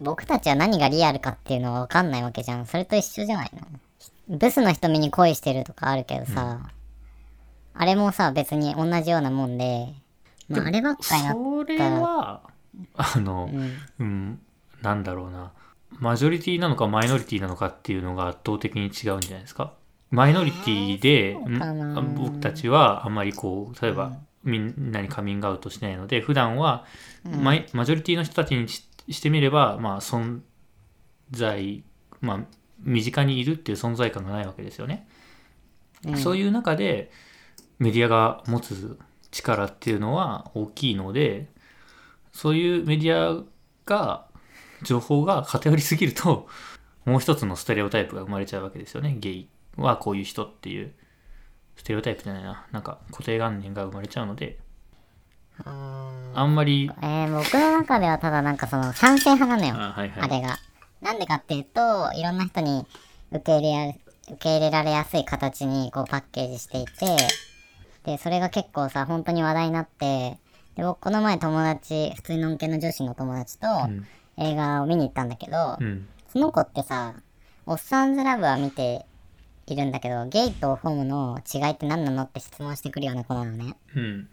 Speaker 2: 僕たちは何がリアルかっていうのは分かんないわけじゃん。それと一緒じゃないのブスの瞳に恋してるとかあるけどさ、あれもさ、別に同じようなもんで、まあ、あればっかりな。
Speaker 1: それはあの、
Speaker 2: うん。
Speaker 1: うん、なんだろうなマジョリティなのかマイノリティなのかっていうのが圧倒的に違うんじゃないですかマイノリティで、
Speaker 2: うかなん
Speaker 1: 僕たちはあんまりこう例えば、みんなにカミングアウトしないので普段はマイマジョリティの人たちにししてみれば、まあ、存在、まあ、身近にいるっていう存在感がないわけですよね、
Speaker 2: うん
Speaker 1: そういう中でメディアが持つ力っていうのは大きいのでそういうメディアが情報が偏りすぎると もう一つのステレオタイプが生まれちゃうわけですよねゲイはこういう人っていうステレオタイプじゃないななんか固定観念が生まれちゃうのであんまり
Speaker 2: えー僕の中ではただなんかその賛成派なのよ。
Speaker 1: あはいは
Speaker 2: あ
Speaker 1: い
Speaker 2: れが。なんでかっていうと、いろんな人に受け入れや受け入れられやすい形にこうパッケージしていて、で、それが結構さ、本当に話題になって、で、僕この前友達、普通にのんけの女子の友達と
Speaker 1: ん
Speaker 2: 映画を見に行ったんだけど、
Speaker 1: うん
Speaker 2: その子ってさ、おっさんずラブは見ているんだけど、ゲイとホームの違いって何なのって質問してくるような子なのね。
Speaker 1: うん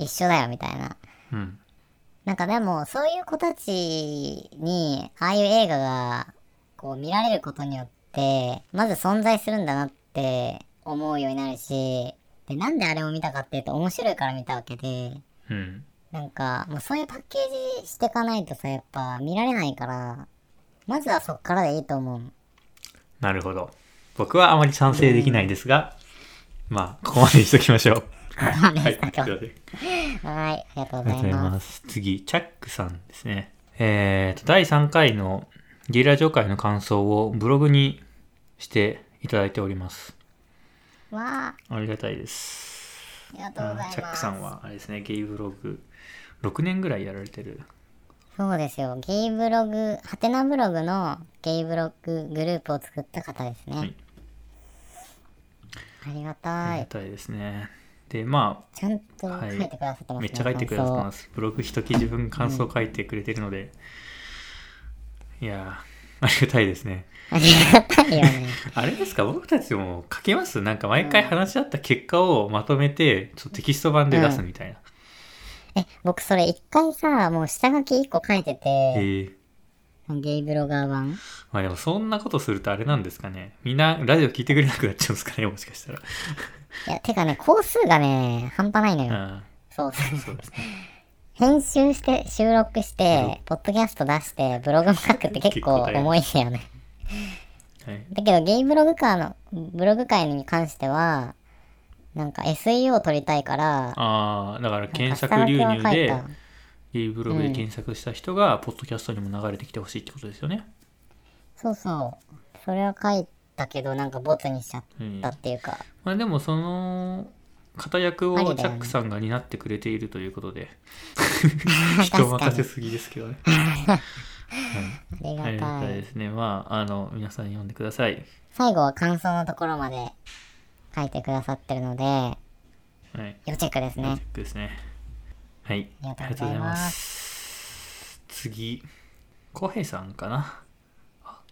Speaker 2: 一緒だよ、みたいな。
Speaker 1: うん
Speaker 2: なんかでも、そういう子たちに、ああいう映画が、こう見られることによって、まず存在するんだなって思うようになるし、で、なんであれを見たかっていうと、面白いから見たわけで、
Speaker 1: うん
Speaker 2: なんか、もうそういうパッケージしていかないとさ、やっぱ見られないから、まずはそっからでいいと思う。
Speaker 1: なるほど僕はあまり賛成できないですが、まあここまでにしときましょう はいすいません
Speaker 2: はい、ありがとう
Speaker 1: ありがとう
Speaker 2: ござい
Speaker 1: ござい
Speaker 2: ます。
Speaker 1: ます。次、チャックさんですね。えーと、第3回のゲリラ上会の感想をブログにしていただいております。
Speaker 2: わあ、あ
Speaker 1: ありがたいです。
Speaker 2: りがとうござ
Speaker 1: あ
Speaker 2: います。
Speaker 1: チャックさんは、あれですね、ゲイブログ、6年ぐらいやられてる。
Speaker 2: そうですよ。ゲイブログ、ハテナブログのゲイブロググループを作った方ですね。
Speaker 1: はい
Speaker 2: ありが
Speaker 1: あ
Speaker 2: た
Speaker 1: りが
Speaker 2: い。
Speaker 1: たいですね。でま
Speaker 2: ちゃんと
Speaker 1: は
Speaker 2: 書
Speaker 1: い
Speaker 2: いてくださってますね、
Speaker 1: あめっちゃ書いてくださってますブログ一記事分感想書いてくれてるので、いやーありがたいですね
Speaker 2: 感想。ありがたいよね。
Speaker 1: あれですか僕たちも書けますなんか毎回話し合った結果をまとめてちょっとテキスト版で出すみたいな、
Speaker 2: え、僕それ一回さ、もう下書き一個書いて
Speaker 1: え
Speaker 2: て、
Speaker 1: ー
Speaker 2: ゲイブロガー版
Speaker 1: まあでもそんなことするとあれなんですかねみんなラジオ聞いてくれなくなっちゃうんですかねもしかしたら
Speaker 2: いや、てかね、工数がね、半端ないのよ。
Speaker 1: うん
Speaker 2: そう。
Speaker 1: そうですね
Speaker 2: 編集して、収録して、ポッドキャスト出して、ブログも書くって結
Speaker 1: 結構
Speaker 2: 構
Speaker 1: 大変
Speaker 2: 重いんだよね。
Speaker 1: はい
Speaker 2: だけど、ゲイブログカーの、ブログ界に関しては、なんか SEO 取りたいから、
Speaker 1: ああだから
Speaker 2: なんか
Speaker 1: 検索流入
Speaker 2: 下書きは
Speaker 1: で
Speaker 2: 書いた
Speaker 1: ゲイブログで検索した人がポッドキャストにも流れてきてほしいってことですよね、
Speaker 2: そうそう。それは書いたけど、なんかボツにしちゃったっていうか、
Speaker 1: まあでもその型役
Speaker 2: ありだ
Speaker 1: を
Speaker 2: よね
Speaker 1: チャックさんが担ってくれているということ で
Speaker 2: 確か
Speaker 1: 人
Speaker 2: に
Speaker 1: 任せすぎですけどね
Speaker 2: あ
Speaker 1: あ
Speaker 2: り
Speaker 1: り
Speaker 2: が
Speaker 1: が
Speaker 2: た
Speaker 1: た
Speaker 2: い。
Speaker 1: いですねまああの皆さん読んでください
Speaker 2: 最後は感想のところまで書いてくださってるので、
Speaker 1: はい
Speaker 2: 要チェックです
Speaker 1: チェッ
Speaker 2: ね。
Speaker 1: クですねはい
Speaker 2: ありがとうございます
Speaker 1: 次浩平さんかな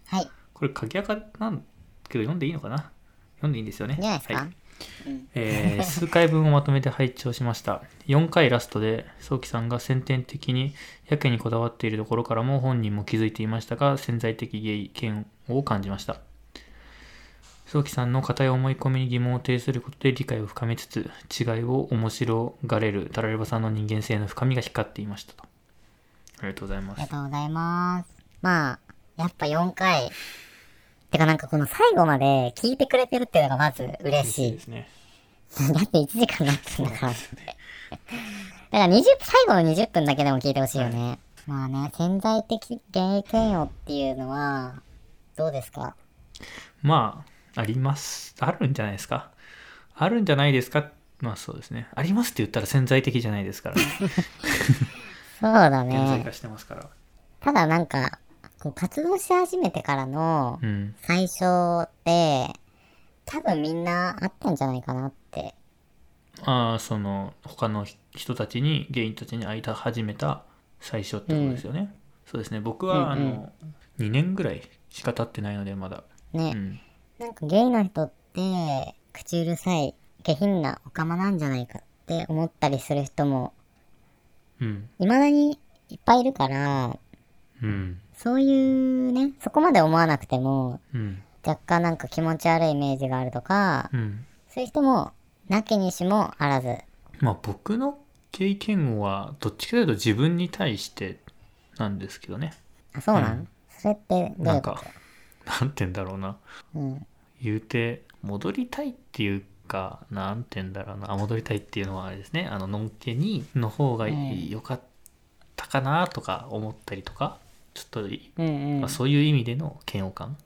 Speaker 2: はい。い
Speaker 1: これ鍵垢なんけど読んでいいのかな読んでいいんですよね
Speaker 2: いんじゃないですか、
Speaker 1: はいえー数回分をまとめて拝聴しました4回ラストで早紀さんが先天的にやけにこだわっているところからも本人も気づいていましたが潜在的ゲイ嫌悪を感じました早紀さんの固い思い込みに疑問を呈することで理解を深めつつ違いを面白がれるタラレバさんの人間性の深みが光っていましたとありがとうございま
Speaker 2: ありが
Speaker 1: す
Speaker 2: とうございます。まあ、やっぱ4回。てかなんかこの最後まで聞いてくれてるっていうのがまず嬉しい
Speaker 1: で。すね
Speaker 2: だって1時間なってんだから。だから20、最後の20分だけでも聞いてほしいよね。まあね、潜在的原因嫌悪っていうのは、どうですか
Speaker 1: まあ、あります。あるんじゃないですか。あるんじゃないですか。まあそうですね。ありますって言ったら潜在的じゃないですから、ね。
Speaker 2: そうだ
Speaker 1: 現在
Speaker 2: ね。
Speaker 1: 化してますから。
Speaker 2: ただなんか、こう活動し始めてからの
Speaker 1: うん。
Speaker 2: 最初って、多分みんなあったんじゃないかなって。
Speaker 1: ああ、その、他の人たちに、芸人たちに会い始めた最初ってことですよね。そうですね。僕は、
Speaker 2: うんうん
Speaker 1: あの、2年ぐらいしか経ってないので、まだ。
Speaker 2: ね。
Speaker 1: うん。
Speaker 2: なんかゲイの人って、口うるさい、下品なオカマなんじゃないかって思ったりする人も、
Speaker 1: うん。
Speaker 2: 未だにいっぱいいるから、
Speaker 1: うん。
Speaker 2: そういうね、そこまで思わなくても、
Speaker 1: うん。
Speaker 2: 若干なんか気持ち悪いイメージがあるとか、
Speaker 1: うん。
Speaker 2: そういう人も、なきにしもあらず。
Speaker 1: まあ僕の経験は、どっちかというと自分に対してなんですけどね。
Speaker 2: あ、そうなん、
Speaker 1: うん
Speaker 2: それってどう
Speaker 1: ないん
Speaker 2: うこと
Speaker 1: か、なんて言うんだろうな。
Speaker 2: うん。
Speaker 1: 言うて戻りたいっていうかなんて言うんだろうなあ戻りたいっていうのはあれですねあののんけにの方が
Speaker 2: うん
Speaker 1: 良かったかなとか思ったりとかちょっとい、
Speaker 2: うんうん
Speaker 1: まあ、。そういう意味での嫌悪感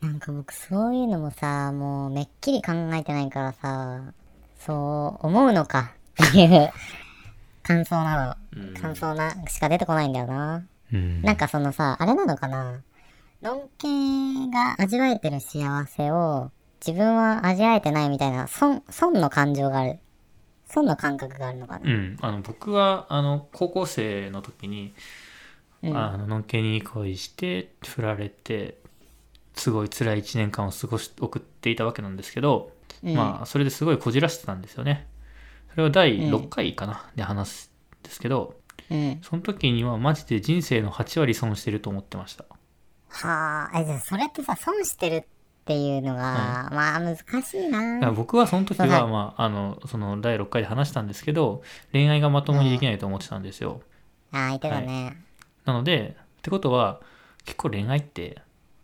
Speaker 2: なんか僕そういうのもさ、もうめっきり考えてないからさ、そう思うのかっていう 感想な
Speaker 1: うん
Speaker 2: の。感想な、しか出てこないんだよな。
Speaker 1: うん
Speaker 2: なんかそのさ、あれなのかな。ロン系が味わえてる幸せを自分は味わえてないみたいな、損、損の感情がある。損の感覚があるのか
Speaker 1: う
Speaker 2: な。
Speaker 1: ん、あの僕はあの高校生の時に、
Speaker 2: うん
Speaker 1: あののんけに恋して振られてすごい辛い1年間を過ごし送っていたわけなんですけど、
Speaker 2: うん
Speaker 1: まあそれですごいこじらしてたんですよねそれは第6回かな、で話すんですけど
Speaker 2: うん。
Speaker 1: その時にはマジで人生の8割損してると思ってました
Speaker 2: はあ、え、じゃあそれってさ、損してるっていうのが、まあ難しい
Speaker 1: だから
Speaker 2: な。
Speaker 1: 僕はその時
Speaker 2: は
Speaker 1: は、
Speaker 2: い
Speaker 1: まあ、あのその第6回で話したんですけど恋愛がまともにできないと思ってたんですよ、
Speaker 2: ああ、言ってたね。
Speaker 1: なのでってことは結構恋愛って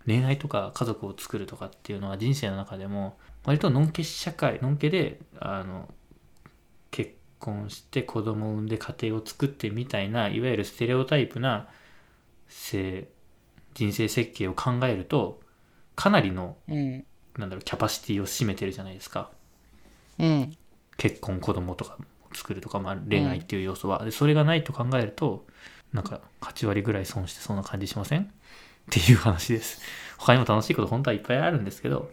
Speaker 1: 恋愛とか家族を作るとかっていうのは人生の中でも割とのんけ社会のんけであの結婚して子供を産んで家庭を作ってみたいないわゆるステレオタイプな性人生設計を考えるとかなりの
Speaker 2: うん。
Speaker 1: なんだろうキャパシティを占めてるじゃないですか
Speaker 2: うん。
Speaker 1: 結婚子供とか作るとか、まあ、恋愛っていう要素は、でそれがないと考えるとなんか8割ぐらい損してそうな感じしません っていう話です他にも楽しいこと本当はいっぱいあるんですけど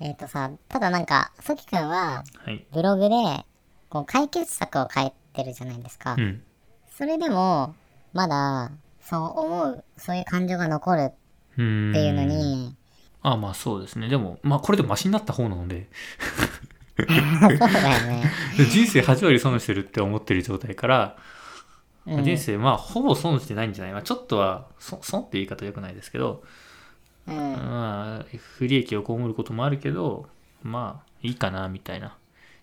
Speaker 2: えっ、とさ、ただなんか、ソキ君は
Speaker 1: はい
Speaker 2: ブログで、こう解決策を変えてるじゃないですか、
Speaker 1: うん。
Speaker 2: それでもまだそう思うそういう感情が残る
Speaker 1: うーん。
Speaker 2: っていうの。に、
Speaker 1: ああまあそうですね。でも、まあこれでもマシになった方なので、
Speaker 2: そうだよね、
Speaker 1: 人生8割損してるって思ってる状態から、
Speaker 2: うん、
Speaker 1: 人生まあほぼ損してないんじゃない、まあ、ちょっとは損損って言い方良くないですけど、
Speaker 2: うん
Speaker 1: まあ、不利益を被ることもあるけどまあいいかなみたいな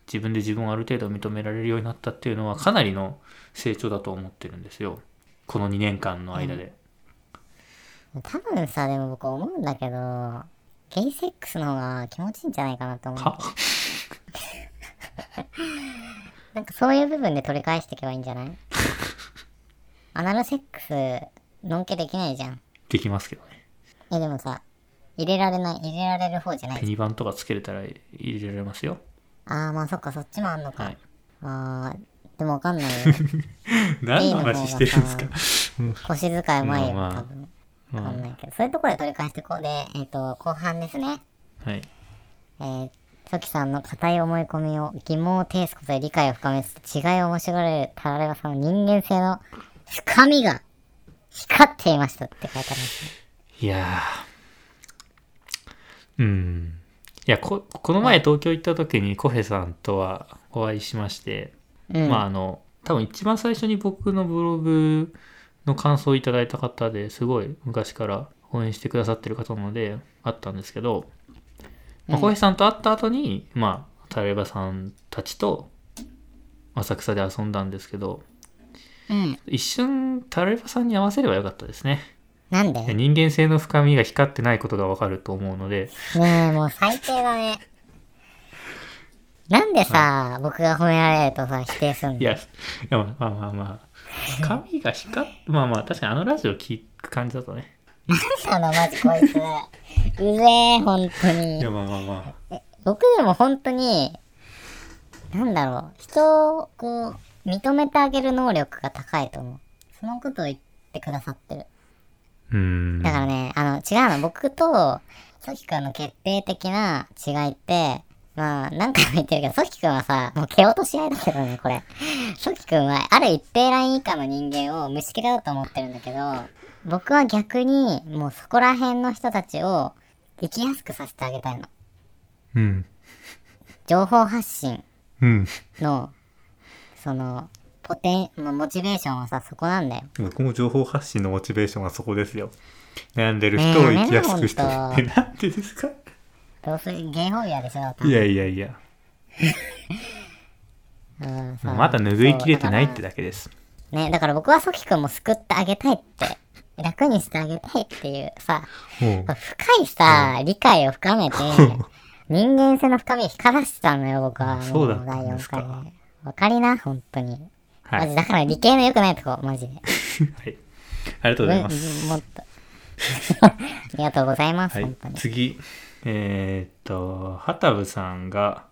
Speaker 1: 自分で自分をある程度認められるようになったっていうのはかなりの成長だと思ってるんですよこの2年間の間で、
Speaker 2: 多分さでも僕思うんだけどゲイセックスの方が気持ちいいんじゃないかなと思う
Speaker 1: は
Speaker 2: なんかそういう部分で取り返していけばいいんじゃない アナルセックスのんけできないじゃん
Speaker 1: できますけどね
Speaker 2: えでもさ入れられない入れられる方じゃない
Speaker 1: ペニバンとかつけれたら入れられますよ
Speaker 2: ああまあそっかそっちもあんのか、
Speaker 1: はい
Speaker 2: あーでもわかんないよ
Speaker 1: 何の話してるんですか
Speaker 2: 腰遣い前よ、
Speaker 1: まあまあ
Speaker 2: 多分
Speaker 1: う
Speaker 2: わかん
Speaker 1: ん
Speaker 2: ないけどそういうところで取り返してこうでえっ、と後半ですね
Speaker 1: はい
Speaker 2: えー、トキさんの固い思い込みを疑問を呈すことで理解を深めつつ違いを面白がれるタラレバさんの人間性の深みが光っていましたって書いてありますね。
Speaker 1: いやーうん。いや、こ、この前東京行った時にコヘさんとはお会いしまして、
Speaker 2: うん
Speaker 1: まああの、多分一番最初に僕のブログの感想をいただいた方ですごい昔から応援してくださってる方なので、あったんですけど、まあ、
Speaker 2: うん
Speaker 1: コヘさんと会った後に、まあ、タレバさんたちと浅草で遊んだんですけど、
Speaker 2: うん。
Speaker 1: 一瞬タレバさんに合わせればよかったですね。
Speaker 2: なんでね
Speaker 1: 人間性の深みが光ってないことがわかると思うので、
Speaker 2: え、もう最低だね。なんでさ、僕が褒められるとさ、否定すんの
Speaker 1: い や、いやまあまあまあ、髪が光って、まあまあ、確かにあのラジオ聞く感じだとね。
Speaker 2: なんなの、マジこいつ。うぜえ、ほんとに。
Speaker 1: まあまあま
Speaker 2: 僕でも本当に、なんだろう、人をこう、認めてあげる能力が高いと思う。そのことを言ってくださってる。
Speaker 1: うーん。
Speaker 2: だからね、あの、違うの、僕と、ソキ君の決定的な違いって、まあ、何回も言ってるけど、ソキ君はさ、もう蹴落とし合いだけどね、これ。ソキ君は、ある一定ライン以下の人間を虫けらだと思ってるんだけど、僕は逆に、もうそこら辺の人たちを、生きやすくさせてあげたいの。
Speaker 1: うん。
Speaker 2: 情報発信
Speaker 1: うん。
Speaker 2: の、その、ポテン、まあモチベーションはさ、そこなんだよ。
Speaker 1: 僕も情報発信のモチベーションはそこですよ。悩んでる
Speaker 2: ねえ
Speaker 1: 人を生きやすくして。
Speaker 2: ねえほんと
Speaker 1: え、なんでですか
Speaker 2: どうするゲイホビアでしょ、
Speaker 1: いやいやいや。
Speaker 2: うんさ
Speaker 1: まだ拭いきれてないってだけです。
Speaker 2: ね、だから僕はソキ君も救ってあげたいって、楽にしてあげたいっていうさ、
Speaker 1: も
Speaker 2: 深いさ、理解を深 めて、人間性の深みを光らせてたのよ、僕は。
Speaker 1: あ
Speaker 2: も
Speaker 1: そうだったんですか
Speaker 2: 第四回でわかりな、本当に。
Speaker 1: はい
Speaker 2: マジだから理系の良くないとこ、マジで。
Speaker 1: う、はい。ありがとうございます。
Speaker 2: うんもっと。 ありがとうございます、
Speaker 1: はい
Speaker 2: 本当、に。
Speaker 1: 次。えーっと、はたぶさんが、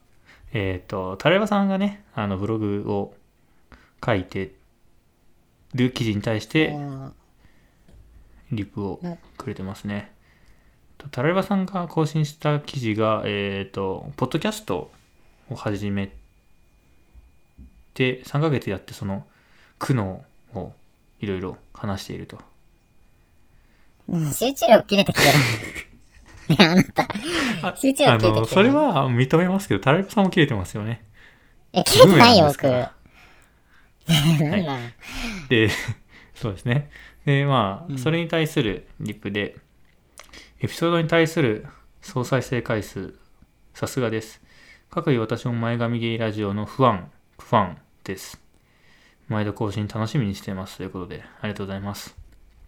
Speaker 1: えーっと、タレバさんがね、あの、ブログを書いてる記事に対して
Speaker 2: うん
Speaker 1: リプをくれてますね。とタレバさんが更新した記事が、えーっと、ポッドキャストを始めて、3ヶ月やってその苦悩をいろいろ話していると。
Speaker 2: うん集中力切れてきてる。 ね、あなた、集中
Speaker 1: あ
Speaker 2: 力切れて
Speaker 1: の、
Speaker 2: きて
Speaker 1: そ
Speaker 2: る。
Speaker 1: れは認めますけど、タレバさんも切れてますよね。
Speaker 2: え、切れてないよ、僕。
Speaker 1: ブーメラン
Speaker 2: な
Speaker 1: ら
Speaker 2: んだ
Speaker 1: で、 そうですね。で、まあ、それに対するリップで、エピソードに対する総再生回数、さすがです。各位私も前髪ゲイラジオのファン、ファンです。毎度更新楽しみにしてます。ということで、ありがとうございます。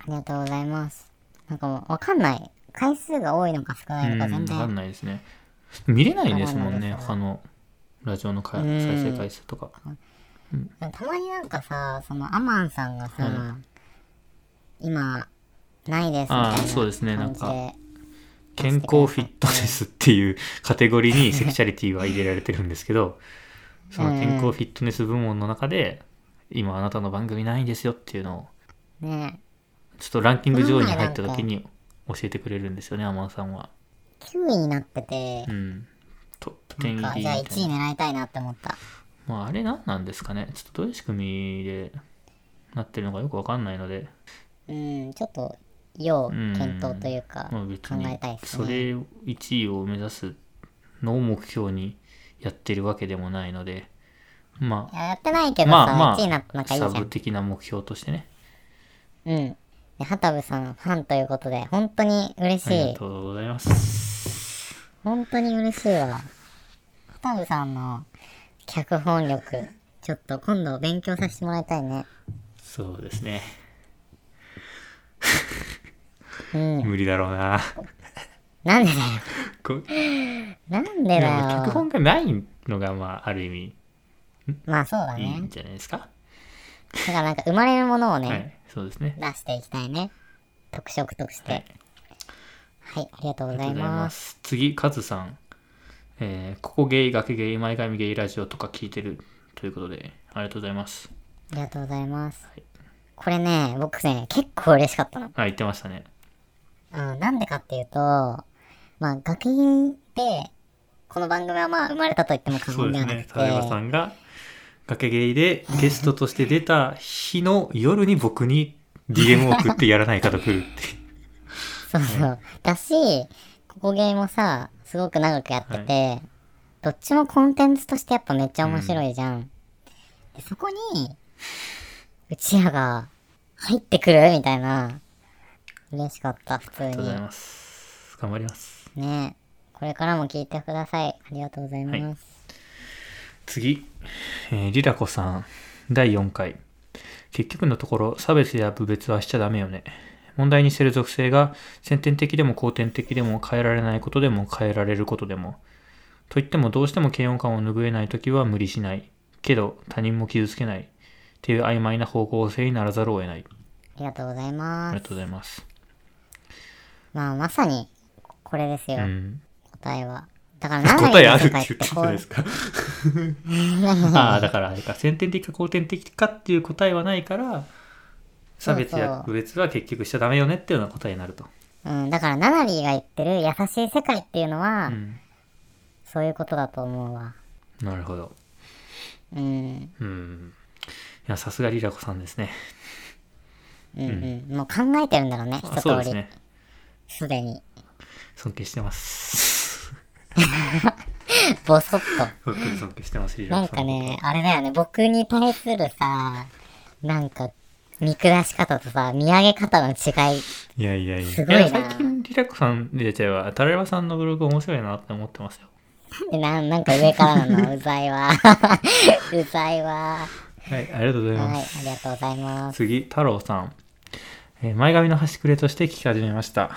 Speaker 2: ありがとうございます。なんかもう、わかんない。回数が多いのか少
Speaker 1: う
Speaker 2: ない
Speaker 1: ん、
Speaker 2: の
Speaker 1: わ
Speaker 2: か全然。
Speaker 1: かんないですね。見れないですもんね、
Speaker 2: わ
Speaker 1: 他
Speaker 2: か
Speaker 1: のラジオの回
Speaker 2: うん
Speaker 1: 再生回数とか。
Speaker 2: たまになんかさ、そのアマンさんがさ、
Speaker 1: は
Speaker 2: 今、ないですみたいな
Speaker 1: ああ
Speaker 2: 感じで。
Speaker 1: そうですねなんか健康フィットネスっていうカテゴリーにセクシャリティは入れられてるんですけど、その健康フィットネス部門の中で、今あなたの番組ないんですよっていうのを、
Speaker 2: ね
Speaker 1: ちょっとランキング上位に入った時に教えてくれるんですよね、アマンさんは。
Speaker 2: え、9位になってて
Speaker 1: う、ん。トップ
Speaker 2: な
Speaker 1: 10
Speaker 2: ん
Speaker 1: 入
Speaker 2: か、
Speaker 1: りみ
Speaker 2: じ
Speaker 1: た
Speaker 2: ゃあ
Speaker 1: い
Speaker 2: 1位
Speaker 1: な。
Speaker 2: 狙いたいなって思った。
Speaker 1: まあ、あれ何なんですかね。ちょっとどういう仕組みでなってるのかよくわかんないので、
Speaker 2: うん、ちょっと
Speaker 1: う
Speaker 2: 要
Speaker 1: ん
Speaker 2: 検討というか、
Speaker 1: まあ別
Speaker 2: 考
Speaker 1: に
Speaker 2: えたいです
Speaker 1: そ
Speaker 2: ね。
Speaker 1: れ1位を目指すのを目標にやってるわけでもないので、ま
Speaker 2: いややってないけ
Speaker 1: あ、
Speaker 2: どさ、
Speaker 1: まあま
Speaker 2: 1位になっ
Speaker 1: あ、
Speaker 2: た仲いいじゃ
Speaker 1: サ
Speaker 2: ん。
Speaker 1: ブ的な目標としてね。
Speaker 2: うん。で、畑部さんファンということで、本当に嬉し
Speaker 1: あり
Speaker 2: い
Speaker 1: が。とうございます。
Speaker 2: 本当に嬉しいわ。畑部さんの脚本力、ちょっと今度勉強させてもらいたいね。
Speaker 1: そうですね。
Speaker 2: うん。
Speaker 1: 無理だろうな。
Speaker 2: なんでだよ。
Speaker 1: こ
Speaker 2: なんで
Speaker 1: で
Speaker 2: だ
Speaker 1: も
Speaker 2: よ。
Speaker 1: 脚本がないのが、まあ、ある意味
Speaker 2: まあそうだ
Speaker 1: いいん
Speaker 2: ね。
Speaker 1: じゃないですか。
Speaker 2: だからなんか生まれるものをね、
Speaker 1: はい、そうですね。
Speaker 2: 出していきたいね。特色として。
Speaker 1: は
Speaker 2: はい
Speaker 1: い、
Speaker 2: ありがとうござ
Speaker 1: ありがとう
Speaker 2: い
Speaker 1: ござい
Speaker 2: ま。
Speaker 1: ますす。次、カズさん。えーここゲイ、学ゲイ、前髪ゲイラジオとか聞いてるということで、ありがとうございます。
Speaker 2: ありがとうございます。
Speaker 1: はい
Speaker 2: これね、僕ね、結構嬉しかったの。
Speaker 1: あ、言ってましたね。
Speaker 2: うん、なんでかっていうと、まあ、学院で、この番組はまあ、生まれたと言っても過
Speaker 1: そう
Speaker 2: 言
Speaker 1: です
Speaker 2: ではな
Speaker 1: ね
Speaker 2: く。て、
Speaker 1: 田山さんが、崖ゲイでゲストとして出た日の夜に僕に DM を送ってやらないかと来るって。
Speaker 2: そうそう。だし、ここゲーもさ、すごく長くやってて、どっちもコンテンツとしてやっぱめっちゃ面白いじゃん。でそこに、うちらが入ってくるみたいな、嬉しかった、普通
Speaker 1: ありがとうござい
Speaker 2: に。
Speaker 1: ます。頑張ります。
Speaker 2: ねこれからも聞いてください。ありがとうございます。
Speaker 1: はい次、えー、リラコさん、第4回。結局のところ、差別や侮蔑はしちゃダメよね。問題にしてる属性が、先天的でも後天的でも変えられないことでも変えられることでも。といってもどうしても嫌悪感を拭えないときは無理しない。けど、他人も傷つけない。っていう曖昧な方向性にならざるを得ない。
Speaker 2: ありがとうござい
Speaker 1: あ
Speaker 2: ま
Speaker 1: りが
Speaker 2: す。
Speaker 1: とうございます。
Speaker 2: まあ、まさに、これですよ、
Speaker 1: うん、
Speaker 2: 答えは。だから何
Speaker 1: 答えあるって
Speaker 2: か
Speaker 1: 言ってたじゃないですか。ああ、だからあれか、先天的か後天的かっていう答えはないから、差別や区別は結局しちゃダメよねっていうような答えになると。
Speaker 2: うん、だから、ナナリーが言ってる優しい世界っていうのは、
Speaker 1: うん。
Speaker 2: そういうことだと思うわ。
Speaker 1: なるほど。
Speaker 2: うん。
Speaker 1: うん。いや、さすがリラコさんですね。
Speaker 2: うんうん。もう考えてるんだろうね、
Speaker 1: あ
Speaker 2: 一
Speaker 1: そうです
Speaker 2: 通り。
Speaker 1: ね。
Speaker 2: すでに。
Speaker 1: 尊敬して ます。
Speaker 2: ぼそっと。
Speaker 1: 本当に尊敬してます、リラ
Speaker 2: な
Speaker 1: コ
Speaker 2: ん
Speaker 1: さ
Speaker 2: か
Speaker 1: んのこと。
Speaker 2: ね、あれだよね、僕に対するさ、なんか、見下し方とさ、見上げ方の違い。
Speaker 1: いやいやいや。
Speaker 2: すごいな
Speaker 1: や最近リラコさん出ちゃえば、タラレバさんのブログ面白いなって思ってますよ。
Speaker 2: なんでなん、なんか上からな の、うざいわ。 うざいわ。
Speaker 1: はい、ありがとうございます。
Speaker 2: はい、ありがとうございます。
Speaker 1: 次、太郎さん。えー前髪の端くれとして聞き始めました。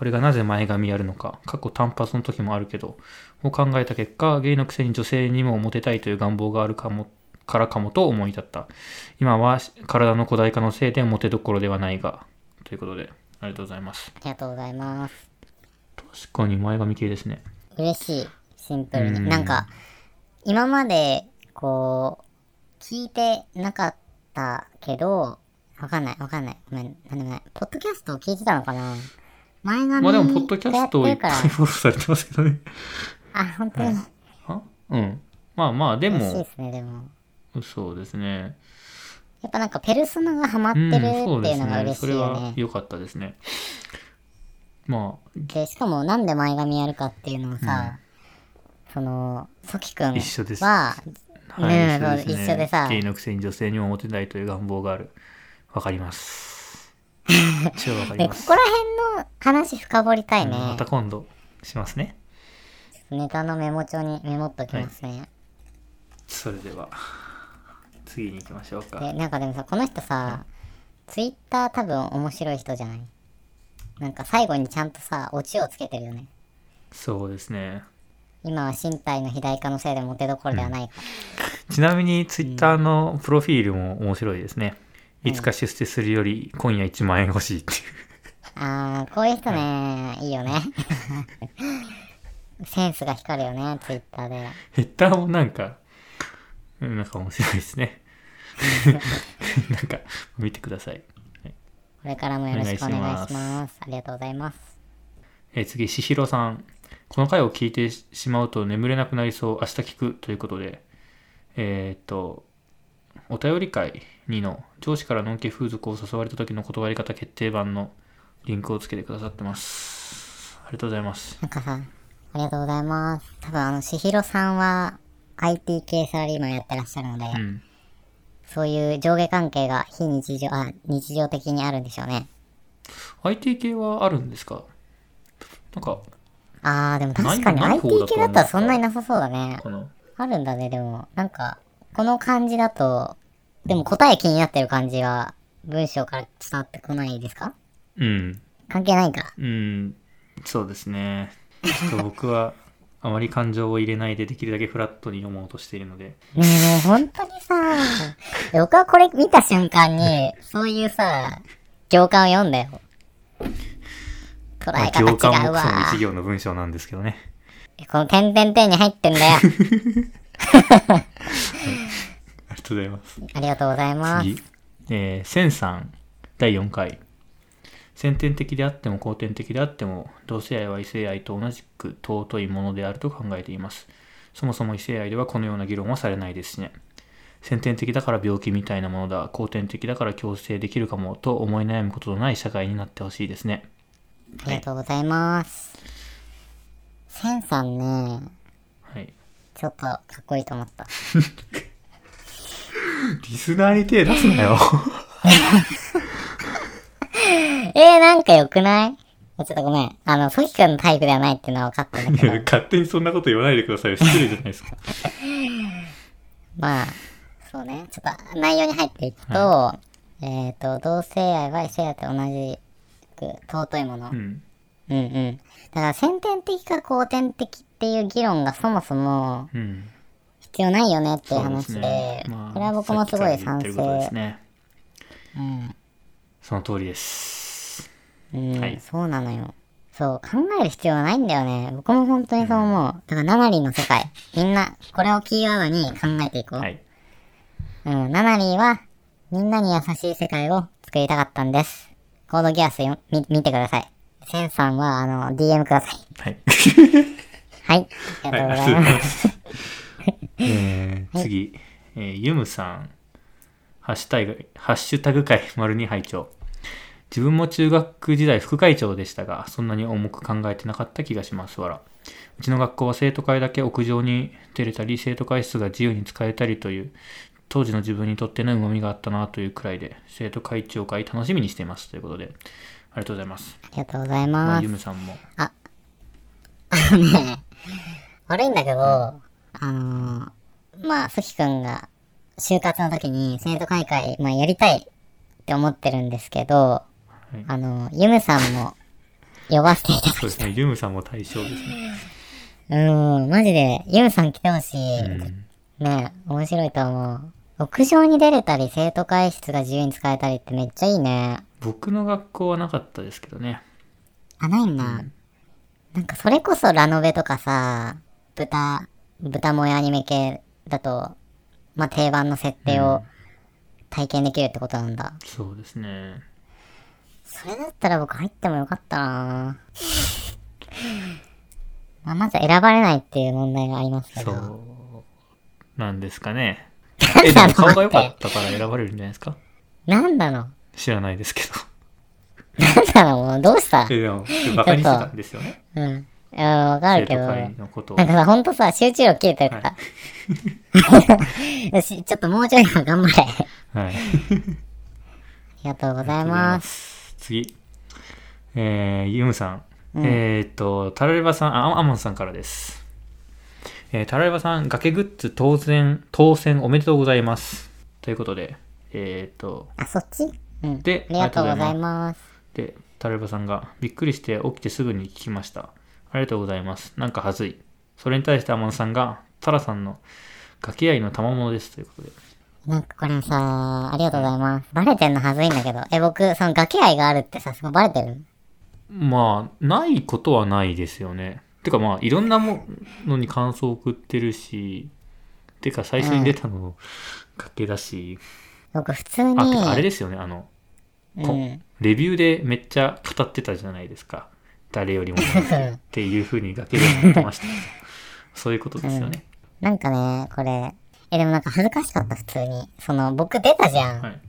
Speaker 1: 俺がなぜ前髪やるのか、過去単発の時もあるけど、を考えた結果、ゲイのくせに女性にもモテたいという願望があるかも、からかもと思い立った。今は体の古代化のせいでモテどころではないが、ということで、ありがとうございます。
Speaker 2: ありがとうございます。
Speaker 1: 確かに前髪系ですね。
Speaker 2: 嬉しいシンプルに、
Speaker 1: うん
Speaker 2: なんか今までこう聞いてなかったけどわかんないわかんないごめんなんでもないポッドキャストを聞いてたのかな前髪
Speaker 1: まあでも、ポッドキャストをい
Speaker 2: や
Speaker 1: ってぱ い
Speaker 2: るから
Speaker 1: フォローされてますけどね。
Speaker 2: あ本当に
Speaker 1: あうん。まあまあ、で
Speaker 2: 嬉しいで
Speaker 1: も、
Speaker 2: すねでも
Speaker 1: そうですね。
Speaker 2: やっぱなんかペルソナがハマってるって
Speaker 1: そう
Speaker 2: い
Speaker 1: で
Speaker 2: う
Speaker 1: す
Speaker 2: のが
Speaker 1: ね。
Speaker 2: 嬉し
Speaker 1: そ
Speaker 2: い
Speaker 1: れ
Speaker 2: よ
Speaker 1: は
Speaker 2: ね,、
Speaker 1: 良かったですね。 まあ、
Speaker 2: でしかもなんで前髪やるかっていうのをさ、そのソキ君
Speaker 1: 一緒です
Speaker 2: は
Speaker 1: は
Speaker 2: ね
Speaker 1: い、
Speaker 2: え
Speaker 1: そうです
Speaker 2: 一緒でさ
Speaker 1: ゲイのくせに女性にもモテないという願望がある。わかり ます。超わかり
Speaker 2: でこ
Speaker 1: ます。
Speaker 2: こら辺の話深掘りたいね、
Speaker 1: また今度しますね。
Speaker 2: ネタのメモ帳にメモっときますね、
Speaker 1: それでは、次に行きましょうか。
Speaker 2: でなんかでもさこの人さツイッター多分面白い人じゃないなんか最後にちゃんとさオチをつけてるよね
Speaker 1: そうですね。
Speaker 2: 今は身体の肥大化のせいでモテどころではないか、
Speaker 1: ちなみに、ツイッターのプロフィールも面白いですね。いつか出世するより、今夜1万円欲しいっていう。
Speaker 2: あーこういう人ね、いい よねセンスが光るよねツイッターで
Speaker 1: ヘッダーもなんか、うんなんか面白いですね。 なんか、見てください。はい
Speaker 2: これからもよろしくお願いします
Speaker 1: お願
Speaker 2: ありがとうございます
Speaker 1: えー次、しひろさん。この回を聞いてしまうと眠れなくなりそう、明日聞くということで、えーっと、お便り会2の上司からのんけ風俗を誘われた時の断り方決定版のリンクをつけてくださってます。ありがとうございます。
Speaker 2: なんかさん、ありがとうございます。多分あの、しひろさんは IT 系サラリーマンやってらっしゃるので、
Speaker 1: うん。
Speaker 2: そういう上下関係が非日常、あ、日常的にあるんでしょうね。
Speaker 1: IT 系はあるんですかなんか、
Speaker 2: あー、でも確かに
Speaker 1: ないない
Speaker 2: IT
Speaker 1: 方だと思う
Speaker 2: 系だったらそんなになさそうだね。
Speaker 1: この、
Speaker 2: あるんだね、でも。なんか、この感じだと、でも答え気になってる感じは、文章から伝わってこないですか
Speaker 1: うん。
Speaker 2: 関係ないか。
Speaker 1: うん、そうですね。ちょっと僕は、あまり感情を入れないでできるだけフラットに読もうとしているので。
Speaker 2: ねえ、もう本当にさ、で僕はこれ見た瞬間に、そういうさ、行間を読んだよ。捉え
Speaker 1: 行間
Speaker 2: 方違
Speaker 1: も
Speaker 2: うわ
Speaker 1: くそ。も一行の文章なんですけどね。
Speaker 2: この点点点に入ってんだよ。
Speaker 1: ありがとうございます。
Speaker 2: ありがとうございます。
Speaker 1: 次。えー、センさん、第4回。先天的であっても後天的であっても、同性愛は異性愛と同じく尊いものであると考えています。そもそも異性愛ではこのような議論はされないですしね。先天的だから病気みたいなものだ、後天的だから強制できるかもと思い悩むことのない社会になってほしいですね。
Speaker 2: ありがとうございます。センさんね、
Speaker 1: はい。
Speaker 2: ちょっとかっこいいと 思った。
Speaker 1: リスナーに手出す なよ。
Speaker 2: えー、なんか良くないちょっとごめん。あの、ソキ君のタイプではないっていうのは分かったんだけど。
Speaker 1: 勝手にそんなこと言わないでください。失礼じゃないですか。
Speaker 2: まあ、そうね。ちょっと内容に入っていくと、えっ、と、同性愛は異性愛と同じく尊いもの。う、
Speaker 1: うんん。
Speaker 2: うん、だから先天的か後天的っていう議論がそもそも
Speaker 1: うん。
Speaker 2: 必要ないよねってい
Speaker 1: そう
Speaker 2: う
Speaker 1: で
Speaker 2: 話
Speaker 1: す
Speaker 2: で、
Speaker 1: ね。
Speaker 2: これは僕もすごい賛
Speaker 1: さっきから言ってることです
Speaker 2: 成。
Speaker 1: ね。
Speaker 2: うん
Speaker 1: その通りです。
Speaker 2: うん、
Speaker 1: はい
Speaker 2: そうなのよ。そう、考える必要はないんだよね。僕も本当にそう思う。だから、ナナリーの世界。みんな、これをキーワードに考えていこう。
Speaker 1: はい。
Speaker 2: うん、ナナリーは、みんなに優しい世界を作りたかったんです。コードギアスよ、み、見てください。センさんは、あの、DM ください。
Speaker 1: はい。
Speaker 2: はい。ありがとうございます。
Speaker 1: す。えー次、えーユムさん。ハッシュタグ、ハッシュタグ会、丸二拝聴自分も中学時代副会長でしたが、そんなに重く考えてなかった気がしますわら。うちの学校は生徒会だけ屋上に出れたり、生徒会室が自由に使えたりという、当時の自分にとっての旨味があったなというくらいで、生徒会長会楽しみにしていますということで、ありがとうございます。
Speaker 2: ありがとうござい
Speaker 1: まあ
Speaker 2: ま
Speaker 1: ユ
Speaker 2: す。
Speaker 1: ムさんも。
Speaker 2: 悪いんだけど、あのー、まあ、スキ君が、就活の時に生徒会会、まあ、やりたいって思ってるんですけど、
Speaker 1: い
Speaker 2: あの、ユムさんも、呼ばせていただき
Speaker 1: そうですね、ユムさんも対象ですね。
Speaker 2: うん、マジで、ユムさん来てほしい。
Speaker 1: うん
Speaker 2: ねえ、面白いと思う。屋上に出れたり、生徒会室が自由に使えたりってめっちゃいいね。
Speaker 1: 僕の学校はなかったですけどね。
Speaker 2: あ、ないんだ。なんかそれこそラノベとかさ、豚、豚萌えアニメ系だと、まあ、定番の設定を体験できるってことなんだ。
Speaker 1: そうですね。
Speaker 2: それだったら僕入ってもよかったな まあ、まず選ばれないっていう問題がありますけ
Speaker 1: そ
Speaker 2: ど。
Speaker 1: う。なんですかね。 え、でも顔が良かったから選ばれるんじゃないですか
Speaker 2: なんだの
Speaker 1: 知らないですけど。
Speaker 2: なんだのもうどうし た
Speaker 1: え、でも、バカにしてたんですよね。
Speaker 2: うん。いや、わか
Speaker 1: 生
Speaker 2: る
Speaker 1: 徒
Speaker 2: けど。
Speaker 1: 会のことを
Speaker 2: なん。かさ、ほんとさ、集中力切れてる から。よし、ちょっともうちょい頑張れ。あ
Speaker 1: はい。
Speaker 2: りがとうござ
Speaker 1: あ
Speaker 2: い
Speaker 1: りがとうござい
Speaker 2: ま。
Speaker 1: ますす。次。えー、ユムさん。えーっと、タラレバさん、あアモンさんからです。えー、タラレバさん、崖グッズ当選、当選おめでとうございます。ということで、えーっと、
Speaker 2: あ、そっちうん。
Speaker 1: で
Speaker 2: ありがとうございます。
Speaker 1: で、タレバさんが、びっくりして起きてすぐに聞きました。ありがとうございます。なんかはずい。それに対して天野さんが、タラさんの崖愛の賜物ですということで。
Speaker 2: なんかこれさ、ありがとうございます。バレてんのはずいんだけど。え、僕、その崖愛があるってさ、すごいバレてる
Speaker 1: まあ、ないことはないですよね。てかまあ、いろんなものに感想を送ってるし、てか最初に出たの、崖だし、
Speaker 2: 僕、普通
Speaker 1: あ、てかあれ
Speaker 2: に、
Speaker 1: ですよね、あの、
Speaker 2: う
Speaker 1: こ
Speaker 2: ん。
Speaker 1: レビューでめっちゃ語ってたじゃないですか。誰よりもっていう風に崖でも言ってましたけど。そういうことですよね。
Speaker 2: なんかね、これ、え、でもなんか恥ずかしかった、普通に。その、僕出たじゃん、
Speaker 1: はい。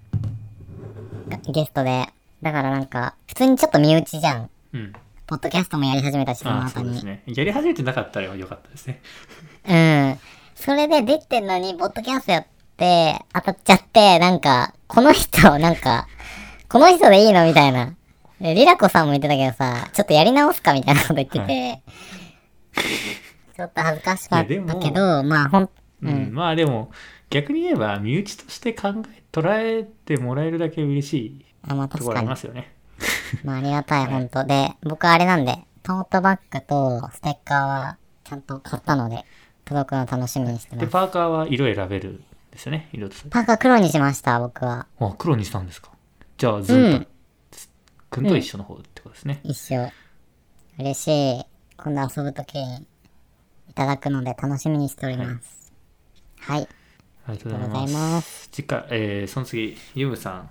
Speaker 2: ゲストで。だからなんか、普通にちょっと身内じゃん。
Speaker 1: うん。
Speaker 2: ポッドキャストもやり始めたし、その
Speaker 1: あそう
Speaker 2: 後
Speaker 1: で
Speaker 2: に。
Speaker 1: すね。やり始めてなかったらよかったですね。
Speaker 2: うん。それで出てんのに、ポッドキャストやって、当たっちゃって、なんか、この人、なんか、この人でいいのみたいな。でリラコさんも言ってたけどさ、ちょっとやり直すかみたいなこと言ってて、
Speaker 1: は
Speaker 2: ちょっと恥ずかしかった
Speaker 1: い
Speaker 2: け
Speaker 1: やでも
Speaker 2: ど、まあほん、
Speaker 1: うん。まあでも、逆に言えば、身内として考え、捉えてもらえるだけ嬉しい
Speaker 2: あまあ
Speaker 1: と
Speaker 2: 確
Speaker 1: ころ
Speaker 2: か
Speaker 1: あり
Speaker 2: に
Speaker 1: ま。すよね。
Speaker 2: まあありがたい、ほんと。で、僕あれなんで、トートバッグとステッカーはちゃんと買ったので、届くの楽しみにしてま
Speaker 1: で、
Speaker 2: す。
Speaker 1: パーカーは色選べるんですよね。色として。
Speaker 2: パーカー黒にしました、僕は。
Speaker 1: あ、黒にしたんですか。じゃあ、ズンタ、
Speaker 2: うん
Speaker 1: 君と一緒の方ってことですね。
Speaker 2: 一生。嬉しい。今度遊ぶときにいただくので楽しみにしております。はい。
Speaker 1: ありがとう
Speaker 2: ありがとう
Speaker 1: ござ
Speaker 2: ござ
Speaker 1: い
Speaker 2: い
Speaker 1: ます。
Speaker 2: ます。
Speaker 1: 次回、えーその次、ユムさん。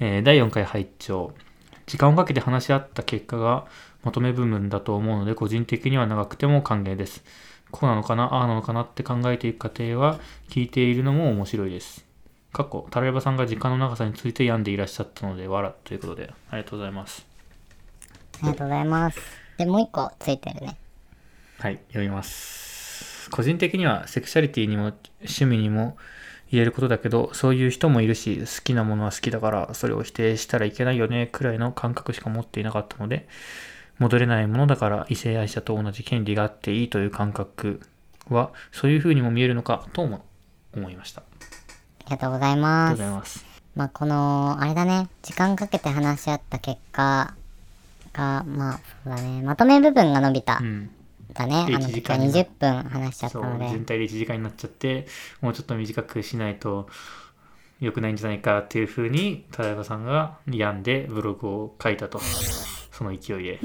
Speaker 1: えー第4回拝聴時間をかけて話し合った結果がまとめ部分だと思うので、個人的には長くても歓迎です。こうなのかな、ああなのかなって考えていく過程は聞いているのも面白いです。過去、タラレバさんが時間の長さについて病んでいらっしゃったので、わらということで、ありがとうございます。
Speaker 2: ありがとうございます。で、もう一個ついてるね。
Speaker 1: はい、読みます。個人的にはセクシャリティにも趣味にも言えることだけど、そういう人もいるし、好きなものは好きだから、それを否定したらいけないよね、くらいの感覚しか持っていなかったので、戻れないものだから異性愛者と同じ権利があっていいという感覚は、そういう風にも見えるのか、とも思いました。
Speaker 2: ありがとうござい
Speaker 1: あり
Speaker 2: ま
Speaker 1: がとうご
Speaker 2: す
Speaker 1: ざ。います。
Speaker 2: まあ、この、あれだね。時間かけて話し合った結果が、まあ、そうだね。まとめ部分が伸びた
Speaker 1: う。ん。
Speaker 2: だね。
Speaker 1: で
Speaker 2: あの
Speaker 1: 一時
Speaker 2: 時
Speaker 1: 間
Speaker 2: 間
Speaker 1: に
Speaker 2: 20分話しちゃった
Speaker 1: そう
Speaker 2: ので。
Speaker 1: 全体で1時間になっちゃってもうちょっと短くしないと良くないんじゃないかっていうふうに田中さんが病んでブログを書いたとその勢いで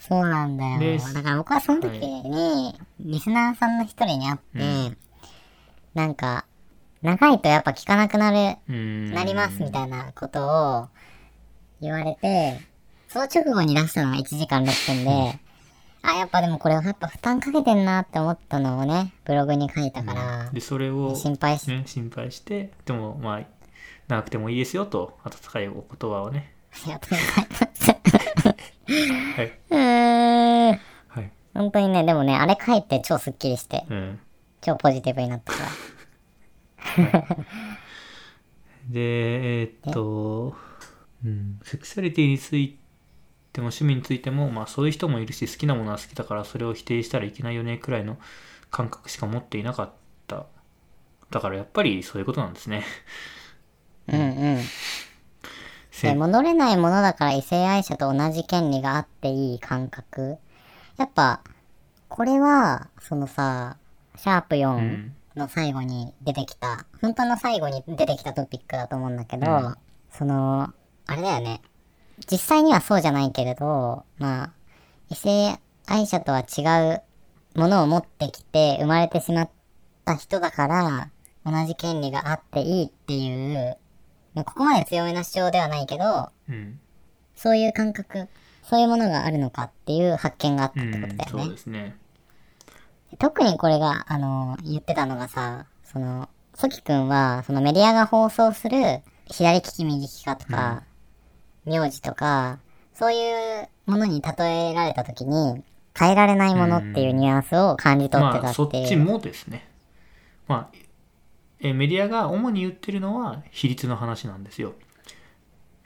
Speaker 2: そうなんだよ
Speaker 1: で。
Speaker 2: だから僕はその時に、リスナーさんの一人に会って、なんか、長いとやっぱ聞かなくなる、
Speaker 1: うーん
Speaker 2: なりますみたいなことを言われて、その直後に出したのが1時間6分で、 あ、やっぱでもこれはやっぱ負担かけてんなって思ったのをね、ブログに書いたから、
Speaker 1: でそれを、
Speaker 2: 心配し、
Speaker 1: ね、心配してでもまあ長くてもいいですよと温かいお言葉をね
Speaker 2: ありがとうございます。
Speaker 1: はいう
Speaker 2: ーん
Speaker 1: はい
Speaker 2: 本当にね、でもね、あれ書いて超スッキリして、
Speaker 1: うん
Speaker 2: 超ポジティブになったから。
Speaker 1: でえーっと、うん、セクシャリティについても趣味についても、まあ、そういう人もいるし好きなものは好きだからそれを否定したらいけないよねくらいの感覚しか持っていなかっただからやっぱりそういうことなんですね
Speaker 2: うんうん。
Speaker 1: せ
Speaker 2: で戻れないものだから異性愛者と同じ権利があっていい感覚やっぱこれはそのさシャープ
Speaker 1: う
Speaker 2: 4
Speaker 1: ん
Speaker 2: の最後に出てきた、本当の最後に出てきたトピックだと思うんだけど、
Speaker 1: うん
Speaker 2: そのあれだよね実際にはそうじゃないけれどまあ異性愛者とは違うものを持ってきて生まれてしまった人だから同じ権利があっていいっていうまあここまで強めな主張ではないけど
Speaker 1: うん、
Speaker 2: そういう感覚、そういうものがあるのかっていう発見があった
Speaker 1: う
Speaker 2: ってこ
Speaker 1: ん
Speaker 2: とだ、よ
Speaker 1: そう
Speaker 2: ね
Speaker 1: で。すね
Speaker 2: 特にこれが、あの、言ってたのがさ、その、ソキ君は、そのメディアが放送する、左利き、右利きかとか、名字とか、そういうものに例えられたときに、変えられないものっていうニュアンスを感じ取って
Speaker 1: ま
Speaker 2: た
Speaker 1: あ
Speaker 2: っ
Speaker 1: そって
Speaker 2: いう。
Speaker 1: ちもですねまあえメディアが主に言ってるのは比率の話なんですよ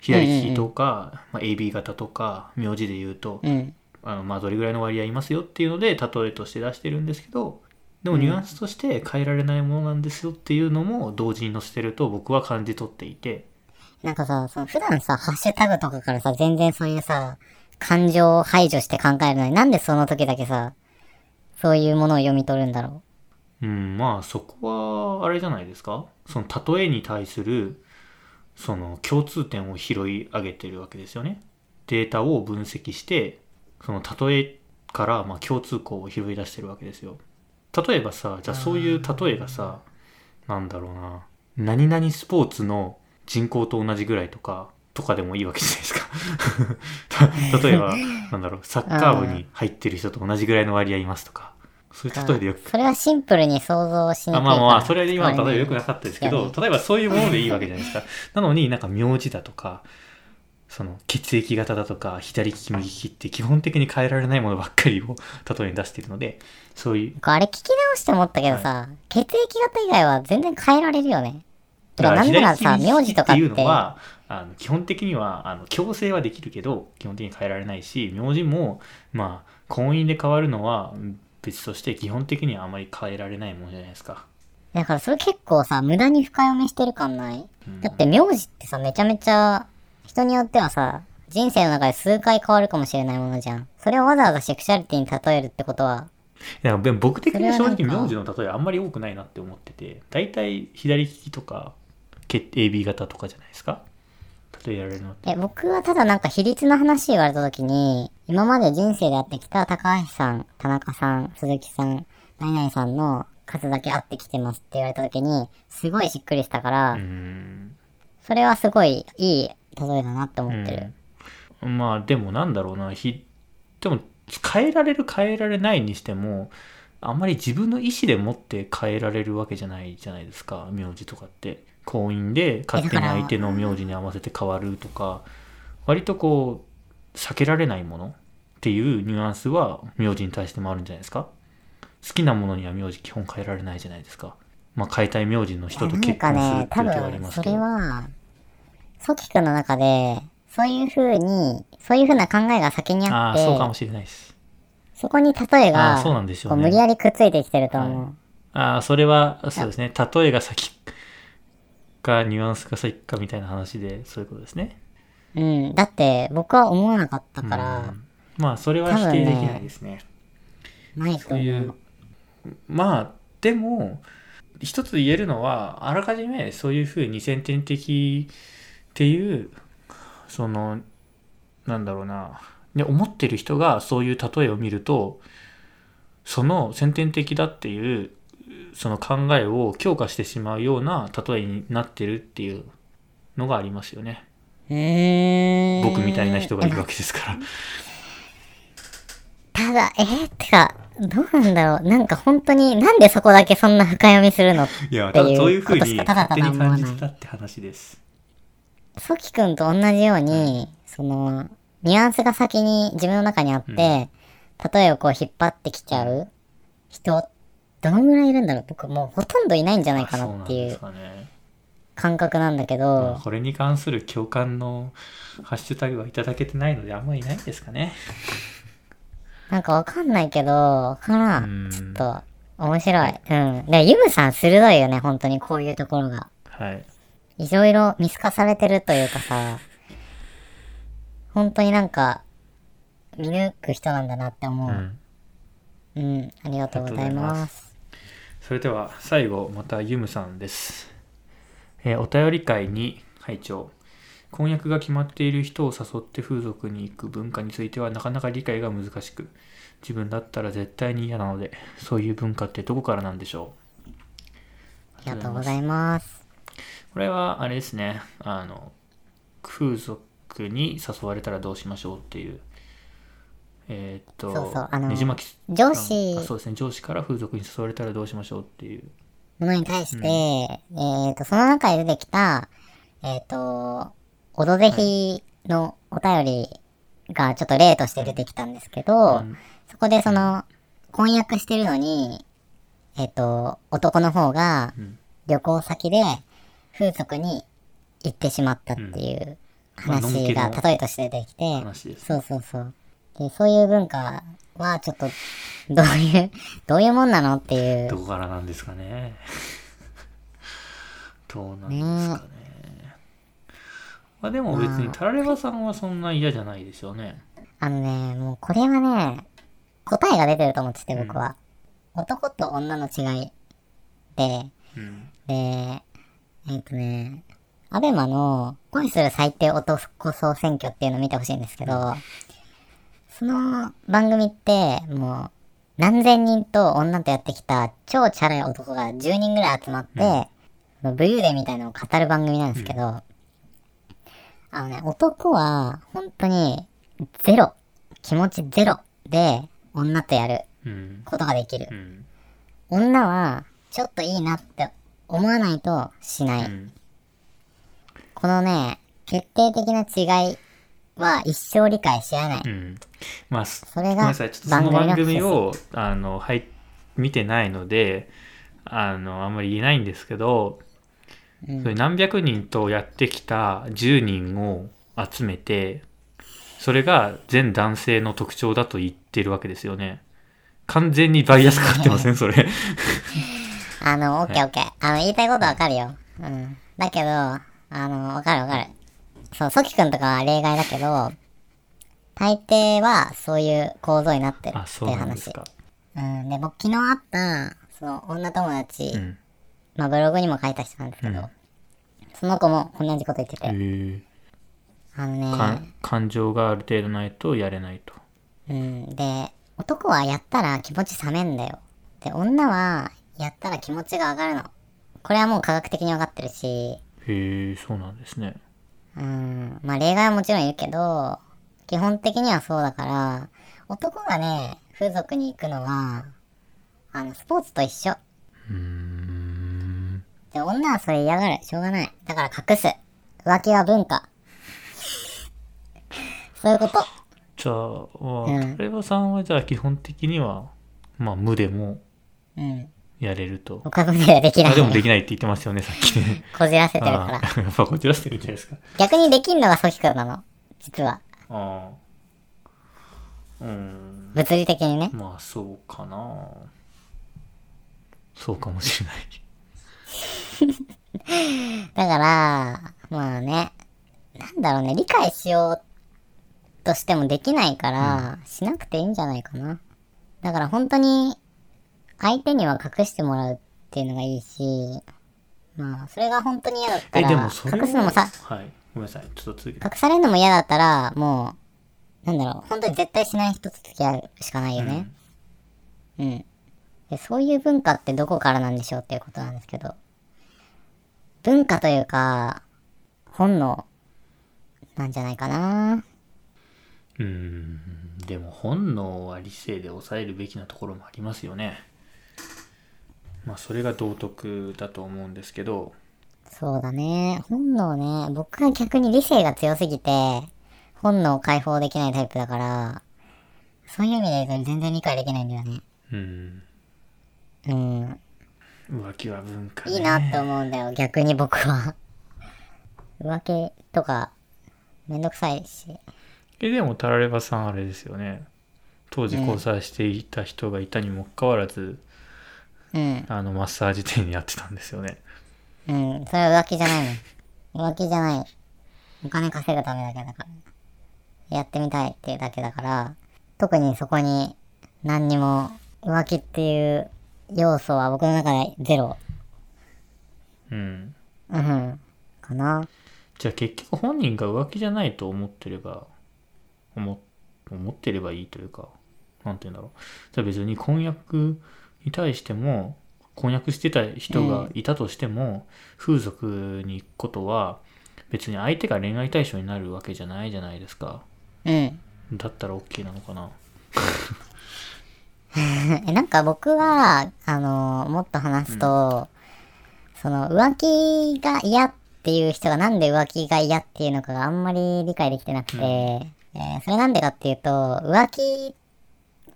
Speaker 1: 左利きとか、まあ、AB 型とか名字で言うと、
Speaker 2: うん。
Speaker 1: あのまあどれぐらいの割合いますよっていうので例えとして出してるんですけどでもニュアンスとして変えられないものなんですよっていうのも同時に載せてると僕は感じ取っていて
Speaker 2: なんかさ、その普段さ、ハッシュタグとかからさ、全然そういうさ、感情を排除して考えるのに、なんでその時だけさ、そういうものを読み取るんだろ
Speaker 1: うんまあそこはあれじゃないですかその例えに対するその共通点を拾い上げてるわけですよねデータを分析してその例えからまあ共通項を拾い出してるわけですよ例えばさじゃあそういう例えがさなんだろうな何々スポーツの人口と同じぐらいとかとかでもいいわけじゃないですか た例えばなんだろうサッカー部に入ってる人と同じぐらいの割合いますとかそういう例えでよく
Speaker 2: それはシンプルに想像しにくい
Speaker 1: あ
Speaker 2: から
Speaker 1: まあまあ、それで今の例えよくな
Speaker 2: す
Speaker 1: かったです
Speaker 2: ご
Speaker 1: け
Speaker 2: いね
Speaker 1: ど、例えばそういうものでいいわけじゃないですか。なのになんか名字だとか、その血液型だとか、左利き右利きって基本的に変えられないものばっかりを例えに出しているので、そういう、
Speaker 2: あれ聞き直して思ったけどさ、血液型以外は全然変えられるよねてかなんならさ
Speaker 1: 左利き
Speaker 2: 名字とかっ
Speaker 1: って
Speaker 2: て
Speaker 1: いうのは、あの基本的にはあの強制はできるけど、基本的に変えられないし、名字も、まあ、婚姻で変わるのは別として基本的にはあまり変えられないものじゃないですか。
Speaker 2: だからそれ結構さ無駄に深読みしてる感ない、
Speaker 1: ん
Speaker 2: だって名字ってさめちゃめちゃ人によってはさ人生の中で数回変わるかもしれないものじゃんそれをわざわざセクシャリティに例えるってことはい
Speaker 1: やでも僕的には正
Speaker 2: そ
Speaker 1: 直
Speaker 2: れはなんか
Speaker 1: 名字の例えあんまり多くないなって思ってて大体左利きとか血 AB 型とかじゃないですか例えられるのって
Speaker 2: え僕はただなんか比率の話言われた時に今まで人生で会ってきた高橋さん田中さん鈴木さん何々さんの数だけ会ってきてますって言われた時にすごいしっくりしたから、
Speaker 1: うーん
Speaker 2: それはすごいいい例えだなって思ってる、
Speaker 1: うんまあでもなんだろうなひでも変えられる変えられないにしてもあんまり自分の意思でもって変えられるわけじゃないじゃないですか名字とかって婚姻で勝手に相手の名字に合わせて変わるとか割とこう避けられないものっていうニュアンスは名字に対してもあるんじゃないですか好きなものには名字基本変えられないじゃないですかまあ変えたい名字の人と
Speaker 2: なん
Speaker 1: 結
Speaker 2: か
Speaker 1: 婚するっ
Speaker 2: ね
Speaker 1: ていう
Speaker 2: 多
Speaker 1: 手はあり
Speaker 2: 分
Speaker 1: ます
Speaker 2: そ
Speaker 1: け
Speaker 2: れ
Speaker 1: ど
Speaker 2: はソキ君の中でそういうふうにそういうふうな考えが先にあ
Speaker 1: あ
Speaker 2: っ
Speaker 1: あ
Speaker 2: て
Speaker 1: そうか
Speaker 2: そ
Speaker 1: もしれないです
Speaker 2: こに例え
Speaker 1: あ
Speaker 2: が
Speaker 1: あそうなんでしょ
Speaker 2: こ
Speaker 1: う
Speaker 2: う
Speaker 1: ね
Speaker 2: 無理やりくっついてきてると思う、
Speaker 1: ああ、それは、そうですね。例えが先か、ニュアンスが先かみたいな話で、そういうことですね。
Speaker 2: うん、だって僕は思わなかったから、
Speaker 1: まあ、それは否定できないですね。
Speaker 2: ないと
Speaker 1: そうい
Speaker 2: 思う
Speaker 1: う。まあ、でも、一つ言えるのは、あらかじめそういうふうに先天的っていう、その、なんだろうな、ね、思ってる人がそういう例えを見ると、その先天的だっていう、その考えを強化してしまうような例えになってるっていうのがありますよね。
Speaker 2: うーん
Speaker 1: 僕みたいな人がいる
Speaker 2: で
Speaker 1: わ
Speaker 2: も
Speaker 1: けですから。
Speaker 2: ただえー、ってかどうなんだろうなんか本当になんでそこだけそんな深読みするの
Speaker 1: いや、
Speaker 2: て
Speaker 1: ただ
Speaker 2: いう
Speaker 1: そういうふう
Speaker 2: ことし
Speaker 1: に
Speaker 2: かただ
Speaker 1: 勝
Speaker 2: た
Speaker 1: 手
Speaker 2: だ
Speaker 1: に
Speaker 2: 思わ
Speaker 1: 感
Speaker 2: ない
Speaker 1: じてたって話です。
Speaker 2: ソキ君と同じようにそのニュアンスが先に自分の中にあって、
Speaker 1: ん
Speaker 2: 例えをこう引っ張ってきちゃう人どのぐらいいるんだろう僕もうほとんどいないんじゃないかなってい
Speaker 1: あ
Speaker 2: う
Speaker 1: そうなんですかね。
Speaker 2: 感覚なんだけ
Speaker 1: まあ
Speaker 2: ど
Speaker 1: これに関する共感のハッシュタグはいただけてないのであんまりいないんですかね。
Speaker 2: なんかわかんないけどわから
Speaker 1: うんん
Speaker 2: ちょっと面白い。うん。で、ユムさん鋭いよね、本当にこういうところが。
Speaker 1: はい。
Speaker 2: いろいろ見透かされてるというかさ、本当になんか、見抜く人なんだなって思
Speaker 1: う
Speaker 2: う。
Speaker 1: ん、
Speaker 2: うん、ありがとうございます。
Speaker 1: それでは最後またユムさんです。えーお便り会に拝聴婚約が決まっている人を誘って風俗に行く文化についてはなかなか理解が難しく自分だったら絶対に嫌なのでそういう文化ってどこからなんでしょ
Speaker 2: ありがとうございます。
Speaker 1: うこれはあれですねあの風俗に誘われたらどうしましょうっていうえーっと
Speaker 2: そうそうあの
Speaker 1: ねじ巻き
Speaker 2: 上
Speaker 1: あ
Speaker 2: 司
Speaker 1: そうですね上司から風俗に誘われたらどうしましょうっていう
Speaker 2: ものに対して、えっと、その中で出てきた、えっ、と、オドぜひのお便りがちょっと例として出てきたんですけど、
Speaker 1: うん
Speaker 2: そこでその、婚約してるのに、えっ、と、男の方が
Speaker 1: うん
Speaker 2: 旅行先で風俗に行ってしまったっていう
Speaker 1: うんまあのん
Speaker 2: 話
Speaker 1: け
Speaker 2: が
Speaker 1: の
Speaker 2: 例えとして出てきて、
Speaker 1: 話です
Speaker 2: そうそうそう。でそういう文化はちょっと、どういう、どういうもんなのっていう
Speaker 1: ど。こからなんですかね。 どうなんですかね。まあでも別にタラレバさんはそんな嫌じゃないですよね。
Speaker 2: あのね、もうこれはね、答えが出てると思ってて、僕は。男と女の違いで、
Speaker 1: うん。
Speaker 2: で、えっとね、アベマの恋する最低男総選挙っていうのを見てほしいんですけど、その番組って、もう、何千人と女とやってきた超チャラい男が10人ぐらい集まって、その武勇伝みたいなのを語る番組なんですけど、あのね、男は本当にゼロ、気持ちゼロで女とやる。
Speaker 1: うん。
Speaker 2: ことができる
Speaker 1: う。ん。
Speaker 2: 女は、ちょっといいなって思わないとし
Speaker 1: う
Speaker 2: ない。
Speaker 1: ん。
Speaker 2: このね、決定的な違いは一生理解し合えない。
Speaker 1: うん。まあ、す
Speaker 2: それ
Speaker 1: ご
Speaker 2: が
Speaker 1: めんなさい。ちょっとその番組
Speaker 2: 番組
Speaker 1: を、あの、はい、見てないので、あの、あんまり言えないんですけど、
Speaker 2: うん
Speaker 1: それ何百人とやってきた10人を集めて、それが全男性の特徴だと言ってるわけですよね。完全にバイアスかかってません、それ。
Speaker 2: あの、オッケーオッケー。あの、言いたいことわかるよ。うん。だけど、あの、わかるわかる。そう、ソキ君とかは例外だけど、大抵はそういう構造になってる
Speaker 1: あ、
Speaker 2: って
Speaker 1: そ
Speaker 2: いうう
Speaker 1: なんです
Speaker 2: 話。
Speaker 1: か。
Speaker 2: うん。で、僕昨日会った、その女友達、
Speaker 1: うん。
Speaker 2: まあブログにも書いた人なんですけど、
Speaker 1: うん
Speaker 2: その子も同じこと言って
Speaker 1: へ
Speaker 2: て、
Speaker 1: え
Speaker 2: あの
Speaker 1: か
Speaker 2: ね、
Speaker 1: 感情がある程度ないとやれないと。
Speaker 2: うん。で、男はやったら気持ち冷めんだよ。で、女はやったら気持ちが上がるの。これはもう科学的に分かってるし、
Speaker 1: へえ、そうなんですね。
Speaker 2: うん、まあ例外はもちろんいるけど、基本的にはそうだから、男がね、風俗に行くのは、あの、スポーツと一緒。
Speaker 1: うーん。
Speaker 2: で、女はそれ嫌がる。しょうがない。だから隠す。浮気は文化。 そういうこと。
Speaker 1: じゃあ、
Speaker 2: ん
Speaker 1: タレバさんはじゃあ基本的には、まあ無でも
Speaker 2: うん。
Speaker 1: やれると。
Speaker 2: 他分ではできな
Speaker 1: あ、
Speaker 2: い
Speaker 1: でもで
Speaker 2: ね。
Speaker 1: きないって言ってましたよね、さっき ね。
Speaker 2: こじらせてる
Speaker 1: あ
Speaker 2: か
Speaker 1: あ、
Speaker 2: ら。
Speaker 1: やっぱこじらせてるんじゃないですか。
Speaker 2: 逆にできんのがソキ君なの。実は。
Speaker 1: ああ。うん。
Speaker 2: 物理的にね。
Speaker 1: まあ、そうかな。そうかもしれない。
Speaker 2: だから、まあね、なんだろうね、理解しようとしてもできないから、しなくていいんじゃないかな。だから本当に、相手には隠してもらうっていうのがいいし、まあ、それが本当に嫌だった
Speaker 1: え、
Speaker 2: ら、
Speaker 1: でもそれは
Speaker 2: 隠すのもさ、
Speaker 1: はい。ごめんなさい。ちょっと続けて。
Speaker 2: 隠されるのも嫌だったら、もう、なんだろう、本当に絶対しない人と付き合うしかないよね。うん。でそういう文化ってどこからなんでしょうっていうことなんですけど、文化というか、本能なんじゃないかな。
Speaker 1: うーん。でも、本能は理性で抑えるべきなところもありますよね。まあ、それが道徳だと思うんですけど、
Speaker 2: そうだね。本能ね。僕は逆に理性が強すぎて、本能を解放できないタイプだから、そういう意味で言うと全然理解できないんだよね。
Speaker 1: うん。
Speaker 2: うん。
Speaker 1: 浮気は文化、ね。
Speaker 2: いいなって思うんだよ、逆に僕は。 浮気とか、めんどくさいし。
Speaker 1: えでもタラレバさんあれですよね当時交際していた人がいたにもかかわらず、
Speaker 2: うん。
Speaker 1: あのマッサージ店やってたんですよね
Speaker 2: うん。それは浮気じゃないもん。浮気じゃない。お金稼ぐためだけだから。やってみたいっていうだけだから、特にそこに何にも浮気っていう要素は僕の中でゼロ。
Speaker 1: うん
Speaker 2: うん。かな。
Speaker 1: じゃあ結局本人が浮気じゃないと思ってれば思思ってればいいというかなんて言うんだろうじゃあ別に婚約に対しても婚約してた人がいたとしても、風俗に行くことは別に相手が恋愛対象になるわけじゃないじゃないですか
Speaker 2: うん。
Speaker 1: だったら OK なのかな
Speaker 2: え、なんか僕は、あのもっと話すと、その、浮気が嫌っていう人がなんで浮気が嫌っていうのかがあんまり理解できてなくて、えーそれなんでかっていうと、浮気、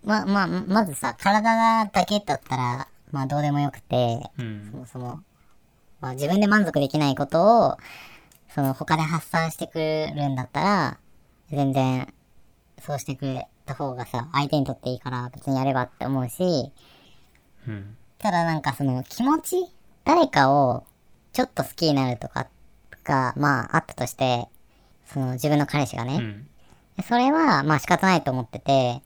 Speaker 2: ま、ま、まずさ、体がだけだったら、まあどうでもよくて、
Speaker 1: うん
Speaker 2: そもそも、まあ、自分で満足できないことを、その他で発散してくるんだったら、全然、そうしてくれた方がさ、相手にとっていいから別にやればって思うし、
Speaker 1: うん
Speaker 2: ただなんかその気持ち誰かをちょっと好きになるとかが、まああったとして、その自分の彼氏がね、
Speaker 1: うん
Speaker 2: でそれは、まあ仕方ないと思ってて、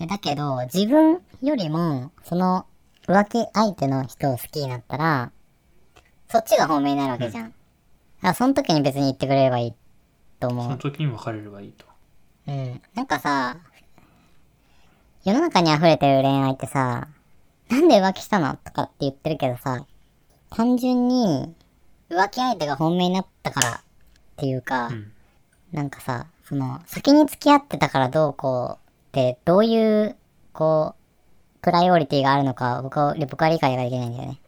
Speaker 2: でだけど、自分よりも、その、浮気相手の人を好きになったら、そっちが本命になるわけじゃん。だからその時に別に言ってくれればいいと思
Speaker 1: そうの。時に別れればいいと。
Speaker 2: うん。なんかさ、世の中に溢れてる恋愛ってさ、なんで浮気したのとかって言ってるけどさ、単純に浮気相手が本命になったからっていうか、
Speaker 1: ん
Speaker 2: なんかさ、その、先に付き合ってたからどうこうって、どういう、こう、プライオリティがあるのか、僕は、僕は理解ができないんだよね。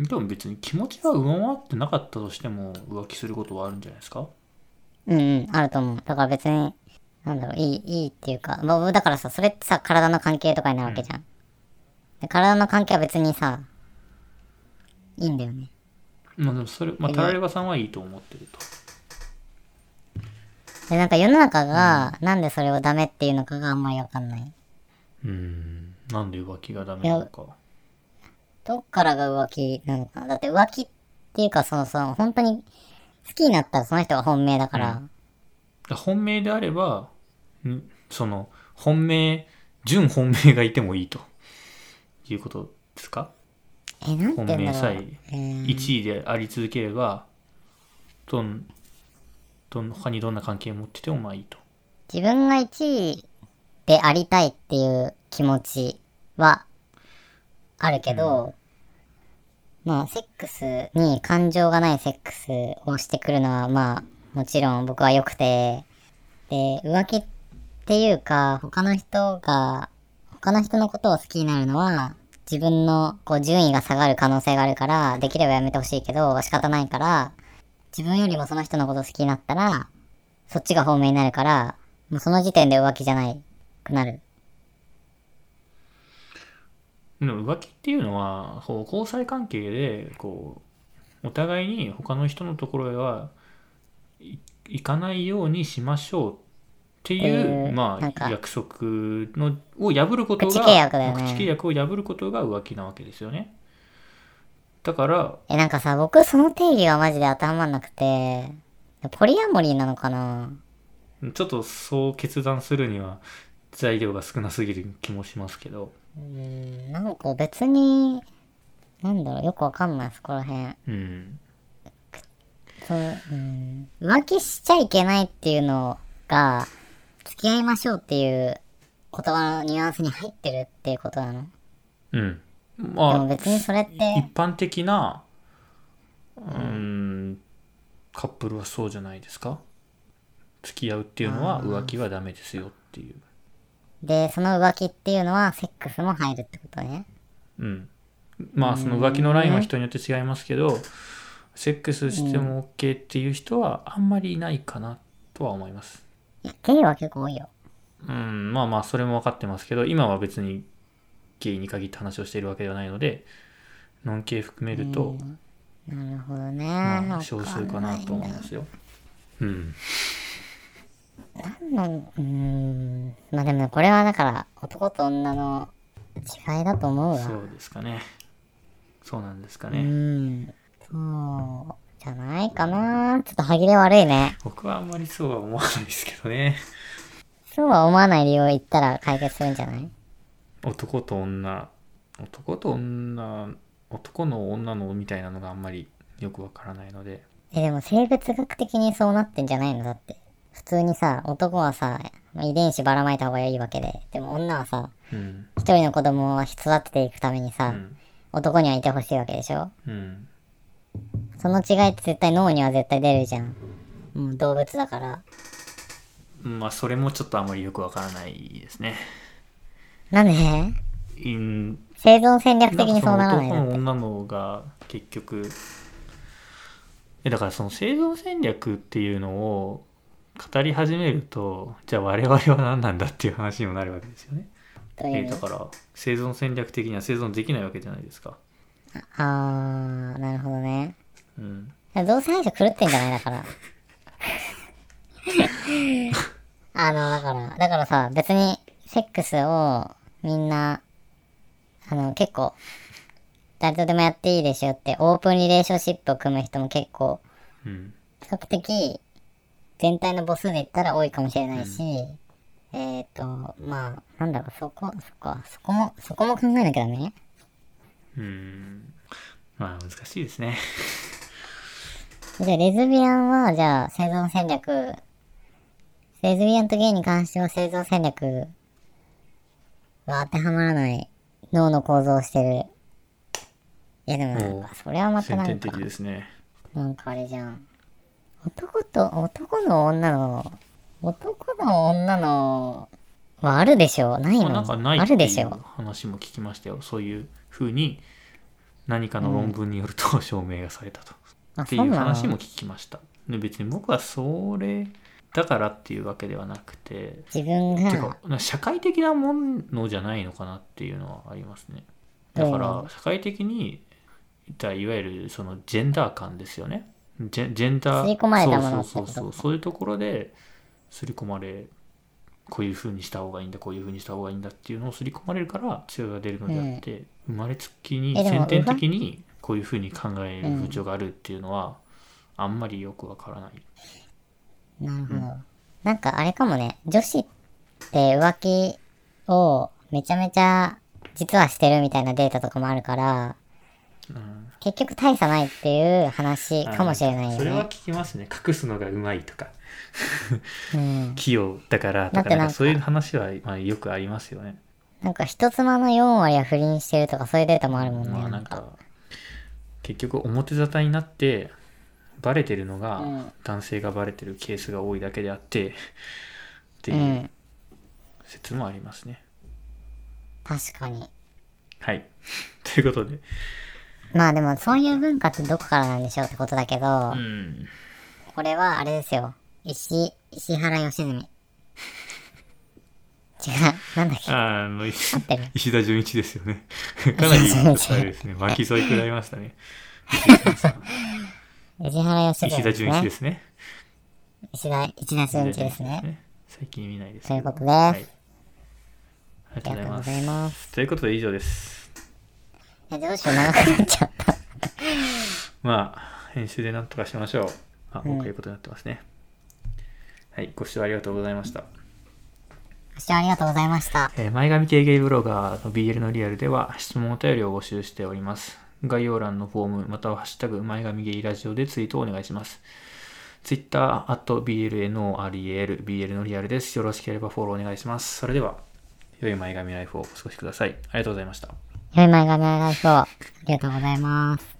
Speaker 1: でも別に気持ちが上回ってなかったとしても浮気することはあるんじゃないですか
Speaker 2: うんうん、あると思う。だから別に、なんだろう、いい、いいっていうか、まあだからさ、それってさ、体の関係とかになるわけじゃん。で体の関係は別にさ、いいんだよね。
Speaker 1: まあでもそれ、まあ、タラレバさんはいいと思ってると。
Speaker 2: で、なんか世の中が、なんでそれをダメっていうのかがあんまりわかんない。
Speaker 1: うん。なんで浮気がダメなのか。
Speaker 2: どっからが浮気なのかなだって浮気っていうか、その、その、本当に、好きになったらその人が本命だから、
Speaker 1: 本命であれば、んその、本命、純本命がいてもいいということですか
Speaker 2: え、なんて
Speaker 1: 本
Speaker 2: 言うん
Speaker 1: 命
Speaker 2: だろ
Speaker 1: さ
Speaker 2: う。
Speaker 1: え
Speaker 2: えー
Speaker 1: 1位であり続ければ、どん、どん、他にどんな関係を持っててもまあいいと。
Speaker 2: 自分が1位でありたいっていう気持ちはあるけど、まあセックスに感情がないセックスをしてくるのはまあもちろん僕は良くてで浮気っていうか他の人が他の人のことを好きになるのは自分のこう順位が下がる可能性があるからできればやめてほしいけど仕方ないから自分よりもその人のこと好きになったらそっちが本命になるから、もうその時点で浮気じゃないくなる。
Speaker 1: でも浮気っていうのはこう交際関係でこうお互いに他の人のところへはい行かないようにしましょうっていう、
Speaker 2: えー
Speaker 1: ま
Speaker 2: なん
Speaker 1: あ、
Speaker 2: か
Speaker 1: 約束のを破ることが
Speaker 2: 口契約だよね
Speaker 1: 口契約を破ることが浮気なわけですよねだから
Speaker 2: え、なんかさ、僕その定義がマジで当てはまんなくて、ポリアモリーなのかな
Speaker 1: ちょっとそう決断するには材料が少なすぎる気もしますけど、
Speaker 2: うん、なんか別に、なんだろう、よくわかんない、そこら辺。
Speaker 1: うん、
Speaker 2: そう、うん。浮気しちゃいけないっていうのが、付き合いましょうっていう言葉のニュアンスに入ってるっていうことなの
Speaker 1: うん、
Speaker 2: で
Speaker 1: まあ
Speaker 2: も別にそれって、
Speaker 1: 一般的な、うーん、カップルはそうじゃないですか付き合うっていうのは浮気はダメですよっていう。
Speaker 2: で、その浮気っていうのはセックスも入るってことね。
Speaker 1: うん。まあその浮気のラインは人によって違いますけど、セックスしても OK っていう人はあんまりいないかなとは思います。
Speaker 2: いや、ゲイは結構多いよ。
Speaker 1: うん、まあまあそれも分かってますけど、今は別にゲイに限った話をしているわけではないので、ノン系含めると、
Speaker 2: なるほどね。
Speaker 1: ま
Speaker 2: わ
Speaker 1: あ少数かなと思いますよ。うん。
Speaker 2: なんうーん。まあでもこれはだから男と女の違いだと思うわ。
Speaker 1: そうですかね。そうなんですか
Speaker 2: う
Speaker 1: ね。
Speaker 2: ん。そう。じゃないかな。ちょっと歯切れ悪いね。
Speaker 1: 僕はあんまりそうは思わないですけどね。
Speaker 2: そうは思わない理由を言ったら解決するんじゃない
Speaker 1: 男と女、男と女、男の女のみたいなのがあんまりよくわからないので。
Speaker 2: え、でも生物学的にそうなってんじゃないのだって。普通にさ、男はさ、まあ遺伝子ばらまいた方がいいわけで。でも女はさ、
Speaker 1: うん。
Speaker 2: 一人の子供を育てていくために
Speaker 1: う
Speaker 2: さ、
Speaker 1: ん。
Speaker 2: 男にはいてほしいわけでしょ
Speaker 1: うん。
Speaker 2: その違いって絶対脳には絶対出るじゃん。もう動物だから。
Speaker 1: まあ、それもちょっとあんまりよくわからないですね。
Speaker 2: なんで
Speaker 1: うん。
Speaker 2: 生存戦略
Speaker 1: な
Speaker 2: 的
Speaker 1: ん
Speaker 2: に
Speaker 1: かそ
Speaker 2: そうなら
Speaker 1: の
Speaker 2: ない
Speaker 1: 男
Speaker 2: の
Speaker 1: の女のが結局、え、だからその生存戦略っていうのを語り始めると、じゃあ我々は何なんだっていう話にもなるわけですよね。
Speaker 2: とい
Speaker 1: え
Speaker 2: う
Speaker 1: ー
Speaker 2: 意
Speaker 1: だ
Speaker 2: 味。
Speaker 1: から生存戦略的には生存できないわけじゃないですか。
Speaker 2: あー、なるほどね。
Speaker 1: うん、
Speaker 2: どうせ最初狂ってんじゃないだから。 あの、だから、だからさ、別にセックスをみんな、あの、結構、誰とでもやっていいでしょって、オープンリレーションシップを組む人も結構
Speaker 1: うん、
Speaker 2: 比較的全体の母数で言ったら多いかもしれないし、えっ、とまあなんだろうそこそこはそこもそこも考えなきゃダメ
Speaker 1: うん、まあ難しいですね。
Speaker 2: じゃあレズビアンはじゃあ生存戦略レズビアンとゲイに関しては生存戦略は当てはまらない脳の構造をしてるいやでもなん
Speaker 1: おう
Speaker 2: かそれはまた
Speaker 1: 先
Speaker 2: なん
Speaker 1: 天
Speaker 2: か
Speaker 1: 的ですね。
Speaker 2: なんかあれじゃん。男と、男の女の、男の女の、まあ、あるでしょう。ない
Speaker 1: まあ
Speaker 2: の、
Speaker 1: なんかない
Speaker 2: あ
Speaker 1: って
Speaker 2: るで
Speaker 1: い
Speaker 2: し
Speaker 1: う
Speaker 2: ょ
Speaker 1: 話も聞きましたよそういうふうに何かの論文によると証明がされたと、
Speaker 2: う。
Speaker 1: っていう話も聞きましたで別に僕はそれだからっていうわけではなくて
Speaker 2: 自分
Speaker 1: て
Speaker 2: が
Speaker 1: か、な社会的なものじゃないのかなっていうのはありますねだか
Speaker 2: う
Speaker 1: ら社会的にだいわゆるそのジェンダー感ですよねジェジェンダー
Speaker 2: 刷り込まれたもの
Speaker 1: そうそうそうそうそういうところで刷り込まれこういうふうにした方がいいんだこういうふうにした方がいいんだっていうのを刷り込まれるから強いが出るのであって、生まれつきに
Speaker 2: えでも
Speaker 1: 先天的にこういうふうに考える風潮があるっていうのは、あんまりよくわからない
Speaker 2: なるほど。なんかあれかもね、女子って浮気をめちゃめちゃ実はしてるみたいなデータとかもあるから、結局大差ないっていう話かもしれないよ
Speaker 1: それは
Speaker 2: ね。
Speaker 1: 聞きますね隠すのがうまいとか
Speaker 2: うん。
Speaker 1: 器用だから
Speaker 2: だ
Speaker 1: と
Speaker 2: って
Speaker 1: かな
Speaker 2: なんか
Speaker 1: んかそういう話は、まあ、よくありますよね。
Speaker 2: なんか人妻の4割は不倫してるとかそういうデータもあるもんね。
Speaker 1: まあ、
Speaker 2: な
Speaker 1: なんん
Speaker 2: か。
Speaker 1: か結局表沙汰になってバレてるのが、
Speaker 2: うん
Speaker 1: 男性がバレてるケースが多いだけであってって
Speaker 2: う。
Speaker 1: いうん説もありますね。
Speaker 2: 確かに。
Speaker 1: はい。 ということで。
Speaker 2: まあでもそういう文化ってどこからなんでしょうってことだけど、
Speaker 1: うん。
Speaker 2: これはあれですよ。石、石原良純。違う。なんだっけ
Speaker 1: あの
Speaker 2: ってる
Speaker 1: 石田純一ですよ ね。かなりあれですね。巻き添え食らいましたね。
Speaker 2: 石原良純
Speaker 1: 石田
Speaker 2: です
Speaker 1: 純一
Speaker 2: ね
Speaker 1: で。すね。
Speaker 2: 石田、石田純一ですね。。
Speaker 1: 最近見ないです
Speaker 2: と
Speaker 1: け
Speaker 2: いう
Speaker 1: ど。
Speaker 2: ことで
Speaker 1: はい
Speaker 2: す。
Speaker 1: あり
Speaker 2: あ
Speaker 1: が
Speaker 2: り
Speaker 1: とう
Speaker 2: がとう
Speaker 1: ご
Speaker 2: ご
Speaker 1: ざ
Speaker 2: ざい
Speaker 1: います。
Speaker 2: ます。
Speaker 1: ということで以上です。
Speaker 2: え、どうしよう、長くなっちゃった。
Speaker 1: まあ、編集でなんとかしましょう。あ、もうこういうことになってますね。はい、ご視聴ありがとうございました。
Speaker 2: ご視聴ありがとうございました。
Speaker 1: えー前髪系ゲイブロガーの BL のリアルでは質問お便りを募集しております。概要欄のフォームまたはハッシュタグ前髪ゲイラジオでツイートをお願いします。Twitter、BLNOREL、BL のリアルです。よろしければフォローお願いします。それでは、良い前髪ライフをお過ごしください。ありがとうございました。
Speaker 2: 良い前髪のライフを。ありがとうございます。